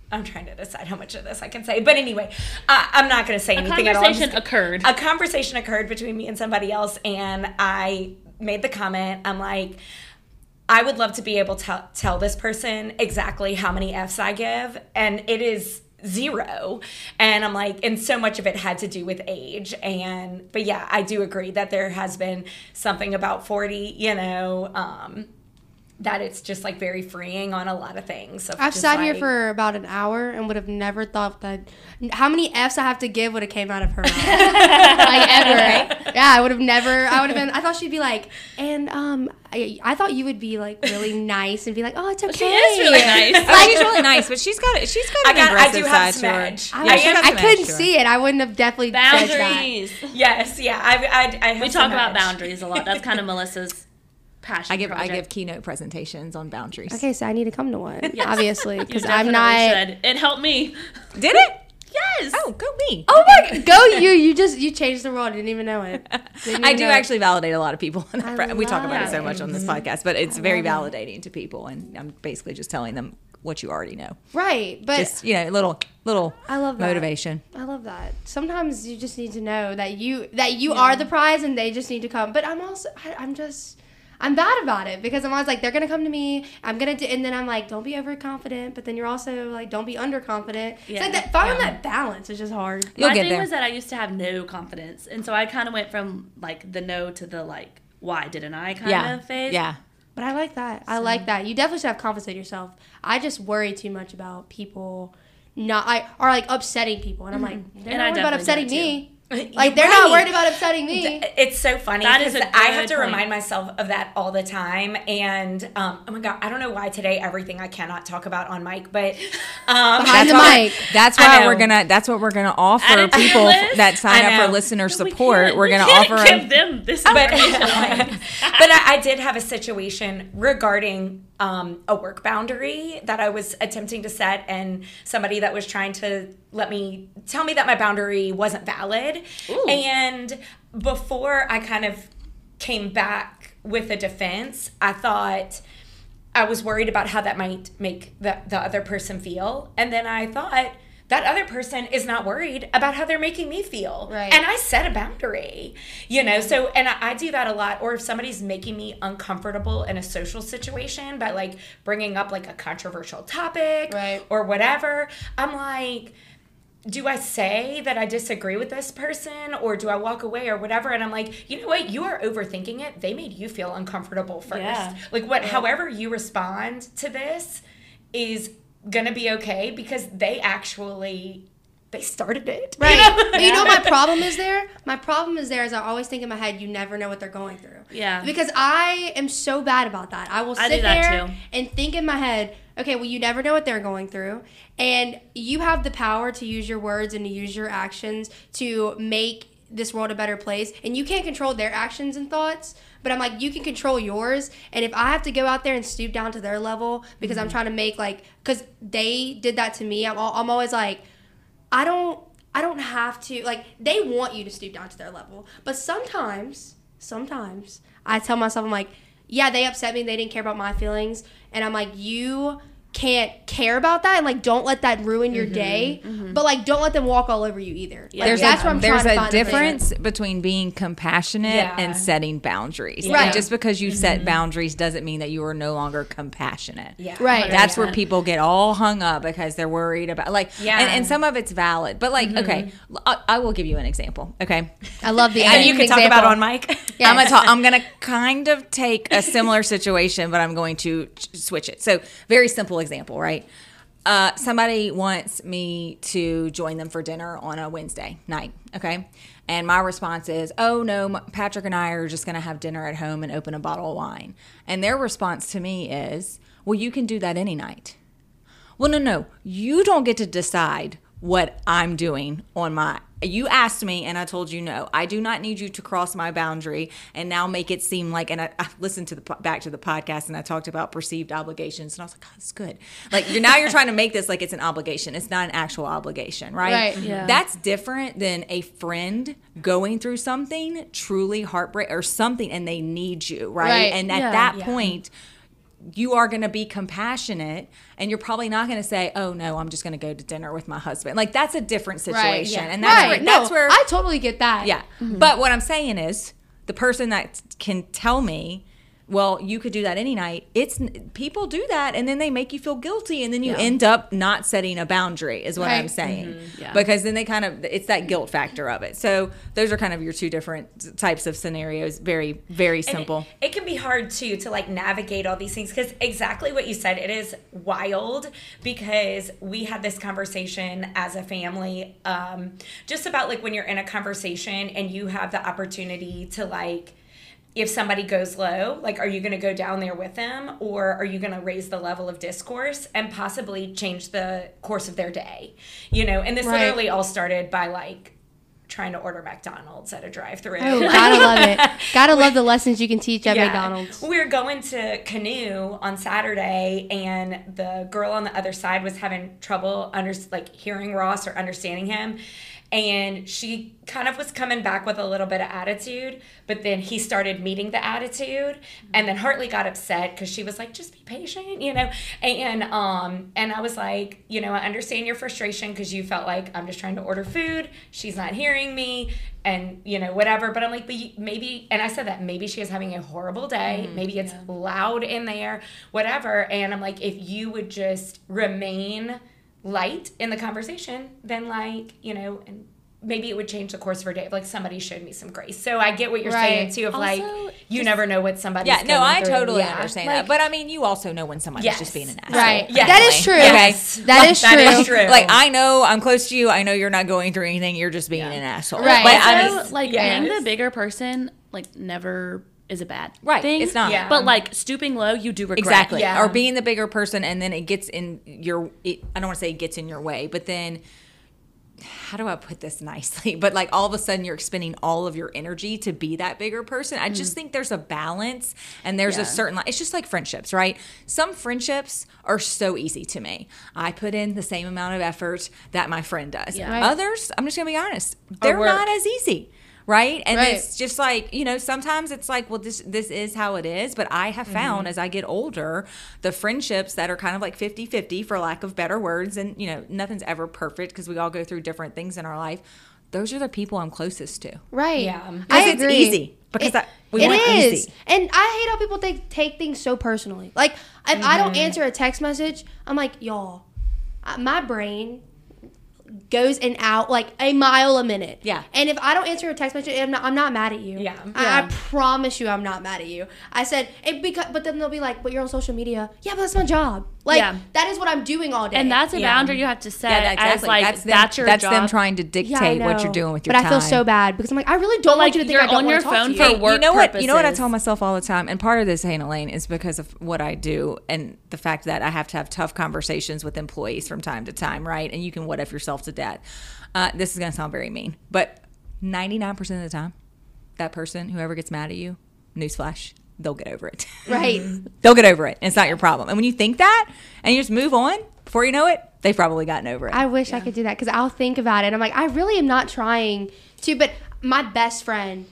[SPEAKER 2] I'm trying to decide how much of this I can say, but anyway, I, I'm not going to say
[SPEAKER 3] A
[SPEAKER 2] anything at all. I'm just
[SPEAKER 3] conversation occurred.
[SPEAKER 2] a conversation occurred between me and somebody else and i made the comment i'm like i would love to be able to tell, tell this person exactly how many f's i give and it is zero and i'm like and so much of it had to do with age and but yeah i do agree that there has been something about 40 you know um that it's just like very freeing on a lot of things of
[SPEAKER 4] I've
[SPEAKER 2] just,
[SPEAKER 4] sat here
[SPEAKER 2] like-
[SPEAKER 4] for about an hour and would have never thought that how many F's I have to give would have came out of her mouth. <laughs> like <laughs> ever. Yeah, I would have never I would have been I thought she'd be like, and um I, I thought you would be like <laughs> really nice and be like, Oh, it's okay.
[SPEAKER 3] She is really <laughs> nice.
[SPEAKER 1] Oh, she's really nice, but she's got a- she's got
[SPEAKER 2] I
[SPEAKER 1] an
[SPEAKER 2] got- I
[SPEAKER 1] aggressive
[SPEAKER 2] do have
[SPEAKER 1] side to her.
[SPEAKER 2] smidge.
[SPEAKER 4] I,
[SPEAKER 1] Yeah,
[SPEAKER 4] wish-
[SPEAKER 1] she has
[SPEAKER 4] I
[SPEAKER 1] smidge
[SPEAKER 4] couldn't
[SPEAKER 1] to her.
[SPEAKER 4] see it. I wouldn't have definitely judged that.
[SPEAKER 3] Boundaries.
[SPEAKER 2] yes yeah i i, I have
[SPEAKER 3] We
[SPEAKER 2] so
[SPEAKER 3] talk about
[SPEAKER 2] much.
[SPEAKER 3] boundaries a lot. That's kind of Melissa's passion.
[SPEAKER 1] I give I give
[SPEAKER 3] project.
[SPEAKER 1] keynote presentations on boundaries.
[SPEAKER 4] Okay, so I need to come to one,
[SPEAKER 3] <laughs> Yes.
[SPEAKER 4] obviously,
[SPEAKER 3] You
[SPEAKER 4] because
[SPEAKER 3] definitely
[SPEAKER 4] I'm not.
[SPEAKER 3] should. It helped me.
[SPEAKER 1] Did it?
[SPEAKER 3] Yes.
[SPEAKER 1] Oh, go me.
[SPEAKER 4] Oh my! Go you! You just you changed the world. Didn't even know it.
[SPEAKER 3] <laughs>
[SPEAKER 4] Didn't
[SPEAKER 1] I
[SPEAKER 4] even
[SPEAKER 1] do
[SPEAKER 4] know it.
[SPEAKER 1] actually validate a lot of people.
[SPEAKER 4] I
[SPEAKER 1] we talk about it so
[SPEAKER 4] love
[SPEAKER 1] much on this podcast, but it's very validating to people, and I'm basically just telling them what you already know.
[SPEAKER 4] Right, but
[SPEAKER 1] Just you know, little little
[SPEAKER 4] I love that.
[SPEAKER 1] motivation.
[SPEAKER 4] I love that. Sometimes you just need to know that you that you are the prize, and they just need to come. But I'm also I, I'm just I'm bad about it because I'm always like they're gonna come to me. I'm gonna do, and then I'm like don't be overconfident, but then you're also like don't be underconfident. It's
[SPEAKER 3] Yeah.
[SPEAKER 4] like that finding that balance is just hard.
[SPEAKER 1] You'll
[SPEAKER 3] My
[SPEAKER 1] get
[SPEAKER 3] thing
[SPEAKER 1] there.
[SPEAKER 3] was that I used to have no confidence, and so I kind of went from like the no to the like why didn't I kind
[SPEAKER 1] yeah,
[SPEAKER 3] of phase.
[SPEAKER 1] yeah.
[SPEAKER 4] But I like that. I like that. You definitely should have confidence in yourself. I just worry too much about people not I are like upsetting people, and I'm like they're
[SPEAKER 3] Mm-hmm. And I
[SPEAKER 4] not worried about
[SPEAKER 3] definitely do
[SPEAKER 4] upsetting
[SPEAKER 3] that
[SPEAKER 4] me.
[SPEAKER 2] You're
[SPEAKER 4] Like they're not
[SPEAKER 2] right.
[SPEAKER 4] worried about upsetting me.
[SPEAKER 2] Th- It's so funny
[SPEAKER 3] That is
[SPEAKER 2] because
[SPEAKER 3] a
[SPEAKER 2] I have
[SPEAKER 3] good
[SPEAKER 2] to
[SPEAKER 3] point.
[SPEAKER 2] remind myself of that all the time. And um, oh my god, I don't know why today everything I cannot talk about on mic, but um,
[SPEAKER 4] Behind the
[SPEAKER 1] why,
[SPEAKER 4] mic.
[SPEAKER 1] That's
[SPEAKER 2] I
[SPEAKER 1] why
[SPEAKER 2] know.
[SPEAKER 1] we're gonna. That's what we're gonna
[SPEAKER 3] Add
[SPEAKER 1] offer
[SPEAKER 3] it to your
[SPEAKER 1] people
[SPEAKER 3] list.
[SPEAKER 1] that sign
[SPEAKER 2] I
[SPEAKER 1] up for
[SPEAKER 2] know.
[SPEAKER 1] listener
[SPEAKER 3] We
[SPEAKER 1] support.
[SPEAKER 3] can't-
[SPEAKER 1] We're
[SPEAKER 3] we
[SPEAKER 1] gonna
[SPEAKER 3] can't
[SPEAKER 1] offer
[SPEAKER 3] give
[SPEAKER 1] them.
[SPEAKER 3] them this.
[SPEAKER 2] <laughs> but
[SPEAKER 3] information.
[SPEAKER 2] but I, I did have a situation regarding um, a work boundary that I was attempting to set, and somebody that was trying to let me tell me that my boundary wasn't valid.
[SPEAKER 3] Ooh.
[SPEAKER 2] And before I kind of came back with a defense, I thought. I was worried about how that might make the, the other person feel. And then I thought, that other person is not worried about how they're making me feel.
[SPEAKER 4] Right.
[SPEAKER 2] And I set a boundary, you know, so, and I, I do that a lot. Or if somebody's making me uncomfortable in a social situation by like bringing up like a controversial topic
[SPEAKER 4] Right.
[SPEAKER 2] or whatever, I'm like, do I say that I disagree with this person or do I walk away or whatever? And I'm like, you know what? You are overthinking it. They made you feel uncomfortable first.
[SPEAKER 3] Yeah.
[SPEAKER 2] Like what however you respond to this is gonna be okay because they actually they
[SPEAKER 3] <laughs>
[SPEAKER 2] started it.
[SPEAKER 4] Right. But you know what my problem is there? My problem is there is I always think in my head, you never know what they're going through.
[SPEAKER 3] Yeah.
[SPEAKER 4] Because I am so bad about that. I will sit
[SPEAKER 3] I do that
[SPEAKER 4] there
[SPEAKER 3] too.
[SPEAKER 4] and think in my head, okay, well, you never know what they're going through. And you have the power to use your words and to use your actions to make this world a better place. And you can't control their actions and thoughts. But I'm like, you can control yours. And if I have to go out there and stoop down to their level because
[SPEAKER 3] Mm-hmm.
[SPEAKER 4] I'm trying to make, like, because they did that to me, I'm, al- I'm always like, I don't I don't have to like they want you to stoop down to their level. But sometimes, sometimes I tell myself I'm like, yeah, they upset me, they didn't care about my feelings, and I'm like, you can't care about that and like don't let that ruin your day. But like don't let them walk all over you either.
[SPEAKER 1] Mm-hmm,
[SPEAKER 4] Like,
[SPEAKER 1] There's
[SPEAKER 4] that's
[SPEAKER 1] a,
[SPEAKER 4] what I'm
[SPEAKER 1] there's
[SPEAKER 4] trying
[SPEAKER 1] a
[SPEAKER 4] to find
[SPEAKER 1] difference between being compassionate
[SPEAKER 2] Yeah.
[SPEAKER 1] and setting boundaries.
[SPEAKER 2] Yeah.
[SPEAKER 1] And just because you set boundaries doesn't mean that you are no longer compassionate.
[SPEAKER 2] Yeah.
[SPEAKER 4] Right.
[SPEAKER 1] That's where
[SPEAKER 3] 100%.
[SPEAKER 1] people get all hung up because they're worried about like
[SPEAKER 2] Yeah.
[SPEAKER 1] and, and some of it's valid. But like, okay, I, I will give you an example. Okay.
[SPEAKER 4] I love the
[SPEAKER 2] And you
[SPEAKER 4] an
[SPEAKER 2] can talk about
[SPEAKER 4] example.
[SPEAKER 2] on
[SPEAKER 4] <laughs>
[SPEAKER 2] mic.
[SPEAKER 4] Yes.
[SPEAKER 1] I'm gonna talk, I'm gonna kind of take a similar situation, but I'm going to ch- switch it. So very simple example, right? Uh, somebody wants me to join them for dinner on a Wednesday night, okay? And my response is, "Oh no, m- Patrick and I are just gonna have dinner at home and open a bottle of wine." And their response to me is, "Well, you can do that any night." Well, no, no. You don't get to decide what I'm doing on my. You asked me and I told you no. I do not need you to cross my boundary and now make it seem like. And I, I listened to the po- back to the podcast and I talked about perceived obligations and I was like, God, that's good. Like you're now you're trying to make this like it's an obligation. It's not an actual obligation, right?
[SPEAKER 4] Right.
[SPEAKER 3] Yeah.
[SPEAKER 1] That's different than a friend going through something truly heartbreak or something and they need you, right?
[SPEAKER 4] Right.
[SPEAKER 1] And at
[SPEAKER 3] Yeah.
[SPEAKER 1] that
[SPEAKER 2] Yeah.
[SPEAKER 1] point you are going to be compassionate and you're probably not going to say oh no i'm just going to go to dinner with my husband like that's a different situation
[SPEAKER 4] Right,
[SPEAKER 2] yeah.
[SPEAKER 1] and that's where
[SPEAKER 4] right.
[SPEAKER 1] that's
[SPEAKER 4] no,
[SPEAKER 1] where
[SPEAKER 4] I Mm-hmm. totally get that.
[SPEAKER 1] yeah but what i'm saying is the person that can tell me well you could do that any night it's people do that and then they make you feel guilty and then you
[SPEAKER 3] Yeah.
[SPEAKER 1] end up not setting a boundary is what i'm
[SPEAKER 4] Right. Mm-hmm.
[SPEAKER 1] saying
[SPEAKER 3] Yeah.
[SPEAKER 1] because then they kind of it's that guilt factor of it so those are kind of your two different types of scenarios very very
[SPEAKER 2] And
[SPEAKER 1] simple
[SPEAKER 2] It, it can be hard too to like navigate all these things because exactly what you said, it is wild because we had this conversation as a family, um, just about like when you're in a conversation and you have the opportunity to like if somebody goes low, like, are you going to go down there with them or are you going to raise the level of discourse and possibly change the course of their day? You know, and this
[SPEAKER 4] Right.
[SPEAKER 2] literally all started by like trying to order McDonald's at a drive through.
[SPEAKER 4] Oh, gotta love
[SPEAKER 1] <laughs>
[SPEAKER 4] it. Gotta love the lessons you can teach at McDonald's.
[SPEAKER 2] We were going to Canoe on Saturday, and the girl on the other side was having trouble under like hearing Ross or understanding him. And she kind of was coming back with a little bit of attitude, but then he started meeting the attitude, and then Hartley got upset because she was like, "Just be patient," you know. And um, and I was like, you know, I understand your frustration because you felt like I'm just trying to order food. She's not hearing me and you know whatever but i'm like but you, maybe and i said that maybe she is having a horrible day
[SPEAKER 1] Mm-hmm.
[SPEAKER 2] maybe it's loud in there whatever and i'm like if you would just remain light in the conversation then like you know and maybe it would change the course of her day if like somebody showed me some grace so i get what you're saying
[SPEAKER 4] Right.
[SPEAKER 2] too of
[SPEAKER 3] Also,
[SPEAKER 2] like you never know what somebody's
[SPEAKER 1] Yeah, no,
[SPEAKER 2] going
[SPEAKER 1] I
[SPEAKER 2] through.
[SPEAKER 1] totally
[SPEAKER 2] Yeah.
[SPEAKER 1] understand
[SPEAKER 2] Like,
[SPEAKER 1] that. But I mean, you also know when somebody's
[SPEAKER 2] Yes.
[SPEAKER 1] just being an ass.
[SPEAKER 4] Right.
[SPEAKER 2] Yes.
[SPEAKER 4] That is true.
[SPEAKER 2] Yes.
[SPEAKER 4] That is
[SPEAKER 2] That is
[SPEAKER 4] true.
[SPEAKER 2] true.
[SPEAKER 1] Like I know I'm close to you. I know you're not going through anything. You're just being an asshole.
[SPEAKER 4] Right.
[SPEAKER 1] But
[SPEAKER 3] I
[SPEAKER 1] I mean,
[SPEAKER 3] also, like
[SPEAKER 2] yes.
[SPEAKER 3] being the bigger person, like never is a bad
[SPEAKER 1] Right,
[SPEAKER 3] thing.
[SPEAKER 1] it's not.
[SPEAKER 2] Yeah.
[SPEAKER 3] But like stooping low, you do regret.
[SPEAKER 1] exactly.
[SPEAKER 2] Yeah.
[SPEAKER 1] Or being the bigger person, and then it gets in your. It, I don't want to say it gets in your way, but then. How do I put this <laughs> nicely? But like all of a sudden, you're expending all of your energy to be that bigger person. I just think there's a balance and there's
[SPEAKER 3] Yeah.
[SPEAKER 1] a certain, like, it's just like friendships, right? Some friendships are so easy to me. I put in the same amount of effort that my friend does.
[SPEAKER 3] Yeah.
[SPEAKER 4] Right.
[SPEAKER 1] Others, I'm just going to be honest, they're
[SPEAKER 2] work.
[SPEAKER 1] not as easy right and
[SPEAKER 4] Right.
[SPEAKER 1] it's just like you know sometimes it's like well this this is how it is but i have found
[SPEAKER 4] Mm-hmm.
[SPEAKER 1] as i get older the friendships that are kind of like 50-50 for lack of better words and you know nothing's ever perfect because we all go through different things in our life those are the people i'm closest to
[SPEAKER 4] Right.
[SPEAKER 2] Yeah.
[SPEAKER 4] I
[SPEAKER 1] Because it's
[SPEAKER 4] agree.
[SPEAKER 1] easy. Because I- we
[SPEAKER 4] it
[SPEAKER 1] want
[SPEAKER 4] is.
[SPEAKER 1] easy.
[SPEAKER 4] And I hate how people take take things so personally. Like if
[SPEAKER 1] Mm-hmm.
[SPEAKER 4] I don't answer a text message, I'm like, y'all, I- my brain goes and out like a mile a minute.
[SPEAKER 1] Yeah.
[SPEAKER 4] And if I don't answer a text message, I'm not, I'm not mad at you.
[SPEAKER 2] Yeah.
[SPEAKER 4] I, I
[SPEAKER 1] Yeah.
[SPEAKER 4] promise you, I'm not mad at you. I said, it because, but then they'll be like, but you're on social media. Yeah, but that's my job. Like,
[SPEAKER 3] Yeah.
[SPEAKER 4] that is what I'm doing all day.
[SPEAKER 3] And that's a
[SPEAKER 2] Yeah.
[SPEAKER 3] boundary you have to set
[SPEAKER 1] Yeah,
[SPEAKER 3] as like that's,
[SPEAKER 1] them,
[SPEAKER 3] your
[SPEAKER 1] that's
[SPEAKER 3] job.
[SPEAKER 1] them trying to
[SPEAKER 4] Yeah, I
[SPEAKER 1] dictate what you're
[SPEAKER 4] know.
[SPEAKER 1] doing with your
[SPEAKER 4] but
[SPEAKER 1] time.
[SPEAKER 4] I feel so bad because I'm like, I really don't
[SPEAKER 3] like,
[SPEAKER 4] want you to think
[SPEAKER 3] you're
[SPEAKER 4] I don't
[SPEAKER 3] on
[SPEAKER 4] wanna
[SPEAKER 3] your
[SPEAKER 4] talk to
[SPEAKER 3] phone
[SPEAKER 4] you.
[SPEAKER 3] for
[SPEAKER 1] Hey,
[SPEAKER 3] work
[SPEAKER 1] you know what? You know what I
[SPEAKER 3] purposes.
[SPEAKER 1] tell myself all the time, and part of this, Hannah Lane, is because of what I do and the fact that I have to have tough conversations with employees from time to time, right? And you can what if yourself to that. Uh, this is going to sound very mean, but 99% of the time, that person, whoever gets mad at you, newsflash, they'll get over it. <laughs>
[SPEAKER 4] Right.
[SPEAKER 1] they'll get over it. And it's not your problem. And when you think that and you just move on, before you know it, they've probably gotten over it.
[SPEAKER 4] I wish I could do that because I'll think about it. I'm like, I really am not trying to, but my best friend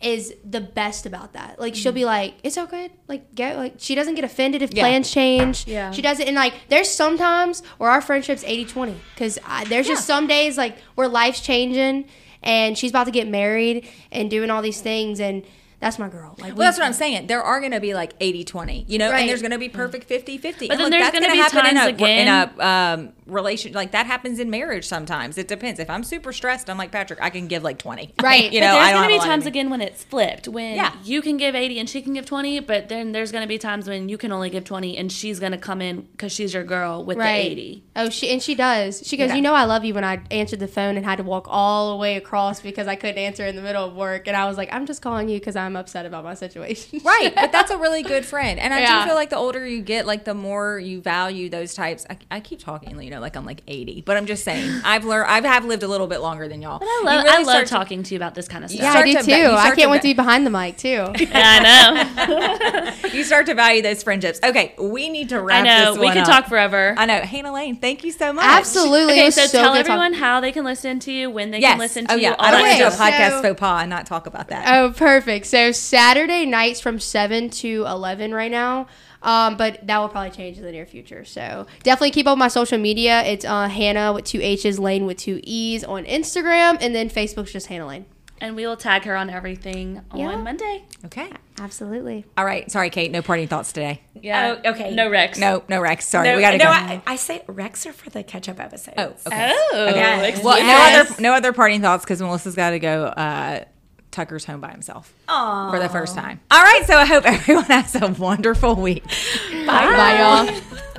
[SPEAKER 4] is the best about that. Like, she'll be like, it's all good. Like, go. Like, she doesn't get offended if
[SPEAKER 1] Yeah.
[SPEAKER 4] plans change.
[SPEAKER 3] Yeah.
[SPEAKER 4] She doesn't. And like, there's sometimes where our friendship's 80 20 because there's just some days like where life's changing and she's about to get married and doing all these things. And that's my girl. Like,
[SPEAKER 1] Well, that's what I'm saying. There are going to be like 80 20, you know,
[SPEAKER 4] Right.
[SPEAKER 1] and there's going to be perfect 50 50.
[SPEAKER 3] Mm-hmm. But then there's
[SPEAKER 1] going to
[SPEAKER 3] gonna be times
[SPEAKER 1] in a,
[SPEAKER 3] again-
[SPEAKER 1] In a um, relation, like that happens in marriage sometimes. It depends. If I'm super stressed, I'm like, Patrick, I can give like <laughs> 20.
[SPEAKER 4] Right.
[SPEAKER 1] you
[SPEAKER 4] But
[SPEAKER 1] know, I don't
[SPEAKER 3] but there's gonna
[SPEAKER 1] have a
[SPEAKER 3] be
[SPEAKER 1] lot in
[SPEAKER 3] times
[SPEAKER 1] me.
[SPEAKER 3] again when it's flipped when
[SPEAKER 1] Yeah.
[SPEAKER 3] you can give 80 and she can give 20 but then there's gonna be times when you can only give 20 and she's gonna come in because she's your girl with
[SPEAKER 4] Right.
[SPEAKER 3] the 80
[SPEAKER 4] Oh, she and she does. She goes,
[SPEAKER 1] Yeah.
[SPEAKER 4] you know, I love you. When I answered the phone and had to walk all the way across because I couldn't answer in the middle of work, and I was like, I'm just calling you because I'm upset about my situation.
[SPEAKER 1] <laughs>
[SPEAKER 3] <laughs>
[SPEAKER 1] Right. But that's a really good friend. And I
[SPEAKER 4] Yeah.
[SPEAKER 1] do feel like the older you get, like the more you value those types. I, I keep talking, you know, like I'm like 80, but I'm just
[SPEAKER 3] <laughs>
[SPEAKER 1] saying I've learned, I have lived a little bit longer than y'all. But
[SPEAKER 3] I love, I love
[SPEAKER 1] start to-
[SPEAKER 3] talking to you about this kind of stuff
[SPEAKER 4] <laughs> yeah,
[SPEAKER 1] start
[SPEAKER 4] I do
[SPEAKER 1] to
[SPEAKER 4] too.
[SPEAKER 1] ba- you
[SPEAKER 4] I
[SPEAKER 1] start
[SPEAKER 4] can't
[SPEAKER 1] to
[SPEAKER 4] wait
[SPEAKER 1] ba-
[SPEAKER 4] to be behind
[SPEAKER 1] <laughs>
[SPEAKER 4] the mic too.
[SPEAKER 3] yeah <laughs> I know
[SPEAKER 1] you start to value those friendships. Okay. We need to
[SPEAKER 3] I
[SPEAKER 1] wrap
[SPEAKER 3] know
[SPEAKER 1] this
[SPEAKER 3] we
[SPEAKER 1] one
[SPEAKER 3] could
[SPEAKER 1] up.
[SPEAKER 3] talk forever
[SPEAKER 1] I know. Hannah Lane, thank you so much.
[SPEAKER 4] Absolutely. it
[SPEAKER 3] okay
[SPEAKER 4] was
[SPEAKER 3] so,
[SPEAKER 4] so
[SPEAKER 3] tell
[SPEAKER 4] good talking-
[SPEAKER 3] everyone how they can listen to you when they
[SPEAKER 1] Yes.
[SPEAKER 3] can listen to
[SPEAKER 1] oh, yeah.
[SPEAKER 3] you
[SPEAKER 1] I
[SPEAKER 3] all
[SPEAKER 1] don't want to
[SPEAKER 3] that
[SPEAKER 1] do a
[SPEAKER 4] Okay,
[SPEAKER 3] stuff.
[SPEAKER 1] podcast
[SPEAKER 4] so-
[SPEAKER 1] faux pas and not talk about that.
[SPEAKER 4] Oh, perfect. So Saturday nights from seven to eleven right now. Um, but that will probably change in the near future. So definitely keep up with my social media. It's uh, Hannah with two H's, Lane with two E's on Instagram, and then Facebook's just Hannah Lane.
[SPEAKER 3] and we will tag her on everything
[SPEAKER 4] Yeah.
[SPEAKER 3] on Monday
[SPEAKER 1] Okay.
[SPEAKER 4] Absolutely.
[SPEAKER 1] All right. Sorry, Kate. No parting thoughts today.
[SPEAKER 3] yeah
[SPEAKER 2] Oh, okay.
[SPEAKER 3] no Rex
[SPEAKER 1] No, no Rex. Sorry.
[SPEAKER 2] No,
[SPEAKER 1] we got to
[SPEAKER 2] no,
[SPEAKER 1] go.
[SPEAKER 2] I, I say Rex are for the catch up episodes.
[SPEAKER 1] oh, okay.
[SPEAKER 3] oh
[SPEAKER 2] Yes.
[SPEAKER 3] excuse
[SPEAKER 1] Well,
[SPEAKER 3] us.
[SPEAKER 1] no other no other parting thoughts because Melissa's got to go. Uh, Tucker's home by himself
[SPEAKER 2] Aw.
[SPEAKER 1] for <laughs> the first time. All right. So I hope everyone has a wonderful week.
[SPEAKER 4] Bye, y'all.